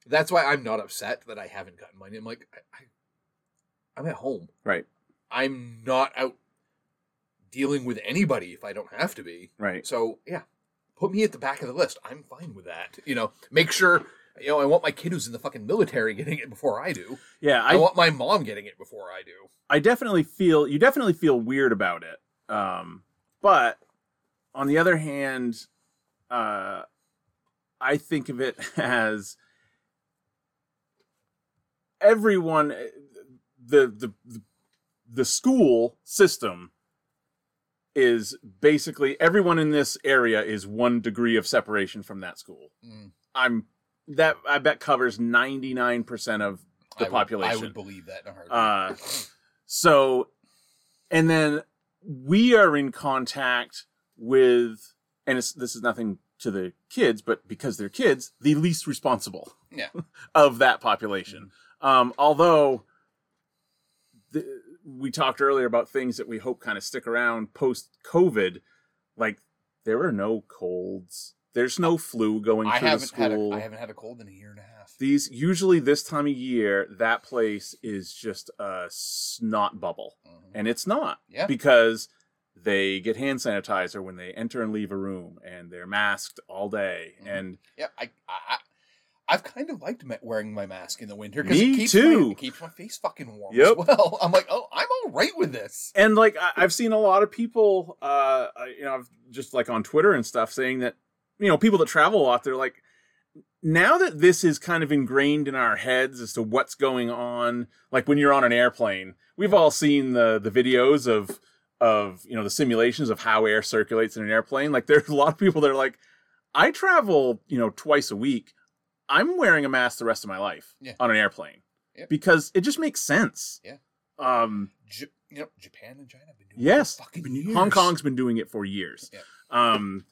Speaker 6: that's why I'm not upset that I haven't gotten mine. I'm like, I, I, I'm at home.
Speaker 5: Right.
Speaker 6: I'm not out dealing with anybody if I don't have to be.
Speaker 5: Right.
Speaker 6: So yeah, put me at the back of the list. I'm fine with that. You know, make sure. You know, I want my kid who's in the fucking military getting it before I do.
Speaker 5: Yeah.
Speaker 6: I,
Speaker 5: I
Speaker 6: want my mom getting it before I do.
Speaker 5: I definitely feel you definitely feel weird about it. Um, but on the other hand, uh, I think of it as everyone the the the, the school system is basically everyone in this area is one degree of separation from that school.
Speaker 6: Mm.
Speaker 5: I'm that I bet covers 99% of
Speaker 6: I
Speaker 5: the
Speaker 6: would-
Speaker 5: population.
Speaker 6: I would believe that in a heartbeat.
Speaker 5: Uh, so, and then we are in contact with, and it's, this is nothing to the kids, but because they're kids, the least responsible
Speaker 6: Yeah. Mm-hmm.
Speaker 5: of that population. Um, although th we talked earlier about things that we hope kind of stick around post COVID, like there are no colds. There's no flu going
Speaker 6: I
Speaker 5: through the
Speaker 6: haven't had
Speaker 5: school
Speaker 6: a, I haven't had a cold in a year and a half.
Speaker 5: these usually this time of year that place is just a snot bubble
Speaker 6: Mhm.
Speaker 5: and it's not
Speaker 6: Yeah.
Speaker 5: because they get hand sanitizer when they enter and leave a room and they're masked all day
Speaker 6: Mhm.
Speaker 5: and
Speaker 6: Yeah, I, I, I- I've kind of liked ma- wearing my mask in the winter
Speaker 5: Me
Speaker 6: it keeps
Speaker 5: too.
Speaker 6: My, it keeps my face fucking warm
Speaker 5: Yep.
Speaker 6: as well. I'm like, oh, I'm all right with this.
Speaker 5: and like I, i've seen a lot of people uh I- you know I've just like on twitter and stuff saying that you know people that travel a lot they're like now that this is kind of ingrained in our heads as to what's going on like when you're on an airplane we've all seen the the videos of of you know the simulations of how air circulates in an airplane like there's a lot of people that are like i travel you know twice a week i'm wearing a mask the rest of my life
Speaker 6: Yeah.
Speaker 5: on an airplane
Speaker 6: Yep.
Speaker 5: because it just makes sense
Speaker 6: Yeah.
Speaker 5: um
Speaker 6: J- you know, Japan and China have been doing
Speaker 5: Yes.
Speaker 6: it for fucking years.
Speaker 5: Hong Kong's been doing it for years.
Speaker 6: Yeah.
Speaker 5: Um,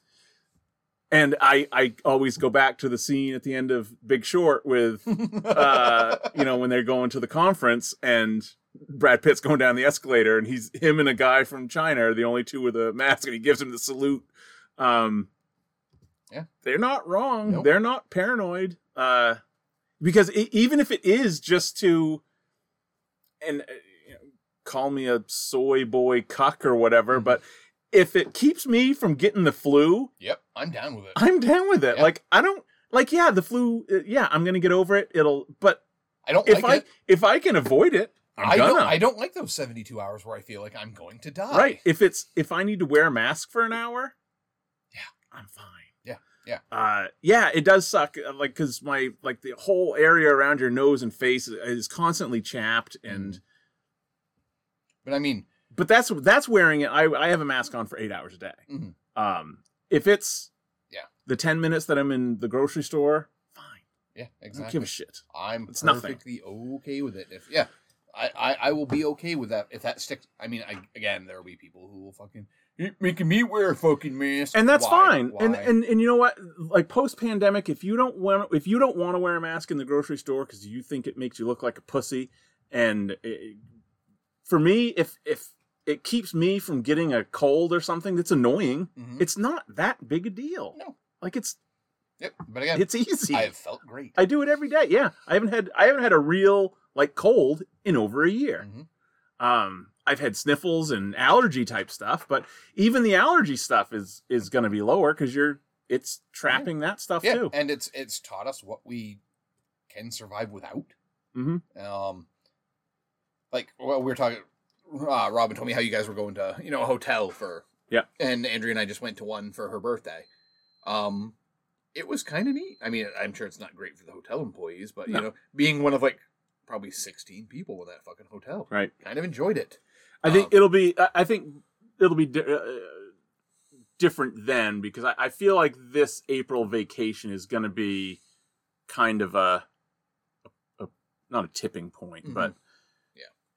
Speaker 5: and I, I always go back to the scene at the end of Big Short with, uh, you know, when they're going to the conference and Brad Pitt's going down the escalator and he's him and a guy from China are the only two with a mask and he gives him the salute. Um,
Speaker 6: Yeah.
Speaker 5: they're not wrong.
Speaker 6: Nope.
Speaker 5: They're not paranoid. Uh, because e even if it is just to, and uh, you know, call me a soy boy cuck or
Speaker 6: Mm-hmm.
Speaker 5: whatever, but if it keeps me from getting the flu,
Speaker 6: Yep, I'm down with it. I,
Speaker 5: I'm down with it.
Speaker 6: Yeah.
Speaker 5: Like I don't like yeah, the flu. uh, Yeah, I'm gonna get over it. It'll. But
Speaker 6: don't
Speaker 5: if
Speaker 6: like
Speaker 5: I
Speaker 6: it.
Speaker 5: if I can avoid it, I'm
Speaker 6: I
Speaker 5: gonna.
Speaker 6: don't. I don't like those 72 hours where I feel like I'm going to die.
Speaker 5: right. If it's if I need to wear a mask for an hour,
Speaker 6: Yeah.
Speaker 5: I'm fine.
Speaker 6: Yeah, yeah.
Speaker 5: Uh, yeah, it does suck. uh, Like, cause my like the whole area around your nose and face is, is constantly chapped, and
Speaker 6: Mm-hmm. But I mean,
Speaker 5: but that's that's wearing it. I I have a mask on for eight hours a day.
Speaker 6: Mhm.
Speaker 5: Um, if it's
Speaker 6: Yeah.
Speaker 5: the ten minutes that I'm in the grocery store, fine.
Speaker 6: yeah,
Speaker 5: I don't give
Speaker 6: exactly.
Speaker 5: a shit.
Speaker 6: I'm
Speaker 5: It's nothing.
Speaker 6: perfectly okay with it. If yeah, I, I I will be okay with that if that sticks. I mean, I, again, there will be people who will fucking "You're making me wear a fucking mask,
Speaker 5: And that's
Speaker 6: Why?
Speaker 5: fine. And
Speaker 6: Why?"
Speaker 5: and and you know what? Like post pandemic, if you don't want if you don't want to wear a mask in the grocery store because you think it makes you look like a pussy, and it, for me, if if it keeps me from getting a cold or something that's annoying,
Speaker 6: Mhm.
Speaker 5: it's not that big a deal.
Speaker 6: No.
Speaker 5: Like it's
Speaker 6: yep. But again,
Speaker 5: it's easy.
Speaker 6: I have felt great.
Speaker 5: I do it every day. Yeah, I haven't had I haven't had a real like cold in over a year.
Speaker 6: Mhm.
Speaker 5: Um, I've had sniffles and allergy type stuff, but even the allergy stuff is is going to be lower because you're it's trapping that stuff
Speaker 6: Yeah,
Speaker 5: too.
Speaker 6: and it's it's taught us what we can survive without.
Speaker 5: Mhm.
Speaker 6: Um, like well, we were talking. Uh, Robin told me how you guys were going to you know a hotel for
Speaker 5: Yeah.
Speaker 6: and Andrea and I just went to one for her birthday. Um, it was kind of neat. I mean, I'm sure it's not great for the hotel employees, but
Speaker 5: No.
Speaker 6: you know, being one of like probably 16 people in that fucking hotel,
Speaker 5: Right.
Speaker 6: Kind of enjoyed it.
Speaker 5: I think
Speaker 6: Um,
Speaker 5: it'll be I- I think it'll be di- uh, different then because I, I feel like this April vacation is going to be kind of a, a, a not a tipping point,
Speaker 6: Mm-hmm.
Speaker 5: but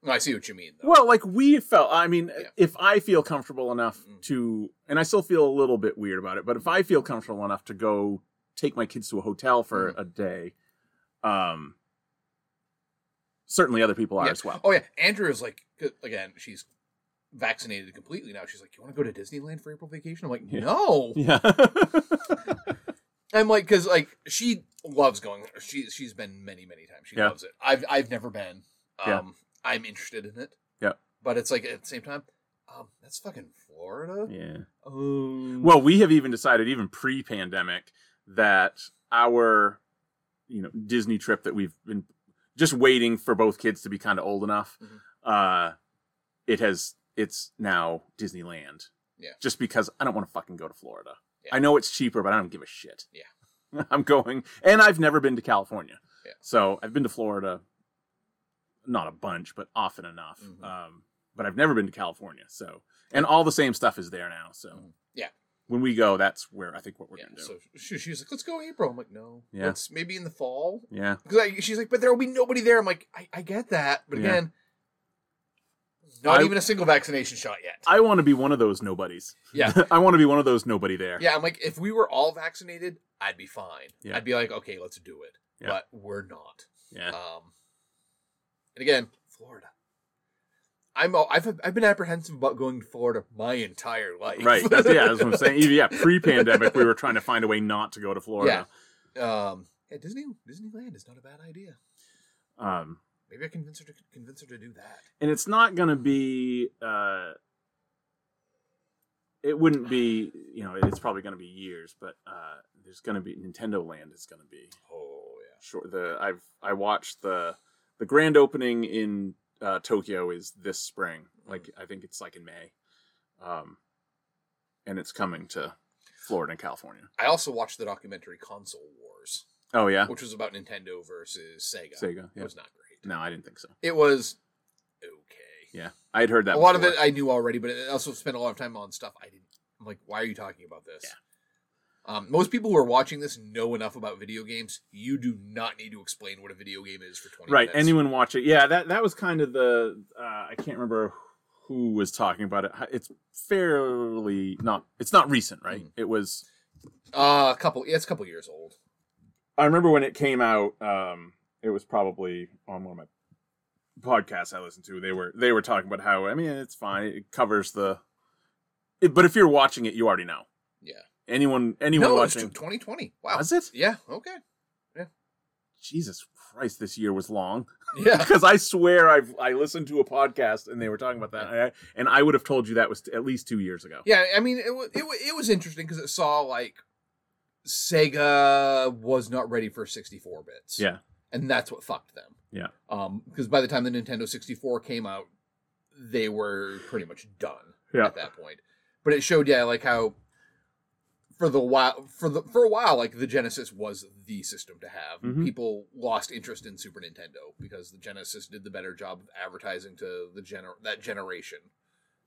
Speaker 6: No, I see what you mean. Though.
Speaker 5: well, like we felt. I mean,
Speaker 6: Yeah.
Speaker 5: if I feel comfortable enough
Speaker 6: Mm.
Speaker 5: to, and I still feel a little bit weird about it, but if I feel comfortable enough to go take my kids to a hotel
Speaker 6: Mm.
Speaker 5: for a day, um, certainly other people are
Speaker 6: Yeah.
Speaker 5: as well.
Speaker 6: Oh yeah, Andrew is like 'cause, again. She's vaccinated completely now. She's like, "You want to go to Disneyland for April vacation?" I'm like,
Speaker 5: Yeah.
Speaker 6: "No."
Speaker 5: Yeah.
Speaker 6: I'm like, because like she loves going. She she's been many many times. She
Speaker 5: Yeah.
Speaker 6: loves it. I've I've never been. Um,
Speaker 5: Yeah.
Speaker 6: I'm interested in it.
Speaker 5: Yeah.
Speaker 6: But it's like at the same time, um, that's fucking Florida.
Speaker 5: yeah.
Speaker 6: Oh.
Speaker 5: Well, we have even decided, even pre-pandemic, that our you know Disney trip that we've been just waiting for both kids to be kind of old enough,
Speaker 6: Mhm.
Speaker 5: uh, it has it's now Disneyland.
Speaker 6: Yeah.
Speaker 5: Just because I don't want to fucking go to Florida.
Speaker 6: Yeah.
Speaker 5: I know it's cheaper, but I don't give a shit.
Speaker 6: Yeah.
Speaker 5: I'm going, and I've never been to California.
Speaker 6: Yeah.
Speaker 5: So I've been to Florida, not a bunch, but often enough.
Speaker 6: Mhm.
Speaker 5: Um, but I've never been to California, so and all the same stuff is there now. So
Speaker 6: Mhm. Yeah.
Speaker 5: when we go, that's where I think what we're
Speaker 6: yeah.
Speaker 5: gonna do.
Speaker 6: So she, she's like, "Let's go April." I'm like, "No."
Speaker 5: Yeah.
Speaker 6: Let's maybe in the fall.
Speaker 5: yeah,
Speaker 6: Because she's like, "But there will be nobody there." I'm like, "I, I get that, but
Speaker 5: Yeah.
Speaker 6: again." Not
Speaker 5: I-
Speaker 6: even a single vaccination shot yet.
Speaker 5: I want to be one of those nobodies.
Speaker 6: Yeah.
Speaker 5: I want to be one of those nobody there.
Speaker 6: Yeah, I'm like, if we were all vaccinated, I'd be fine.
Speaker 5: Yeah.
Speaker 6: I'd be like, okay, let's do it.
Speaker 5: Yeah.
Speaker 6: But we're not.
Speaker 5: yeah,
Speaker 6: Um, and again, Florida. I'm al- I've I've been apprehensive about going to Florida my entire life.
Speaker 5: right. That's, yeah, that's what I'm saying. Even- Yeah, pre-pandemic, we were trying to find a way not to go to Florida.
Speaker 6: Um, yeah, Disney Disneyland is not a bad idea.
Speaker 5: Um,
Speaker 6: Maybe I convince her to convince her to do that.
Speaker 5: and it's not going to be uh it wouldn't be you know it's probably going to be years but uh there's going to be nintendo land is going to be
Speaker 6: Oh yeah.
Speaker 5: sure the i've i watched the the grand opening in uh tokyo is this spring
Speaker 6: Mm.
Speaker 5: like i think it's like in may um and it's coming to florida and california
Speaker 6: I also watched the documentary Console Wars,
Speaker 5: oh yeah
Speaker 6: which was about Nintendo versus Sega.
Speaker 5: sega
Speaker 6: It
Speaker 5: yeah
Speaker 6: was not great.
Speaker 5: no i didn't think so
Speaker 6: It was okay.
Speaker 5: yeah i had heard that
Speaker 6: a lot of
Speaker 5: before.
Speaker 6: it I knew already, but I also spent a lot of time on stuff I didn't. I'm like, why are you talking about this? Um, most people who are watching this know enough about video games. You do not need to explain what a video game is for 20
Speaker 5: right
Speaker 6: minutes.
Speaker 5: anyone watch it yeah that that was kind of the uh, i can't remember who was talking about it it's fairly not it's not recent right
Speaker 6: Mhm.
Speaker 5: it was
Speaker 6: Uh, a couple. Yeah, it's a couple years old.
Speaker 5: i remember when it came out um it was probably on one of my podcasts i listened to they were they were talking about how i mean it's fine it covers the it, but if you're watching it you already know
Speaker 6: Yeah.
Speaker 5: anyone anyone
Speaker 6: no, it's
Speaker 5: watching
Speaker 6: 2020. Wow.
Speaker 5: was it
Speaker 6: Yeah. Okay.
Speaker 5: jesus christ this year was long
Speaker 6: Yeah.
Speaker 5: because I swear I've I listened to a podcast and they were talking about that, and I, and I would have told you that was at least two years ago.
Speaker 6: yeah. I mean, it was it, wa- it was interesting because it saw like Sega was not ready for 64 bits.
Speaker 5: Yeah.
Speaker 6: and that's what fucked them.
Speaker 5: Yeah.
Speaker 6: Um, because by the time the Nintendo 64 came out, they were pretty much done
Speaker 5: Yeah.
Speaker 6: at that point. But it showed, yeah, like how for the while for the for a while, like the Genesis was the system to have.
Speaker 5: Mhm.
Speaker 6: People lost interest in Super Nintendo because the Genesis did the better job of advertising to the gener that generation.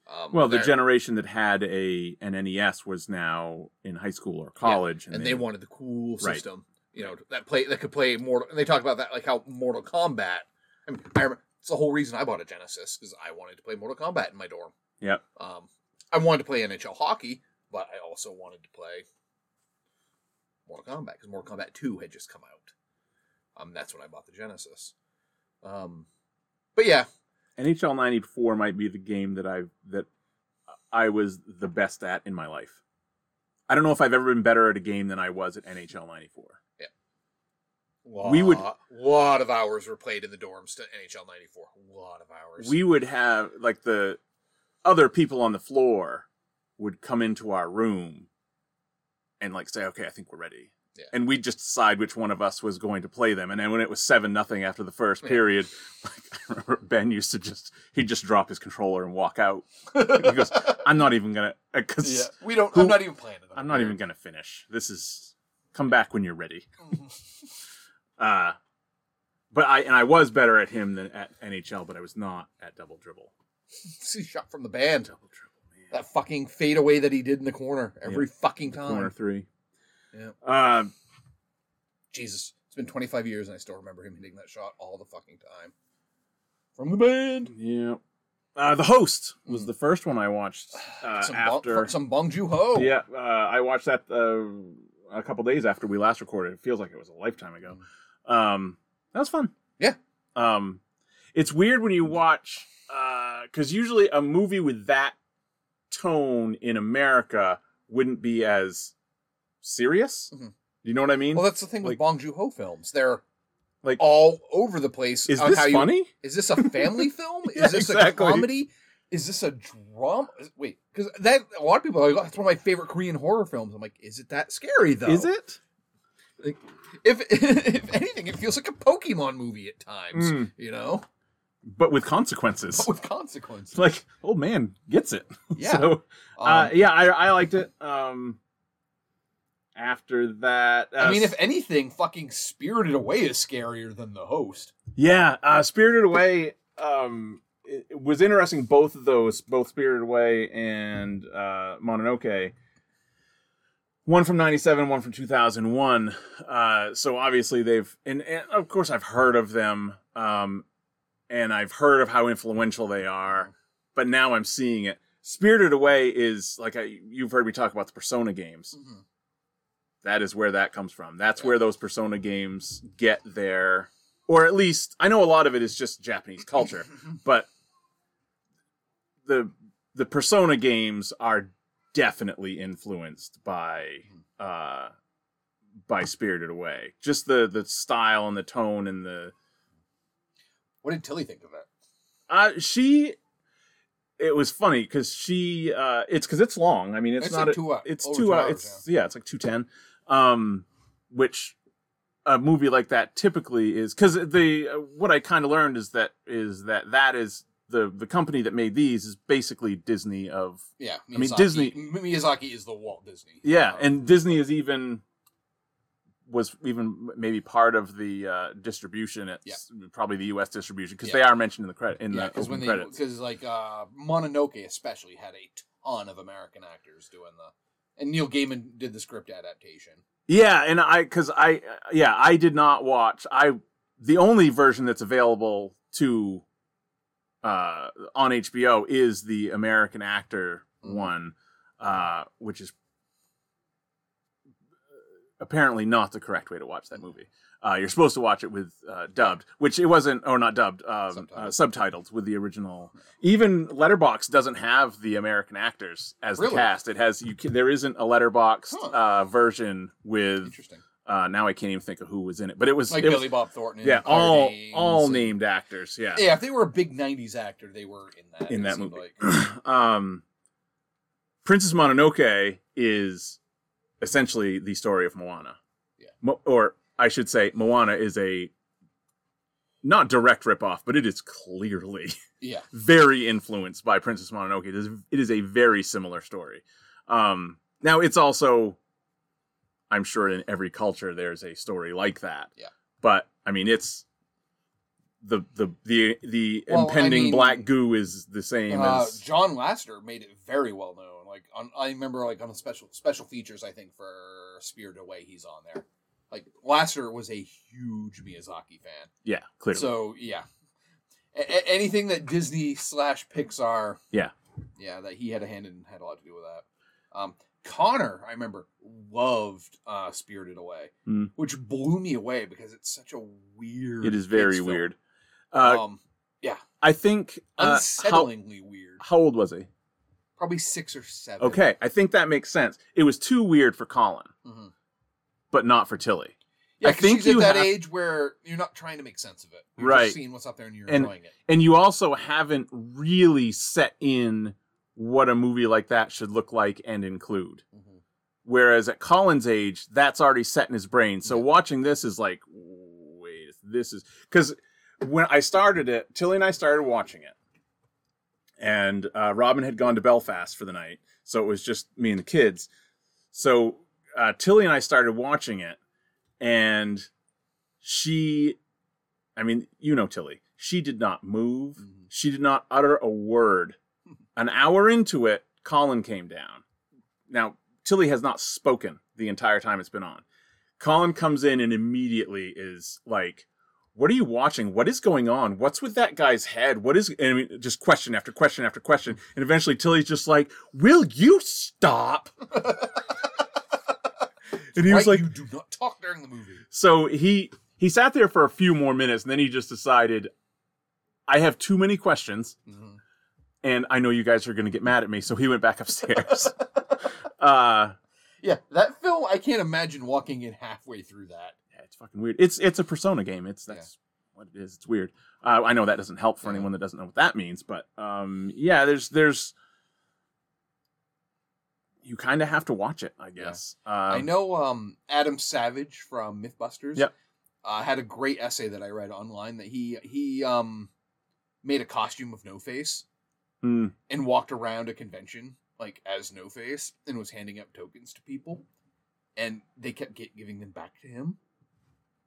Speaker 6: Um,
Speaker 5: Well, the
Speaker 6: there.
Speaker 5: generation that had a an NES was now in high school or college,
Speaker 6: and they wanted the cool
Speaker 5: Right.
Speaker 6: system, you know, that play that could play Mortal. And they talk about that, like how Mortal Kombat. I mean, I remember it's the whole reason I bought a Genesis because I wanted to play Mortal Kombat in my dorm.
Speaker 5: Yep.
Speaker 6: Um, I wanted to play NHL hockey, but I also wanted to play Mortal Kombat because Mortal Kombat Two had just come out. Um, that's when I bought the Genesis. Um, but yeah,
Speaker 5: NHL '94 might be the game that I that I was the best at in my life. I don't know if I've ever been better at a game than I was at NHL '94. We would-
Speaker 6: lot- lot of hours were played in the dorms to NHL '94. A lot of hours.
Speaker 5: We would have like the other people on the floor would come into our room and like say, "Okay, I think we're ready."
Speaker 6: Yeah.
Speaker 5: And we'd just decide which one of us was going to play them. And then when it was seven nothing after the first
Speaker 6: Yeah.
Speaker 5: period, like I remember Ben used to just he'd just drop his controller and walk out. He goes, "I'm not even gonna because
Speaker 6: yeah, we don't.
Speaker 5: Who-
Speaker 6: I'm not even playing it.
Speaker 5: I'm not even gonna finish. This is come back when you're ready." Uh, but I and I was better at him than at NHL, but I was not at double dribble.
Speaker 6: See, shot from the band.
Speaker 5: Double dribble, man.
Speaker 6: That fucking fadeaway that he did in the corner every fucking time.
Speaker 5: corner three.
Speaker 6: Yeah.
Speaker 5: Um,
Speaker 6: Jesus. It's been 25 years and I still remember him hitting that shot all the fucking time. From the band.
Speaker 5: Yeah. Uh, the host was the first one I watched uh,
Speaker 6: Some
Speaker 5: after.
Speaker 6: Bong, some Bong Joon Ho.
Speaker 5: Yeah, uh, I watched that uh, a couple days after we last recorded. It feels like it was a lifetime ago. Um, that was fun.
Speaker 6: Yeah.
Speaker 5: Um, it's weird when you watch because usually a movie with that tone in America wouldn't be as serious.
Speaker 6: Mhm.
Speaker 5: You know what I mean?
Speaker 6: Well, that's the thing with
Speaker 5: Like-
Speaker 6: Bong Joon Ho films. They're
Speaker 5: like,
Speaker 6: all over the place.
Speaker 5: is
Speaker 6: on
Speaker 5: this
Speaker 6: how you-
Speaker 5: funny?
Speaker 6: Is this a family film?
Speaker 5: Yeah,
Speaker 6: is this
Speaker 5: exactly.
Speaker 6: a comedy? Is this a drama? Wait, because that a lot of people are like, oh, that's one of my favorite Korean horror films. I'm like, is it that scary though?
Speaker 5: Is it?
Speaker 6: Like, if if anything, it feels like a Pokemon movie at times.
Speaker 5: Mm.
Speaker 6: You know,
Speaker 5: But with consequences.
Speaker 6: but with consequences.
Speaker 5: like old man gets it.
Speaker 6: Yeah.
Speaker 5: So,
Speaker 6: Um,
Speaker 5: uh, yeah, I, I liked it. Um, after that, uh,
Speaker 6: I mean, if anything, fucking Spirited Away is scarier than The Host.
Speaker 5: yeah, uh, Spirited Away um, it, it was interesting. Both of those, both Spirited Away and uh, Mononoke, one from '97, one from 2001. Uh, so obviously they've, and, and of course I've heard of them, um, and I've heard of how influential they are, but now I'm seeing it. Spirited Away is like I, you've heard me talk about the Persona games.
Speaker 6: Mhm.
Speaker 5: that is where that comes from. That's where those Persona games get their, or at least I know a lot of it is just Japanese culture, but the the Persona games are definitely influenced by uh, by Spirited Away. Just the the style and the tone and the
Speaker 6: What did Tilly think of that?
Speaker 5: uh, she. It was funny because she uh, it's because it's long. I mean, it's,
Speaker 6: It's
Speaker 5: not
Speaker 6: like
Speaker 5: a-
Speaker 6: two hou-
Speaker 5: It's
Speaker 6: over
Speaker 5: two.
Speaker 6: two
Speaker 5: hou-
Speaker 6: hours,
Speaker 5: it's yeah. it's like two ten. Um, which a movie like that typically is because the uh, what I kind of learned is that is that that is the the company that made these is basically Disney of
Speaker 6: Yeah, Miyazaki,
Speaker 5: mean, Disney-
Speaker 6: M- Miyazaki is the Walt Disney.
Speaker 5: yeah,
Speaker 6: Uh,
Speaker 5: and Disney is even was even maybe part of the uh, distribution. It's probably the U.S. distribution because
Speaker 6: Yeah.
Speaker 5: they are mentioned in the credit in
Speaker 6: yeah,
Speaker 5: the
Speaker 6: because when
Speaker 5: opening
Speaker 6: they
Speaker 5: credits.
Speaker 6: because like uh, Mononoke especially had a ton of American actors doing the, and Neil Gaiman did the script adaptation.
Speaker 5: Yeah, and I because I yeah I did not watch I the only version that's available to uh on HBO is the American actor
Speaker 6: Mhm.
Speaker 5: one, uh, which is apparently not the correct way to watch
Speaker 6: Mm-hmm.
Speaker 5: that movie. Uh, you're supposed to watch it with uh, dubbed, which it wasn't, or not dubbed, um, uh, subtitled with the original. Even Letterbox doesn't have the American actors as
Speaker 6: Really?
Speaker 5: the cast. It has you. Can, there isn't a Letterbox
Speaker 6: Huh.
Speaker 5: uh, version with.
Speaker 6: Interesting,
Speaker 5: Uh, now I can't even think of who was in it, but it was
Speaker 6: like
Speaker 5: it was-
Speaker 6: Billy Bob Thornton. and
Speaker 5: yeah,
Speaker 6: Claire
Speaker 5: all
Speaker 6: Danes
Speaker 5: all
Speaker 6: and-
Speaker 5: named actors. Yeah,
Speaker 6: Yeah, if they were a big '90s actor, they were in that
Speaker 5: in
Speaker 6: it
Speaker 5: that
Speaker 6: seemed
Speaker 5: movie.
Speaker 6: Like.
Speaker 5: um, Princess Mononoke is essentially the story of Moana.
Speaker 6: Yeah.
Speaker 5: Mo- or I should say, Moana is a not direct ripoff, but it is clearly
Speaker 6: Yeah,
Speaker 5: very influenced by Princess Mononoke. It is, it is a very similar story. Um, now, it's also, I'm sure, in every culture there's a story like that.
Speaker 6: Yeah.
Speaker 5: But I mean, it's the the the the
Speaker 6: Well, I
Speaker 5: impending
Speaker 6: mean,
Speaker 5: black goo is the same
Speaker 6: uh,
Speaker 5: as
Speaker 6: John Lasseter made it very well known. Like on, I remember like on the special special features, I think for Spirit Away, he's on there. Like Lasseter was a huge Miyazaki fan.
Speaker 5: yeah, clearly.
Speaker 6: So yeah, A- a- anything that Disney slash Pixar,
Speaker 5: Yeah.
Speaker 6: yeah, that he had a hand in had a lot to do with that. Um, Connor, I remember, loved uh, Spirited Away,
Speaker 5: Mm.
Speaker 6: which blew me away because it's such a weird.
Speaker 5: it is
Speaker 6: kids
Speaker 5: very
Speaker 6: film.
Speaker 5: weird. Uh,
Speaker 6: um,
Speaker 5: I think uh, how,
Speaker 6: unsettlingly weird.
Speaker 5: how old was he?
Speaker 6: Probably six or seven.
Speaker 5: Okay, I think that makes sense. It was too weird for Colin,
Speaker 6: Mhm.
Speaker 5: but not for Tilly.
Speaker 6: Yeah,
Speaker 5: I
Speaker 6: 'cause
Speaker 5: think
Speaker 6: she's at
Speaker 5: you
Speaker 6: that
Speaker 5: have-
Speaker 6: age where you're not trying to make sense of it. You're
Speaker 5: Right.
Speaker 6: just seeing what's up there and you're
Speaker 5: And-
Speaker 6: enjoying it.
Speaker 5: and you also haven't really set in what a movie like that should look like and include.
Speaker 6: Mhm.
Speaker 5: Whereas at Colin's age, that's already set in his brain. So
Speaker 6: Yeah.
Speaker 5: watching this is like, wait, this is because when I started it, Tilly and I started watching it, and uh, Robin had gone to Belfast for the night, so it was just me and the kids. So uh, Tilly and I started watching it, and she, I mean, you know Tilly, she did not move,
Speaker 6: Mhm.
Speaker 5: she did not utter a word. An hour into it, Colin came down. Now Tilly has not spoken the entire time it's been on. Colin comes in and immediately is like, "What are you watching? What is going on? What's with that guy's head? What is?" And I mean, just question after question after question, and eventually Tilly's just like, "Will you stop?" and he was like,
Speaker 6: Right? you do not talk during the movie.
Speaker 5: so he he sat there for a few more minutes and then he just decided i have too many questions
Speaker 6: Mhm.
Speaker 5: and i know you guys are going to get mad at me so he went back upstairs uh
Speaker 6: Yeah, that film, I can't imagine walking in halfway through that.
Speaker 5: yeah, it's fucking weird it's it's a persona game it's that's what it is it's weird uh, i know that doesn't help for
Speaker 6: Yeah.
Speaker 5: anyone that doesn't know what that means but um yeah there's there's you kind of have to watch it i guess
Speaker 6: I
Speaker 5: Um,
Speaker 6: know um, Adam Savage from MythBusters.
Speaker 5: Yep.
Speaker 6: Uh, had a great essay that I read online that he he um, made a costume of No Face
Speaker 5: hmm.
Speaker 6: and walked around a convention like as No Face and was handing out tokens to people, and they kept get, giving them back to him,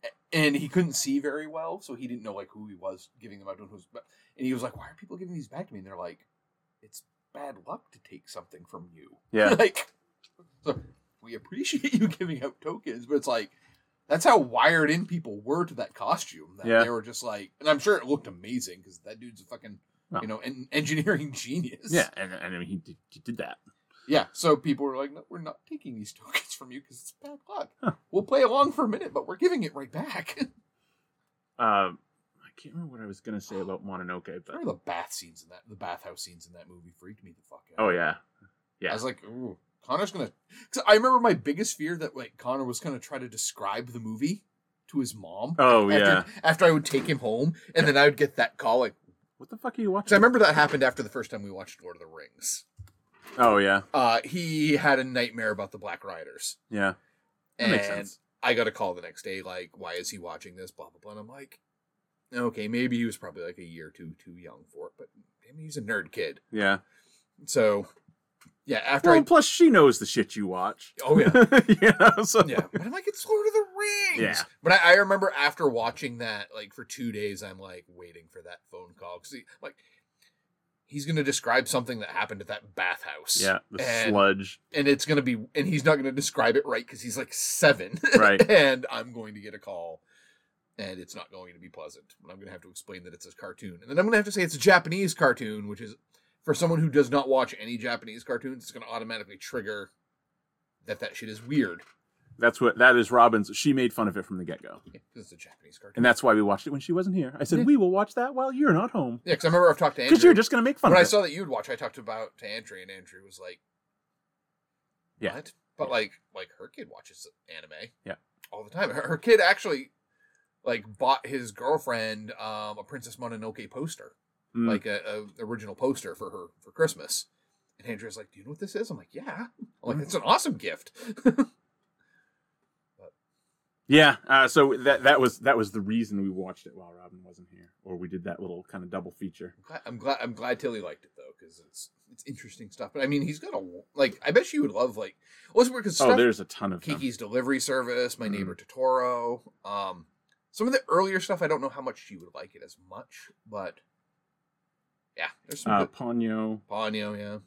Speaker 6: A- and he couldn't see very well, so he didn't know like who he was giving them out to. and Who's but and he was like, why are people giving these back to me? And they're like, it's bad luck to take something from you.
Speaker 5: yeah
Speaker 6: like, so we appreciate you giving out tokens, but it's like, that's how wired in people were to that costume. That
Speaker 5: Yeah.
Speaker 6: They were just like, and I'm sure it looked amazing because that dude's a fucking,
Speaker 5: Wow.
Speaker 6: you know, an engineering genius.
Speaker 5: yeah and, and i mean he did, he did that
Speaker 6: Yeah. So people were like, no, we're not taking these tokens from you because it's bad luck. We'll play along for a minute, but we're giving it right back.
Speaker 5: Um, I can't remember what I was gonna say about Mononoke, but
Speaker 6: Remember the bath scenes in that, the bathhouse scenes in that movie freaked me the fuck out.
Speaker 5: oh yeah, yeah.
Speaker 6: I was like, ooh, Connor's gonna. Cause I remember my biggest fear that like Connor was gonna try to describe the movie to his mom.
Speaker 5: oh
Speaker 6: after,
Speaker 5: yeah.
Speaker 6: After I would take him home, and then I would get that call. Like,
Speaker 5: What the fuck are you
Speaker 6: cause I
Speaker 5: watching?
Speaker 6: remember that happened after the first time we watched Lord of the Rings.
Speaker 5: Oh yeah,
Speaker 6: Uh, he had a nightmare about the Black Riders,
Speaker 5: yeah. That
Speaker 6: and
Speaker 5: makes sense.
Speaker 6: I got a call the next day like, why is he watching this? Blah blah blah. And I'm like, okay, maybe he was probably like a year or two too young for it, but I mean, he's a nerd kid.
Speaker 5: Yeah.
Speaker 6: So, yeah. After
Speaker 5: Well,
Speaker 6: I.
Speaker 5: plus she knows the shit you watch.
Speaker 6: Oh yeah.
Speaker 5: you know, so
Speaker 6: yeah. But I'm like, it's Lord of the Rings.
Speaker 5: Yeah.
Speaker 6: But I, I remember after watching that, like for two days, I'm like waiting for that phone call because he, like he's gonna describe something that happened at that bathhouse.
Speaker 5: yeah, the
Speaker 6: and,
Speaker 5: sludge.
Speaker 6: and it's gonna be, and he's not gonna describe it right because he's like seven,
Speaker 5: Right.
Speaker 6: and I'm going to get a call. And it's not going to be pleasant. And I'm going to have to explain that it's a cartoon. And then I'm going to have to say it's a Japanese cartoon, which is for someone who does not watch any Japanese cartoons, it's going to automatically trigger that that shit is weird.
Speaker 5: That's what that is. Robin's. She made fun of it from the get go,
Speaker 6: Yeah, 'cause it's a Japanese cartoon.
Speaker 5: and that's why we watched it when she wasn't here. I said
Speaker 6: Yeah.
Speaker 5: we will watch that while you're not home
Speaker 6: yeah, because I remember I've talked to Andrew.
Speaker 5: because you're just gonna make fun
Speaker 6: when
Speaker 5: of
Speaker 6: I
Speaker 5: it.
Speaker 6: saw that you'd watch, I talked about to Andrew, and Andrew was like,
Speaker 5: Yeah.
Speaker 6: "What?" But
Speaker 5: Yeah.
Speaker 6: like, like her kid watches anime,
Speaker 5: Yeah.
Speaker 6: all the time. Her, her kid actually like bought his girlfriend um, a Princess Mononoke poster,
Speaker 5: Mm.
Speaker 6: like a, a original poster for her for Christmas. And Andrew's like, "Do you know what this is?" I'm like, "Yeah." I'm like,
Speaker 5: Mm.
Speaker 6: "It's an awesome gift."
Speaker 5: Yeah, uh, so that that was that was the reason we watched it while Robin wasn't here, or we did that little kind of double feature.
Speaker 6: I'm glad, I'm glad I'm glad Tilly liked it though because it's it's interesting stuff. But I mean, he's got a like. I bet she would love like. Well, it's weird because
Speaker 5: Oh, there's Mm-hmm. a ton of them.
Speaker 6: Kiki's Delivery Service, My Neighbor Totoro. Um, some of the earlier stuff, I don't know how much she would like it as much, but yeah, there's some
Speaker 5: Uh,
Speaker 6: good
Speaker 5: Ponyo.
Speaker 6: Ponyo. Yeah,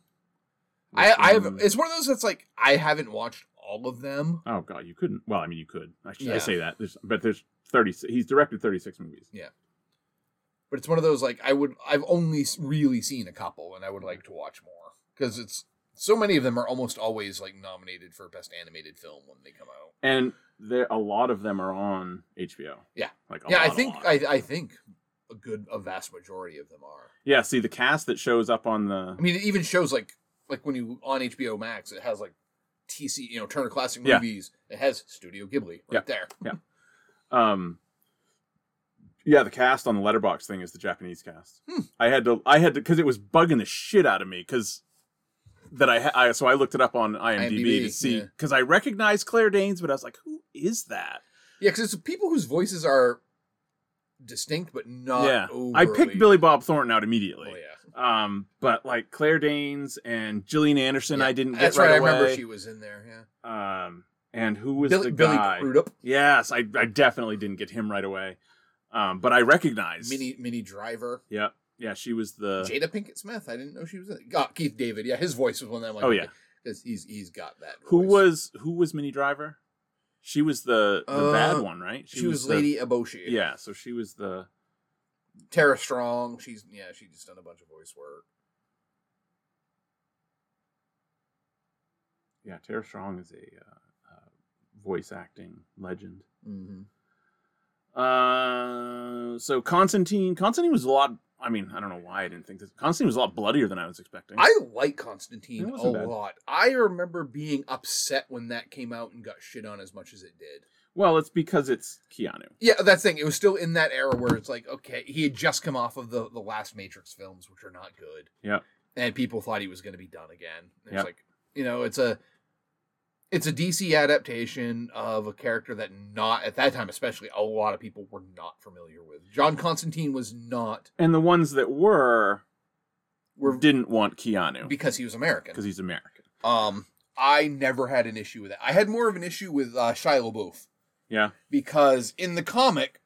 Speaker 6: I, I have. It's one of those that's like I haven't watched all of them.
Speaker 5: Oh god, you couldn't. Well, I mean, you could. I, should,
Speaker 6: Yeah.
Speaker 5: I say that, there's, but there's thirty. He's directed thirty six movies.
Speaker 6: but it's one of those like I would I've only s- really seen a couple and I would like to watch more because it's so many of them are almost always like nominated for best animated film when they come out.
Speaker 5: and there a lot of them are on HBO.
Speaker 6: Yeah.
Speaker 5: like
Speaker 6: yeah,
Speaker 5: lot,
Speaker 6: I think
Speaker 5: lot.
Speaker 6: I I think a good a vast majority of them are.
Speaker 5: yeah. See the cast that shows up on the
Speaker 6: I mean, it even shows like like when you on HBO Max, it has like TC, you know, Turner Classic
Speaker 5: Yeah.
Speaker 6: Movies. It has Studio Ghibli right
Speaker 5: Yeah.
Speaker 6: there.
Speaker 5: um. Yeah, the cast on the letterbox thing is the Japanese cast.
Speaker 6: Hmm.
Speaker 5: I had to, I had to, because it was bugging the shit out of me. Because that I, ha- I, so I looked it up on IMDb,
Speaker 6: IMDb,
Speaker 5: to see
Speaker 6: yeah.
Speaker 5: because I recognized Claire Danes, but I was like, who is that?
Speaker 6: Yeah, because it's people whose voices are distinct but not.
Speaker 5: yeah, I
Speaker 6: overly-
Speaker 5: picked Billy Bob Thornton out
Speaker 6: Oh
Speaker 5: immediately.
Speaker 6: yeah,
Speaker 5: Um, but like Claire Danes and Gillian Anderson,
Speaker 6: Yeah.
Speaker 5: I didn't get
Speaker 6: that's
Speaker 5: right,
Speaker 6: right.
Speaker 5: away.
Speaker 6: I remember she was in there. Yeah,
Speaker 5: Um, and who was
Speaker 6: Billy,
Speaker 5: the
Speaker 6: Billy
Speaker 5: guy?
Speaker 6: Crudup,
Speaker 5: Yes, I, I definitely didn't get him right away. Um, but I recognized.
Speaker 6: Mini Mini Driver,
Speaker 5: Yeah, yeah, she was the.
Speaker 6: Jada Pinkett Smith. I didn't know she was in. it. Oh, Keith David. Yeah, his voice was one that I'm like.
Speaker 5: Oh, yeah.
Speaker 6: because he's he's got that.
Speaker 5: who
Speaker 6: voice.
Speaker 5: was who was Mini Driver? She was the the
Speaker 6: Uh,
Speaker 5: bad one, right?
Speaker 6: She, was,
Speaker 5: the-
Speaker 6: Lady Eboshi.
Speaker 5: Yeah, so she was the
Speaker 6: Tara Strong. She's yeah, she's just done a bunch of voice work.
Speaker 5: yeah. Tara Strong is a uh, uh, voice acting legend.
Speaker 6: Mm-hmm.
Speaker 5: Uh, so Constantine, Constantine was a lot. I mean, I don't know why I didn't think this. Constantine was a lot bloodier than I was expecting.
Speaker 6: I like
Speaker 5: It
Speaker 6: Constantine a
Speaker 5: wasn't bad.
Speaker 6: lot. I remember being upset when that came out and got shit on as much as it did.
Speaker 5: well, it's because it's Keanu.
Speaker 6: Yeah, that's the thing. It was still in that era where it's like, okay, he had just come off of the the last Matrix films, which are not good.
Speaker 5: Yeah.
Speaker 6: and people thought he was going to be done again. It's
Speaker 5: Yeah.
Speaker 6: like, you know, it's a it's a DC adaptation of a character that not at that time, especially a lot of people were not familiar with. John Constantine was not
Speaker 5: And the ones that were
Speaker 6: were
Speaker 5: didn't want Keanu
Speaker 6: because he was American.
Speaker 5: because he's American.
Speaker 6: Um, I never had an issue with that. I had more of an issue with uh, Shia LaBeouf.
Speaker 5: Yeah.
Speaker 6: because in the comic,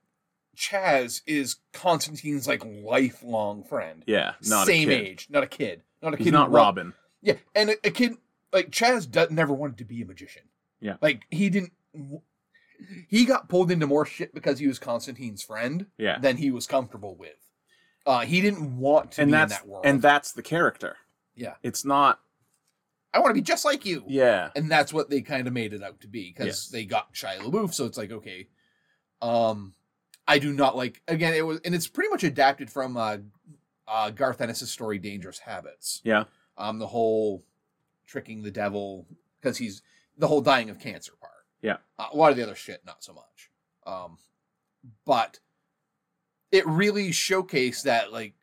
Speaker 6: Chaz is Constantine's like lifelong friend.
Speaker 5: Yeah, not
Speaker 6: Same
Speaker 5: a kid.
Speaker 6: age, not a kid, not a
Speaker 5: He's
Speaker 6: kid.
Speaker 5: not
Speaker 6: who wa-
Speaker 5: Robin.
Speaker 6: Yeah, and a, a kid like Chaz does, never wanted to be a magician.
Speaker 5: Yeah.
Speaker 6: like he didn't. He got pulled into more shit because he was Constantine's friend
Speaker 5: Yeah,
Speaker 6: than he was comfortable with. Uh, he didn't want to
Speaker 5: and
Speaker 6: be
Speaker 5: that's
Speaker 6: in that world.
Speaker 5: and that's the character.
Speaker 6: Yeah.
Speaker 5: it's not.
Speaker 6: I want to be just like you.
Speaker 5: Yeah,
Speaker 6: and that's what they kind of made it out to be because
Speaker 5: Yes.
Speaker 6: they got Shia LaBeouf. So it's like, okay, um, I do not like again. It was and it's pretty much adapted from uh, uh, Garth Ennis' story, Dangerous Habits.
Speaker 5: yeah,
Speaker 6: Um, the whole tricking the devil because he's the whole dying of cancer part.
Speaker 5: Yeah.
Speaker 6: uh, a lot of the other shit, not so much. Um, but it really showcased that like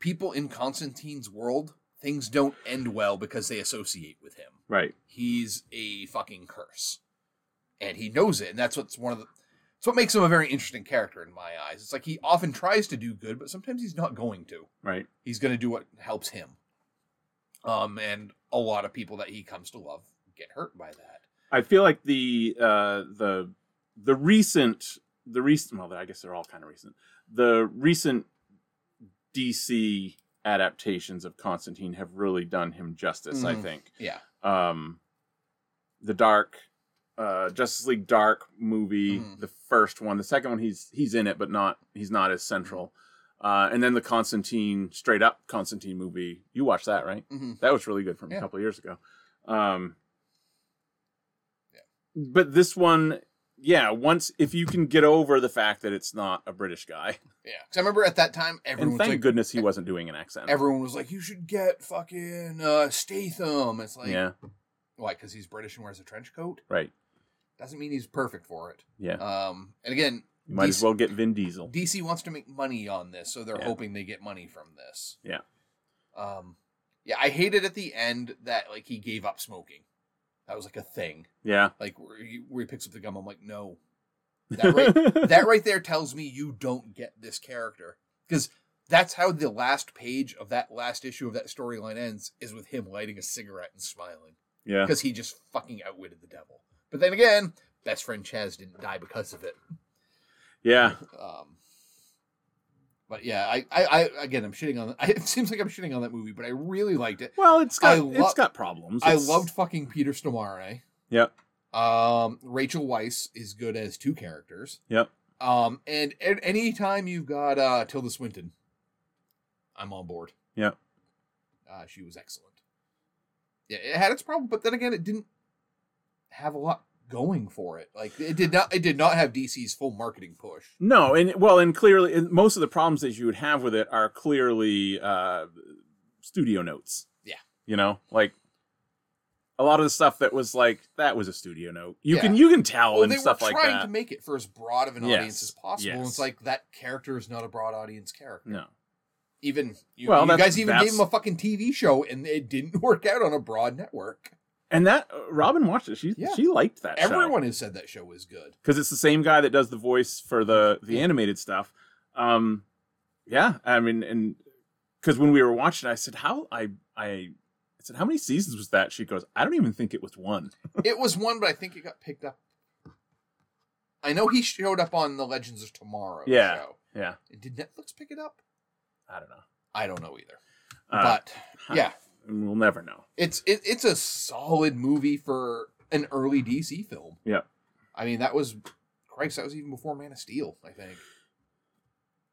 Speaker 6: people in Constantine's world, things don't end well because they associate with him
Speaker 5: right.
Speaker 6: he's a fucking curse and he knows it and that's what's one of the it's what makes him a very interesting character in my eyes it's like he often tries to do good but sometimes he's not going to
Speaker 5: Right.
Speaker 6: he's going to do what helps him um and a lot of people that he comes to love get hurt by that
Speaker 5: I feel like the uh, the the recent the recent well, I guess they're all kind of recent. The recent DC adaptations of Constantine have really done him justice. I
Speaker 6: Mhm.
Speaker 5: think
Speaker 6: yeah
Speaker 5: um, the Dark uh, Justice League Dark movie,
Speaker 6: Mhm.
Speaker 5: the first one, the second one he's he's in it, but not he's not as central. Uh, and then the Constantine, straight up Constantine movie. You watched that, right?
Speaker 6: hmm
Speaker 5: That was really good from a
Speaker 6: Yeah.
Speaker 5: couple of years ago. Um,
Speaker 6: Yeah.
Speaker 5: But this one, yeah, once if you can get over the fact that it's not a British guy,
Speaker 6: yeah because i remember at that time
Speaker 5: and
Speaker 6: everyone was
Speaker 5: thank
Speaker 6: like "E-"
Speaker 5: goodness he wasn't doing an accent.
Speaker 6: everyone was like you should get fucking uh statham it's like
Speaker 5: yeah,
Speaker 6: why because he's british and wears a trench coat
Speaker 5: right.
Speaker 6: doesn't mean he's perfect for it
Speaker 5: Yeah,
Speaker 6: um and again
Speaker 5: you might
Speaker 6: DC
Speaker 5: as well get Vin Diesel.
Speaker 6: DC wants to make money on this, so they're
Speaker 5: Yeah.
Speaker 6: hoping they get money from this.
Speaker 5: Yeah.
Speaker 6: Um yeah, I hated at the end that like he gave up smoking. That was like a thing.
Speaker 5: yeah,
Speaker 6: Like where he, where he picks up the gum, I'm like, "No." That right that right there tells me you don't get this character cuz that's how the last page of that last issue of that storyline ends is with him lighting a cigarette and smiling
Speaker 5: yeah,
Speaker 6: because he just fucking outwitted the devil. But then again, best friend Chaz didn't die because of it.
Speaker 5: yeah.
Speaker 6: Um, but yeah, I, I, I again, I'm shitting on. it seems like I'm shitting on that movie, but I really liked it.
Speaker 5: Well, it's got
Speaker 6: I lo-
Speaker 5: it's got problems.
Speaker 6: I
Speaker 5: It's-
Speaker 6: loved fucking Peter Stomare.
Speaker 5: Yep.
Speaker 6: Um, Rachel Weisz is good as two characters.
Speaker 5: Yep.
Speaker 6: Um, and, and any time you've got uh, Tilda Swinton, I'm on board.
Speaker 5: Yep.
Speaker 6: Uh, she was excellent. Yeah, it had its problem, but then again, it didn't have a lot going for it. Like it did not. It did not have DC's full marketing push.
Speaker 5: No, and well, and clearly, and most of the problems that you would have with it are clearly uh, studio notes.
Speaker 6: Yeah.
Speaker 5: you know, like a lot of the stuff that was like that was a studio note. You
Speaker 6: Yeah.
Speaker 5: can you can tell
Speaker 6: well,
Speaker 5: Oh, and
Speaker 6: they
Speaker 5: stuff
Speaker 6: were
Speaker 5: like
Speaker 6: trying
Speaker 5: that.
Speaker 6: to make it for as broad of an
Speaker 5: Yes.
Speaker 6: audience as possible. And
Speaker 5: Yes.
Speaker 6: it's like that character is not a broad audience character.
Speaker 5: no,
Speaker 6: Even you,
Speaker 5: Well,
Speaker 6: you
Speaker 5: that's-
Speaker 6: guys even
Speaker 5: that's-
Speaker 6: gave him a fucking TV show, and it didn't work out on a broad network.
Speaker 5: and that uh, Robin watched it. She
Speaker 6: Yeah.
Speaker 5: she liked that.
Speaker 6: Everyone has said that show is good.
Speaker 5: because it's the same guy that does the voice for the the
Speaker 6: Yeah.
Speaker 5: animated stuff. Um, yeah, I mean, and because when we were watching, I said how I I. I said, how many seasons was that? She goes, I don't even think it was one.
Speaker 6: it was one, but I think it got picked up. I know he showed up on the Legends of Tomorrow
Speaker 5: Yeah.
Speaker 6: show.
Speaker 5: Yeah.
Speaker 6: Did Netflix pick it up?
Speaker 5: I don't know.
Speaker 6: I don't know either.
Speaker 5: Uh,
Speaker 6: but
Speaker 5: huh.
Speaker 6: yeah,
Speaker 5: and we'll never know.
Speaker 6: it's it, it's a solid movie for an early DC film.
Speaker 5: Yeah.
Speaker 6: I- I mean, that was Christ. That was even before Man of Steel, I think.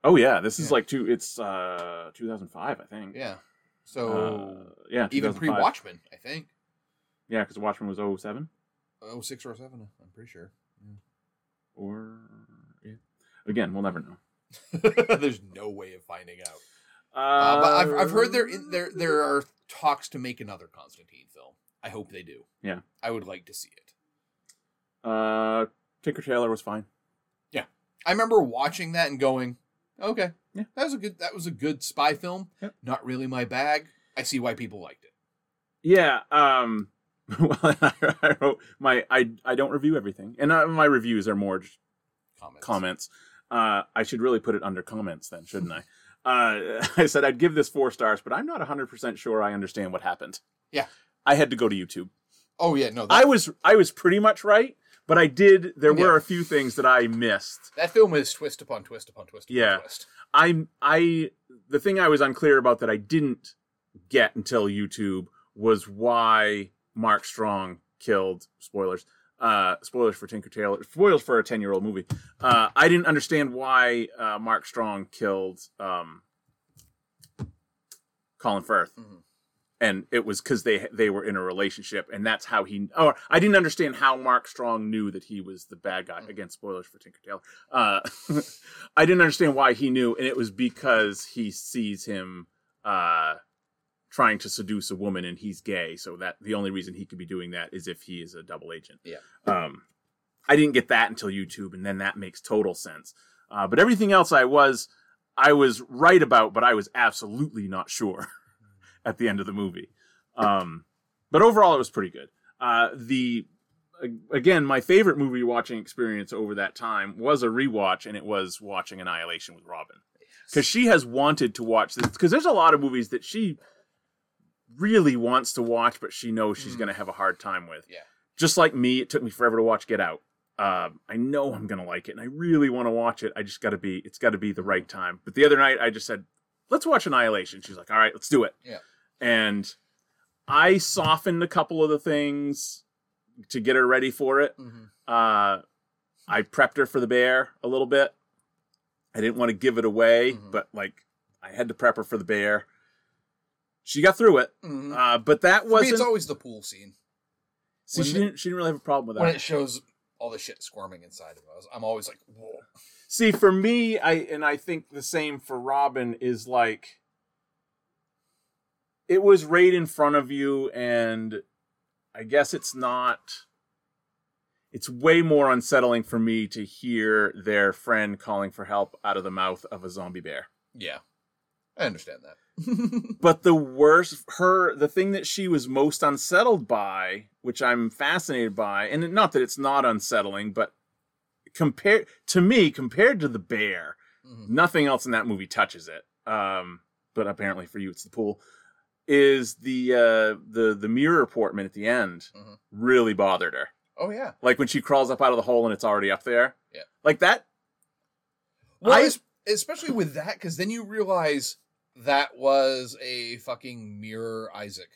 Speaker 5: Oh yeah, this is
Speaker 6: Yeah.
Speaker 5: like two. It's uh 2005, I think.
Speaker 6: Yeah.
Speaker 5: Uh,
Speaker 6: So
Speaker 5: yeah.
Speaker 6: even pre
Speaker 5: 2005.
Speaker 6: Watchmen, I think.
Speaker 5: Yeah, because Watchmen was 07
Speaker 6: Oh, six or seven, I'm pretty sure.
Speaker 5: or yeah. Again, we'll never know.
Speaker 6: There's no way of finding out. Uh, but I've, I've heard there in, there there are talks to make another Constantine film. I hope they do.
Speaker 5: Yeah.
Speaker 6: I would like to see it.
Speaker 5: Uh, Tinker Taylor was fine.
Speaker 6: I remember watching that and going, "Okay,
Speaker 5: Yeah.
Speaker 6: that was a good that was a good spy film.
Speaker 5: Yep.
Speaker 6: Not really my bag. I see why people liked it."
Speaker 5: Yeah. Um. Well, I, wrote my I I don't review everything, and uh, my reviews are more just
Speaker 6: Comments.
Speaker 5: comments. Uh, I should really put it under comments then, shouldn't I? Uh, I said I'd give this four stars, but I'm not 100% sure I understand what happened.
Speaker 6: Yeah.
Speaker 5: I had to go to YouTube.
Speaker 6: Oh yeah, no, that,
Speaker 5: I was I was pretty much right, but I did there were
Speaker 6: Yeah.
Speaker 5: a few things that I missed.
Speaker 6: that film is twist upon twist upon twist. Upon
Speaker 5: Yeah.
Speaker 6: Twist.
Speaker 5: I I the thing I was unclear about that I didn't get until YouTube was why Mark Strong killed spoilers. Uh, spoilers for Tinker Tailor. Spoilers for a ten-year-old movie. Uh, I didn't understand why uh, Mark Strong killed um, Colin Firth,
Speaker 6: Mhm.
Speaker 5: and it was because they they were in a relationship, and that's how he. Or I didn't understand how Mark Strong knew that he was the bad guy. Again, spoilers for Tinker Tailor. Uh, I didn't understand why he knew, and it was because he sees him uh, trying to seduce a woman, and he's gay. So that the only reason he could be doing that is if he is a double agent.
Speaker 6: Yeah.
Speaker 5: Um, I didn't get that until YouTube, and then that makes total sense. Uh, but everything else, I was, I was right about, but I was absolutely not sure at the end of the movie. Um, but overall, it was pretty good. Uh, the a- again, my favorite movie watching experience over that time was a rewatch, and it was watching Annihilation with Robin because she has wanted to watch this. Because there's a lot of movies that she really wants to watch, but she knows she's
Speaker 6: Mhm.
Speaker 5: going to have a hard time with.
Speaker 6: Yeah.
Speaker 5: Just like me, it took me forever to watch Get Out. Um, I know I'm going to like it, and I really want to watch it. I just got to be. It's got to be the right time. But the other night, I just said, "Let's watch Annihilation." She's like, "All right, let's do it."
Speaker 6: Yeah.
Speaker 5: And I softened a couple of the things to get her ready for it.
Speaker 6: Mhm.
Speaker 5: Uh, I prepped her for the bear a little bit. I didn't want to give it away,
Speaker 6: Mhm.
Speaker 5: but like I had to prep her for the bear. She got through it,
Speaker 6: Mhm.
Speaker 5: uh, but that
Speaker 6: For me,
Speaker 5: wasn't.
Speaker 6: it's always the pool scene
Speaker 5: see, she
Speaker 6: when-
Speaker 5: didn't. She didn't really have a problem with
Speaker 6: when
Speaker 5: that.
Speaker 6: it shows all the shit squirming inside of us. I'm always like, "Whoa."
Speaker 5: see, for me, I and I think the same for Robin is like. It was right in front of you, and I guess it's not. It's way more unsettling for me to hear their friend calling for help out of the mouth of a zombie bear.
Speaker 6: Yeah, I understand that.
Speaker 5: But the worst, her, the thing that she was most unsettled by, which I'm fascinated by, and not that it's not unsettling, but compared to me, compared to the bear,
Speaker 6: Mhm.
Speaker 5: nothing else in that movie touches it. Um, but apparently for you, it's the pool. Is the uh, the the mirror portman at the end
Speaker 6: Mhm.
Speaker 5: really bothered her?
Speaker 6: Oh yeah.
Speaker 5: Like when she crawls up out of the hole and it's already up there.
Speaker 6: Yeah.
Speaker 5: like that.
Speaker 6: Well,
Speaker 5: I-
Speaker 6: es- especially with that, because then you realize that was a fucking mirror Isaac.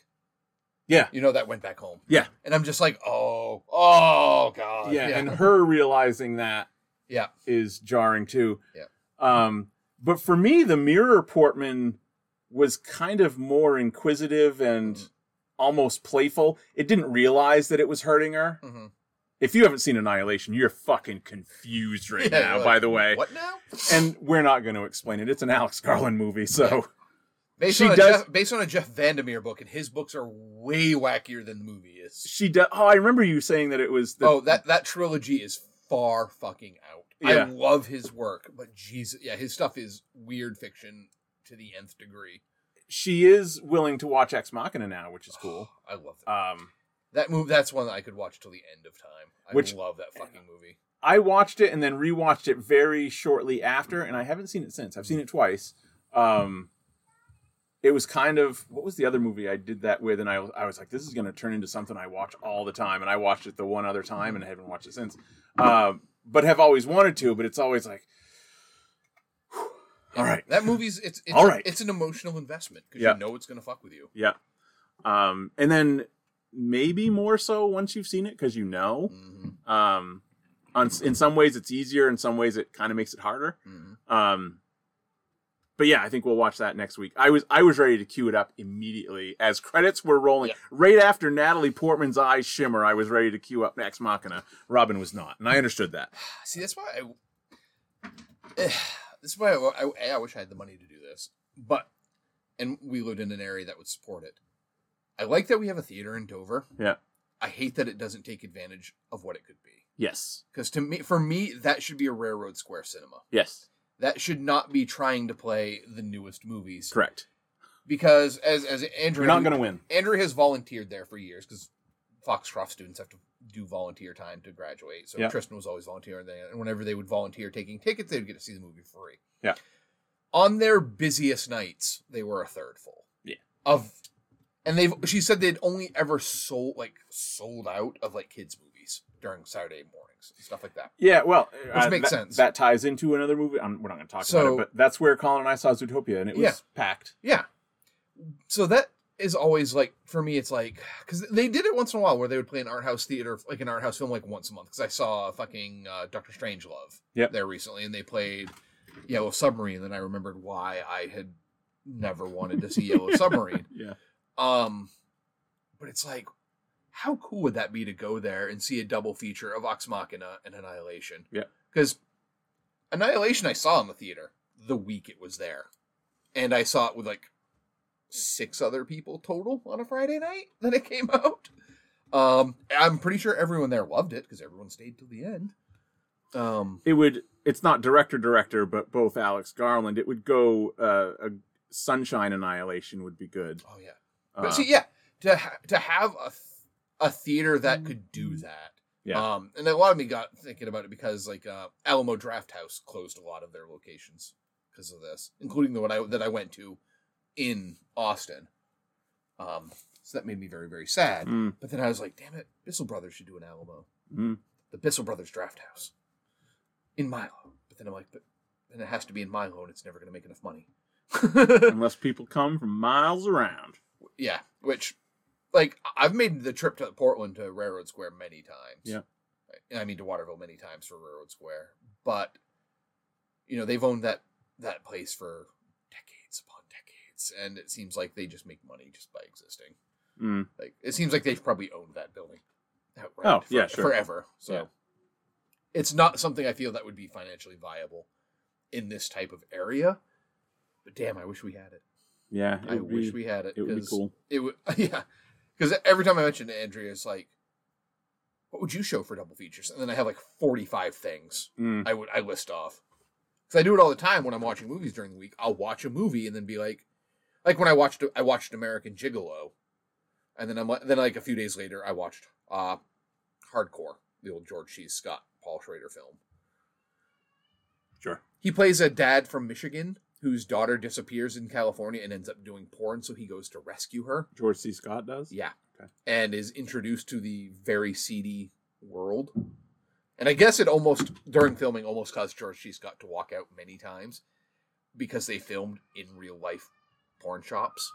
Speaker 5: Yeah.
Speaker 6: You know, that went back home.
Speaker 5: Yeah.
Speaker 6: And I'm just like, oh, oh, God.
Speaker 5: yeah, and her realizing that
Speaker 6: Yeah.
Speaker 5: is jarring too.
Speaker 6: Yeah.
Speaker 5: Um, but for me, the mirror Portman was kind of more inquisitive and
Speaker 6: Mhm.
Speaker 5: almost playful. It didn't realize that it was hurting her.
Speaker 6: Mhm.
Speaker 5: If you haven't seen Annihilation, you're fucking confused right
Speaker 6: Yeah,
Speaker 5: now.
Speaker 6: like,
Speaker 5: by the way,
Speaker 6: What now?
Speaker 5: and we're not going to explain it. It's an Alex Garland movie, so
Speaker 6: Based,
Speaker 5: She
Speaker 6: on a
Speaker 5: does-
Speaker 6: Jeff, based on a Jeff Vandermeer book, and his books are way wackier than the movie is.
Speaker 5: she. does. oh, I remember you saying that it was. The,
Speaker 6: oh, that, that trilogy is far fucking out.
Speaker 5: Yeah.
Speaker 6: I love his work, but Jesus, yeah, his stuff is weird fiction to the nth degree.
Speaker 5: she is willing to watch Ex Machina now, which is cool.
Speaker 6: I love that.
Speaker 5: Um,
Speaker 6: That move that's one that I could watch till the end of time. I
Speaker 5: Which-
Speaker 6: love that fucking movie.
Speaker 5: I watched it and then rewatched it very shortly after, and I haven't seen it since. I've seen it twice. Um, it was kind of what was the other movie I did that with, and I was I was like, this is going to turn into something I watch all the time, and I watched it the one other time, and I haven't watched it since. Um, but have always wanted to, but it's always like, all right,
Speaker 6: That movie's it's it's
Speaker 5: All right.
Speaker 6: it's an emotional investment because
Speaker 5: Yeah.
Speaker 6: you know it's gonna fuck with you.
Speaker 5: yeah. Um, and then maybe more so once you've seen it because you know.
Speaker 6: Mhm.
Speaker 5: Um, on, in some ways it's easier in some ways it kind of makes it harder um but yeah i think we'll watch that next week i was i was ready to cue it up immediately as credits were rolling
Speaker 6: Yeah.
Speaker 5: right after natalie portman's eyes shimmer i was ready to cue up next machina robin was not and i understood that
Speaker 6: See, that's why I. This is why I, I, I wish I had the money to do this, but and we lived in an area that would support it. I like that we have a theater in Dover.
Speaker 5: Yeah.
Speaker 6: I hate that it doesn't take advantage of what it could be.
Speaker 5: yes
Speaker 6: Because to me, for me, that should be a railroad square cinema.
Speaker 5: yes
Speaker 6: That should not be trying to play the newest movies.
Speaker 5: correct
Speaker 6: Because as as Andrew,
Speaker 5: you're not going to win
Speaker 6: Andrew has volunteered there for years because Foxcroft students have to do volunteer time to graduate. So
Speaker 5: Yeah.
Speaker 6: Tristan was always volunteering there, and whenever they would volunteer taking tickets, they would get to see the movie for free.
Speaker 5: Yeah.
Speaker 6: On their busiest nights, they were a third full.
Speaker 5: Yeah.
Speaker 6: Of, and they've she said they'd only ever sold like sold out of like kids movies during Saturday mornings and stuff like that.
Speaker 5: yeah well uh,
Speaker 6: makes
Speaker 5: that-
Speaker 6: sense.
Speaker 5: that ties into another movie i we're not going to talk about
Speaker 6: So-
Speaker 5: it but that's where colin and i saw zootopia and it was
Speaker 6: Yeah.
Speaker 5: packed
Speaker 6: Yeah. So that is always like for me, it's like because they did it once in a while where they would play an art house theater, like an art house film, like once a month. Because I saw fucking uh, Doctor Strange Love
Speaker 5: Yep.
Speaker 6: there recently, and they played Yellow Submarine. And I remembered why I had never wanted to see Yellow Submarine.
Speaker 5: yeah
Speaker 6: Um, but it's like, how cool would that be to go there and see a double feature of Ox Machina and Annihilation?
Speaker 5: Yeah.
Speaker 6: Because Annihilation I saw in the theater the week it was there. And I saw it with like six other people total on a Friday night that it came out. Um, I'm pretty sure everyone there loved it because everyone stayed till the end. Um,
Speaker 5: it would it's not director director but both alex garland it would go uh, a sunshine annihilation would be good
Speaker 6: oh yeah.
Speaker 5: Uh,
Speaker 6: But see, yeah, to ha- to have a th- a theater that could do that.
Speaker 5: Mm-hmm. Yeah.
Speaker 6: Um, and a lot of me got thinking about it because like uh, Alamo Draft House closed a lot of their locations because of this, including the one I that I went to in Austin. Um, so that made me very very sad.
Speaker 5: Mm.
Speaker 6: But then I was like, damn it, Bissell Brothers should do an Alamo,
Speaker 5: mm,
Speaker 6: the Bissell Brothers Draft House in Milo. But then I'm like, but then it has to be in Milo, and it's never going to make enough money.
Speaker 5: unless people come from miles around
Speaker 6: Yeah, which like I- I've made the trip to Portland to Railroad Square many times.
Speaker 5: Yeah.
Speaker 6: I- I mean to Waterville many times for Railroad Square, but you know they've owned that that place for decades upon decades, and it seems like they just make money just by existing.
Speaker 5: Mm.
Speaker 6: Like it seems like they've probably owned that building outright
Speaker 5: Oh,
Speaker 6: for-
Speaker 5: yeah, sure.
Speaker 6: forever. So
Speaker 5: Yeah.
Speaker 6: it's not something I feel that would be financially viable in this type of area. But damn, I wish we had it.
Speaker 5: yeah it
Speaker 6: I
Speaker 5: would be-
Speaker 6: wish we had it.
Speaker 5: it would be
Speaker 6: 'cause
Speaker 5: cool
Speaker 6: it would yeah because every time i mention to andrea it's like what would you show for double features and then i have like 45 things
Speaker 5: Mm.
Speaker 6: i would i list off because i do it all the time when i'm watching movies during the week i'll watch a movie and then be like like when i watched i watched american gigolo and then i'm like then like a few days later i watched uh hardcore the old george c scott paul schrader film
Speaker 5: sure
Speaker 6: he plays a dad from michigan whose daughter disappears in california and ends up doing porn so he goes to rescue her
Speaker 5: george c scott does
Speaker 6: yeah.
Speaker 5: Okay.
Speaker 6: And is introduced to the very seedy world. And I guess it almost, during filming, almost caused George C. Scott to walk out many times because they filmed in real life porn shops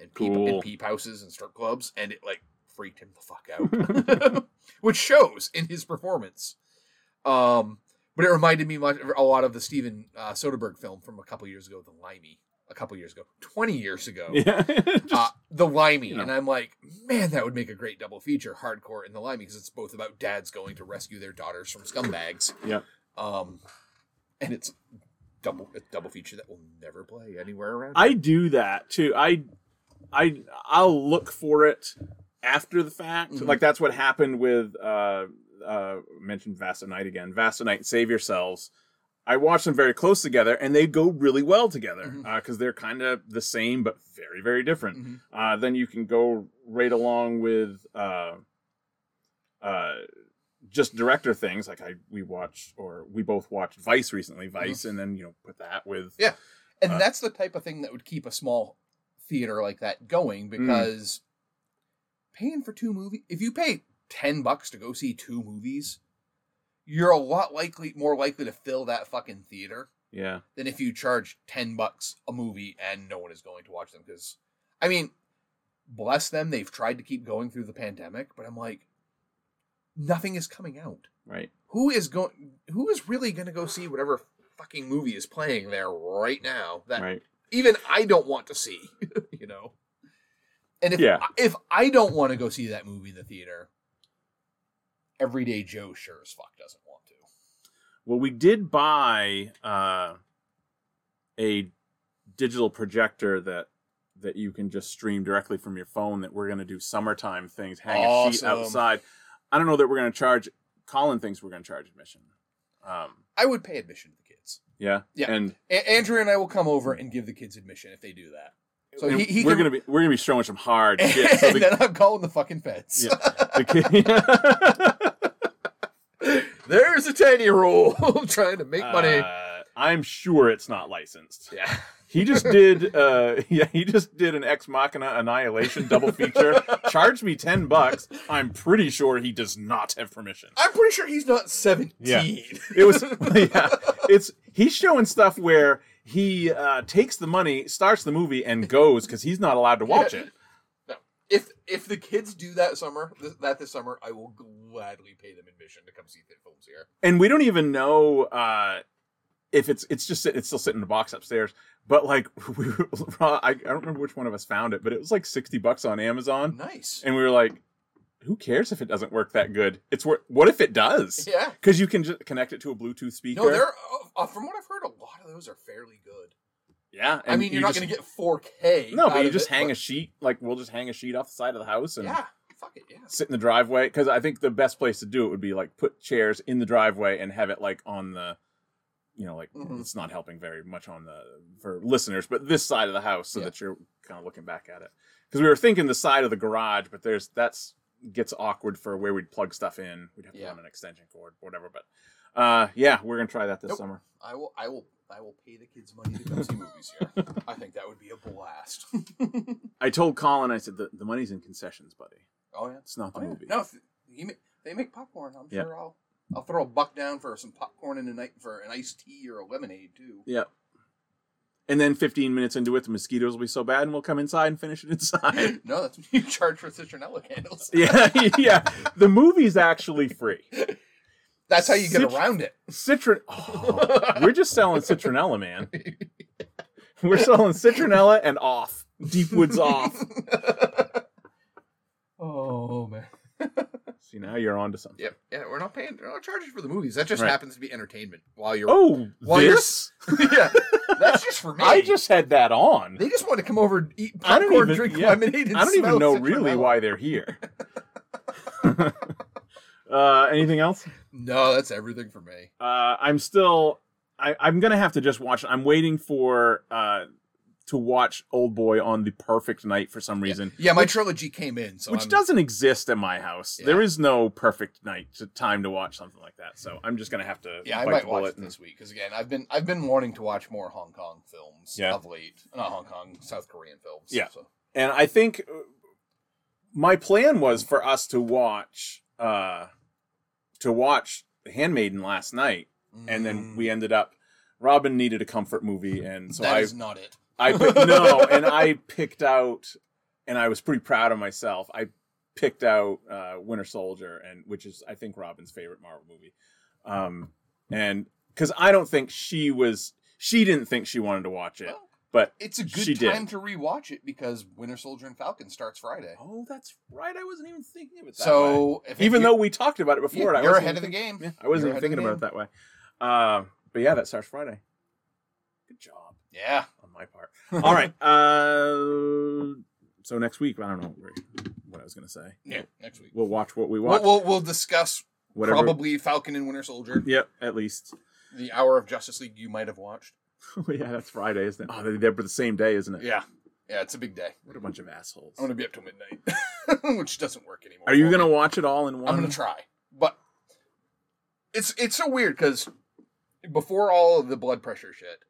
Speaker 6: and peep,
Speaker 5: Cool.
Speaker 6: and peep houses and strip clubs. And it like freaked him the fuck out, which shows in his performance. Um, but it reminded me much, a lot of the Steven uh, Soderbergh film from a couple years ago, The Limey. A couple years ago, twenty years ago,
Speaker 5: yeah
Speaker 6: uh, the limey
Speaker 5: you know.
Speaker 6: and i'm like man that would make a great double feature hardcore and the limey because it's both about dads going to rescue their daughters from scumbags
Speaker 5: Yep.
Speaker 6: um and it's double a double feature that will never play anywhere around
Speaker 5: I do that too. I I I'll look for it after the fact.
Speaker 6: Mhm.
Speaker 5: Like that's what happened with uh uh mentioned Vasanite again. Vasanite and Save Yourselves. I watched them very close together and they go really well together because
Speaker 6: Mhm.
Speaker 5: they're kind of the same but very very different.
Speaker 6: Mhm.
Speaker 5: Uh, then you can go right along with uh, uh, just director things like I we watched or we both watched Vice recently, Vice, and then you know put that with
Speaker 6: Yeah. and
Speaker 5: uh,
Speaker 6: that's the type of thing that would keep a small theater like that
Speaker 5: Hmm.
Speaker 6: going because paying for two movies if you pay 10 bucks to go see two movies you're a lot likely more likely to fill that fucking theater
Speaker 5: yeah
Speaker 6: than if you charge 10 bucks a movie and no one is going to watch them because i mean bless them they've tried to keep going through the pandemic but i'm like nothing is coming out
Speaker 5: right.
Speaker 6: who is going? Who is really going to go see whatever fucking movie is playing there right now? That
Speaker 5: right?
Speaker 6: even I don't want to see. you know, and if
Speaker 5: Yeah.
Speaker 6: if I don't want to go see that movie in the theater, everyday Joe sure as fuck doesn't want to.
Speaker 5: Well, we did buy uh, a digital projector that that you can just stream directly from your phone. That we're going to do summertime things, hang a sheet
Speaker 6: Awesome.
Speaker 5: outside. I don't know that we're going to charge. Colin thinks we're going to charge admission. Um,
Speaker 6: I would pay admission to the kids.
Speaker 5: yeah,
Speaker 6: Yeah.
Speaker 5: and
Speaker 6: A- Andrew and I will come over and give the kids admission if they do that. So
Speaker 5: and
Speaker 6: he, he
Speaker 5: we're
Speaker 6: can,
Speaker 5: going to be we're going to be showing some hard
Speaker 6: and
Speaker 5: shit. So the,
Speaker 6: then I'm calling the fucking feds.
Speaker 5: yeah, the kid-
Speaker 6: There's a ten year old trying to make money.
Speaker 5: Uh, I'm sure it's not licensed.
Speaker 6: Yeah.
Speaker 5: He just did uh yeah, he just did an ex machina annihilation double feature. Charged me ten bucks. I'm pretty sure he does not have permission.
Speaker 6: I'm pretty sure he's not 17.
Speaker 5: It was yeah. It's he's showing stuff where he uh takes the money, starts the movie, and goes because he's not allowed to watch it.
Speaker 6: No. If if the kids do that summer, th- that this summer, I will gladly pay them admission to come see the films here.
Speaker 5: And we don't even know uh if it's it's just it's still sitting in a box upstairs. But like we were, I, I don't remember which one of us found it, but it was like sixty bucks on Amazon.
Speaker 6: Nice.
Speaker 5: and we were like who cares if it doesn't work that good it's wor- what if it does
Speaker 6: Yeah.
Speaker 5: because you can just connect it to a bluetooth speaker
Speaker 6: No, they're uh, uh, from what I've heard, a lot of those are fairly good.
Speaker 5: yeah
Speaker 6: I mean, you're not going to get 4K.
Speaker 5: no but
Speaker 6: out
Speaker 5: you
Speaker 6: of
Speaker 5: just
Speaker 6: it,
Speaker 5: hang
Speaker 6: but-
Speaker 5: a sheet like we'll just hang a sheet off the side of the house and
Speaker 6: Yeah. Fuck it. Yeah.
Speaker 5: sit in the driveway because i think the best place to do it would be like put chairs in the driveway and have it like on the you know like
Speaker 6: Mhm.
Speaker 5: it's not helping very much on the for listeners but this side of the house so
Speaker 6: Yeah.
Speaker 5: that you're kind of looking back at it because we were thinking the side of the garage but there's that's gets awkward for where we'd plug stuff in we'd have to
Speaker 6: Yeah.
Speaker 5: run an extension cord whatever but uh yeah we're gonna try that this
Speaker 6: Nope.
Speaker 5: summer
Speaker 6: I will. I will. I will pay the kids money to come see movies here. I think that would be a blast.
Speaker 5: i told colin i said the, the money's in concessions buddy
Speaker 6: oh yeah.
Speaker 5: it's not the
Speaker 6: Oh, yeah.
Speaker 5: movie
Speaker 6: No, if you make, they make popcorn. I'm
Speaker 5: Yeah.
Speaker 6: sure I'll I'll throw a buck down for some popcorn and a night for an iced tea or a lemonade too.
Speaker 5: yeah and then 15 minutes into it the mosquitoes will be so bad and we'll come inside and finish it inside
Speaker 6: No, that's what you charge for citronella candles.
Speaker 5: Yeah, yeah. The movie's actually free.
Speaker 6: That's how you get
Speaker 5: Citr-
Speaker 6: around it.
Speaker 5: Citron. Oh, we're just selling citronella, man. We're selling citronella and off. Deep Woods off.
Speaker 6: Oh man.
Speaker 5: See, now you're on to something.
Speaker 6: Yep. Yeah, we're not paying. We're not charging for the movies. That just
Speaker 5: Right.
Speaker 6: happens to be entertainment while you're.
Speaker 5: Oh,
Speaker 6: Well, you're-
Speaker 5: this?
Speaker 6: yeah. That's just for me.
Speaker 5: I just had that on.
Speaker 6: They just want to come over, and eat
Speaker 5: I don't
Speaker 6: popcorn,
Speaker 5: even-
Speaker 6: drink
Speaker 5: yeah.
Speaker 6: lemonade, and
Speaker 5: I don't even
Speaker 6: smell
Speaker 5: know really
Speaker 6: citronella.
Speaker 5: why they're here. uh, anything else?
Speaker 6: No, that's everything for me.
Speaker 5: uh, I'm still I, I'm gonna have to just watch. I'm waiting for uh, to watch Old Boy on the perfect night for some reason,
Speaker 6: Yeah, my trilogy came in, so
Speaker 5: which
Speaker 6: I'm-
Speaker 5: doesn't exist at my house.
Speaker 6: Yeah.
Speaker 5: There is no perfect night to, time to watch something like that. So I'm just gonna have to
Speaker 6: Yeah, I
Speaker 5: bite
Speaker 6: might
Speaker 5: the
Speaker 6: watch
Speaker 5: bullet
Speaker 6: it this week because again, I've been I've been wanting to watch more Hong Kong films
Speaker 5: Yeah.
Speaker 6: of late. Not Hong Kong, South Korean films.
Speaker 5: Yeah.
Speaker 6: So.
Speaker 5: and I think uh, my plan was for us to watch uh to watch Handmaiden last night, and then
Speaker 6: Mm.
Speaker 5: we ended up. Robin needed a comfort movie, and so
Speaker 6: That
Speaker 5: I
Speaker 6: is not it.
Speaker 5: I pick, no, and I picked out, and I was pretty proud of myself. I picked out uh, Winter Soldier, and which is I think Robin's favorite Marvel movie, um, and because I don't think she was, she didn't think she wanted to watch it,
Speaker 6: Well,
Speaker 5: but
Speaker 6: it's a good
Speaker 5: She did.
Speaker 6: time to rewatch it because Winter Soldier and Falcon starts Friday.
Speaker 5: oh, that's right, I wasn't even thinking of it. That way.
Speaker 6: so if
Speaker 5: even
Speaker 6: you-
Speaker 5: though we talked about it before, I
Speaker 6: you're
Speaker 5: wasn't
Speaker 6: ahead of
Speaker 5: even
Speaker 6: the game,
Speaker 5: thinking- yeah, I wasn't
Speaker 6: You're
Speaker 5: even
Speaker 6: ahead
Speaker 5: thinking
Speaker 6: of
Speaker 5: about
Speaker 6: the
Speaker 5: it that way. Uh, but yeah, that starts Friday. Good job
Speaker 6: yeah,
Speaker 5: on my part. All right. Uh, so next week, I don't know what I was going to say.
Speaker 6: yeah, next week
Speaker 5: We'll watch what we
Speaker 6: we'll,
Speaker 5: watch.
Speaker 6: we'll we'll discuss
Speaker 5: whatever.
Speaker 6: probably Falcon and Winter Soldier,
Speaker 5: Yep. At least.
Speaker 6: the Hour of Justice League you might have watched.
Speaker 5: yeah, that's Friday, isn't it? Oh, they- they're the same day, isn't it?
Speaker 6: Yeah, yeah, it's a big day.
Speaker 5: What a bunch of assholes.
Speaker 6: I'm gonna be up till midnight, which doesn't work anymore.
Speaker 5: Are you
Speaker 6: for
Speaker 5: going to
Speaker 6: me.
Speaker 5: watch it all in one?
Speaker 6: I'm gonna try, but it's it's so weird because before all of the blood pressure shit,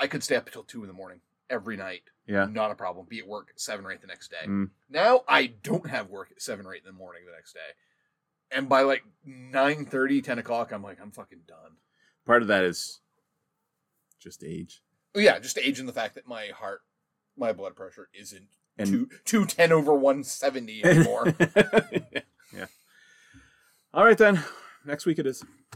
Speaker 6: I could stay up until two in the morning every night,
Speaker 5: Yeah.
Speaker 6: not a problem. Be at work at seven or eight the next day.
Speaker 5: Mm.
Speaker 6: Now I don't have work at seven or eight in the morning the next day, and by like 9, 10 o'clock, I'm like I'm fucking done.
Speaker 5: Part of that is just age.
Speaker 6: Well, yeah, just age and the fact that my heart, my blood pressure isn't
Speaker 5: And-
Speaker 6: two two ten over one seventy anymore.
Speaker 5: yeah. All right, then. Next week it is.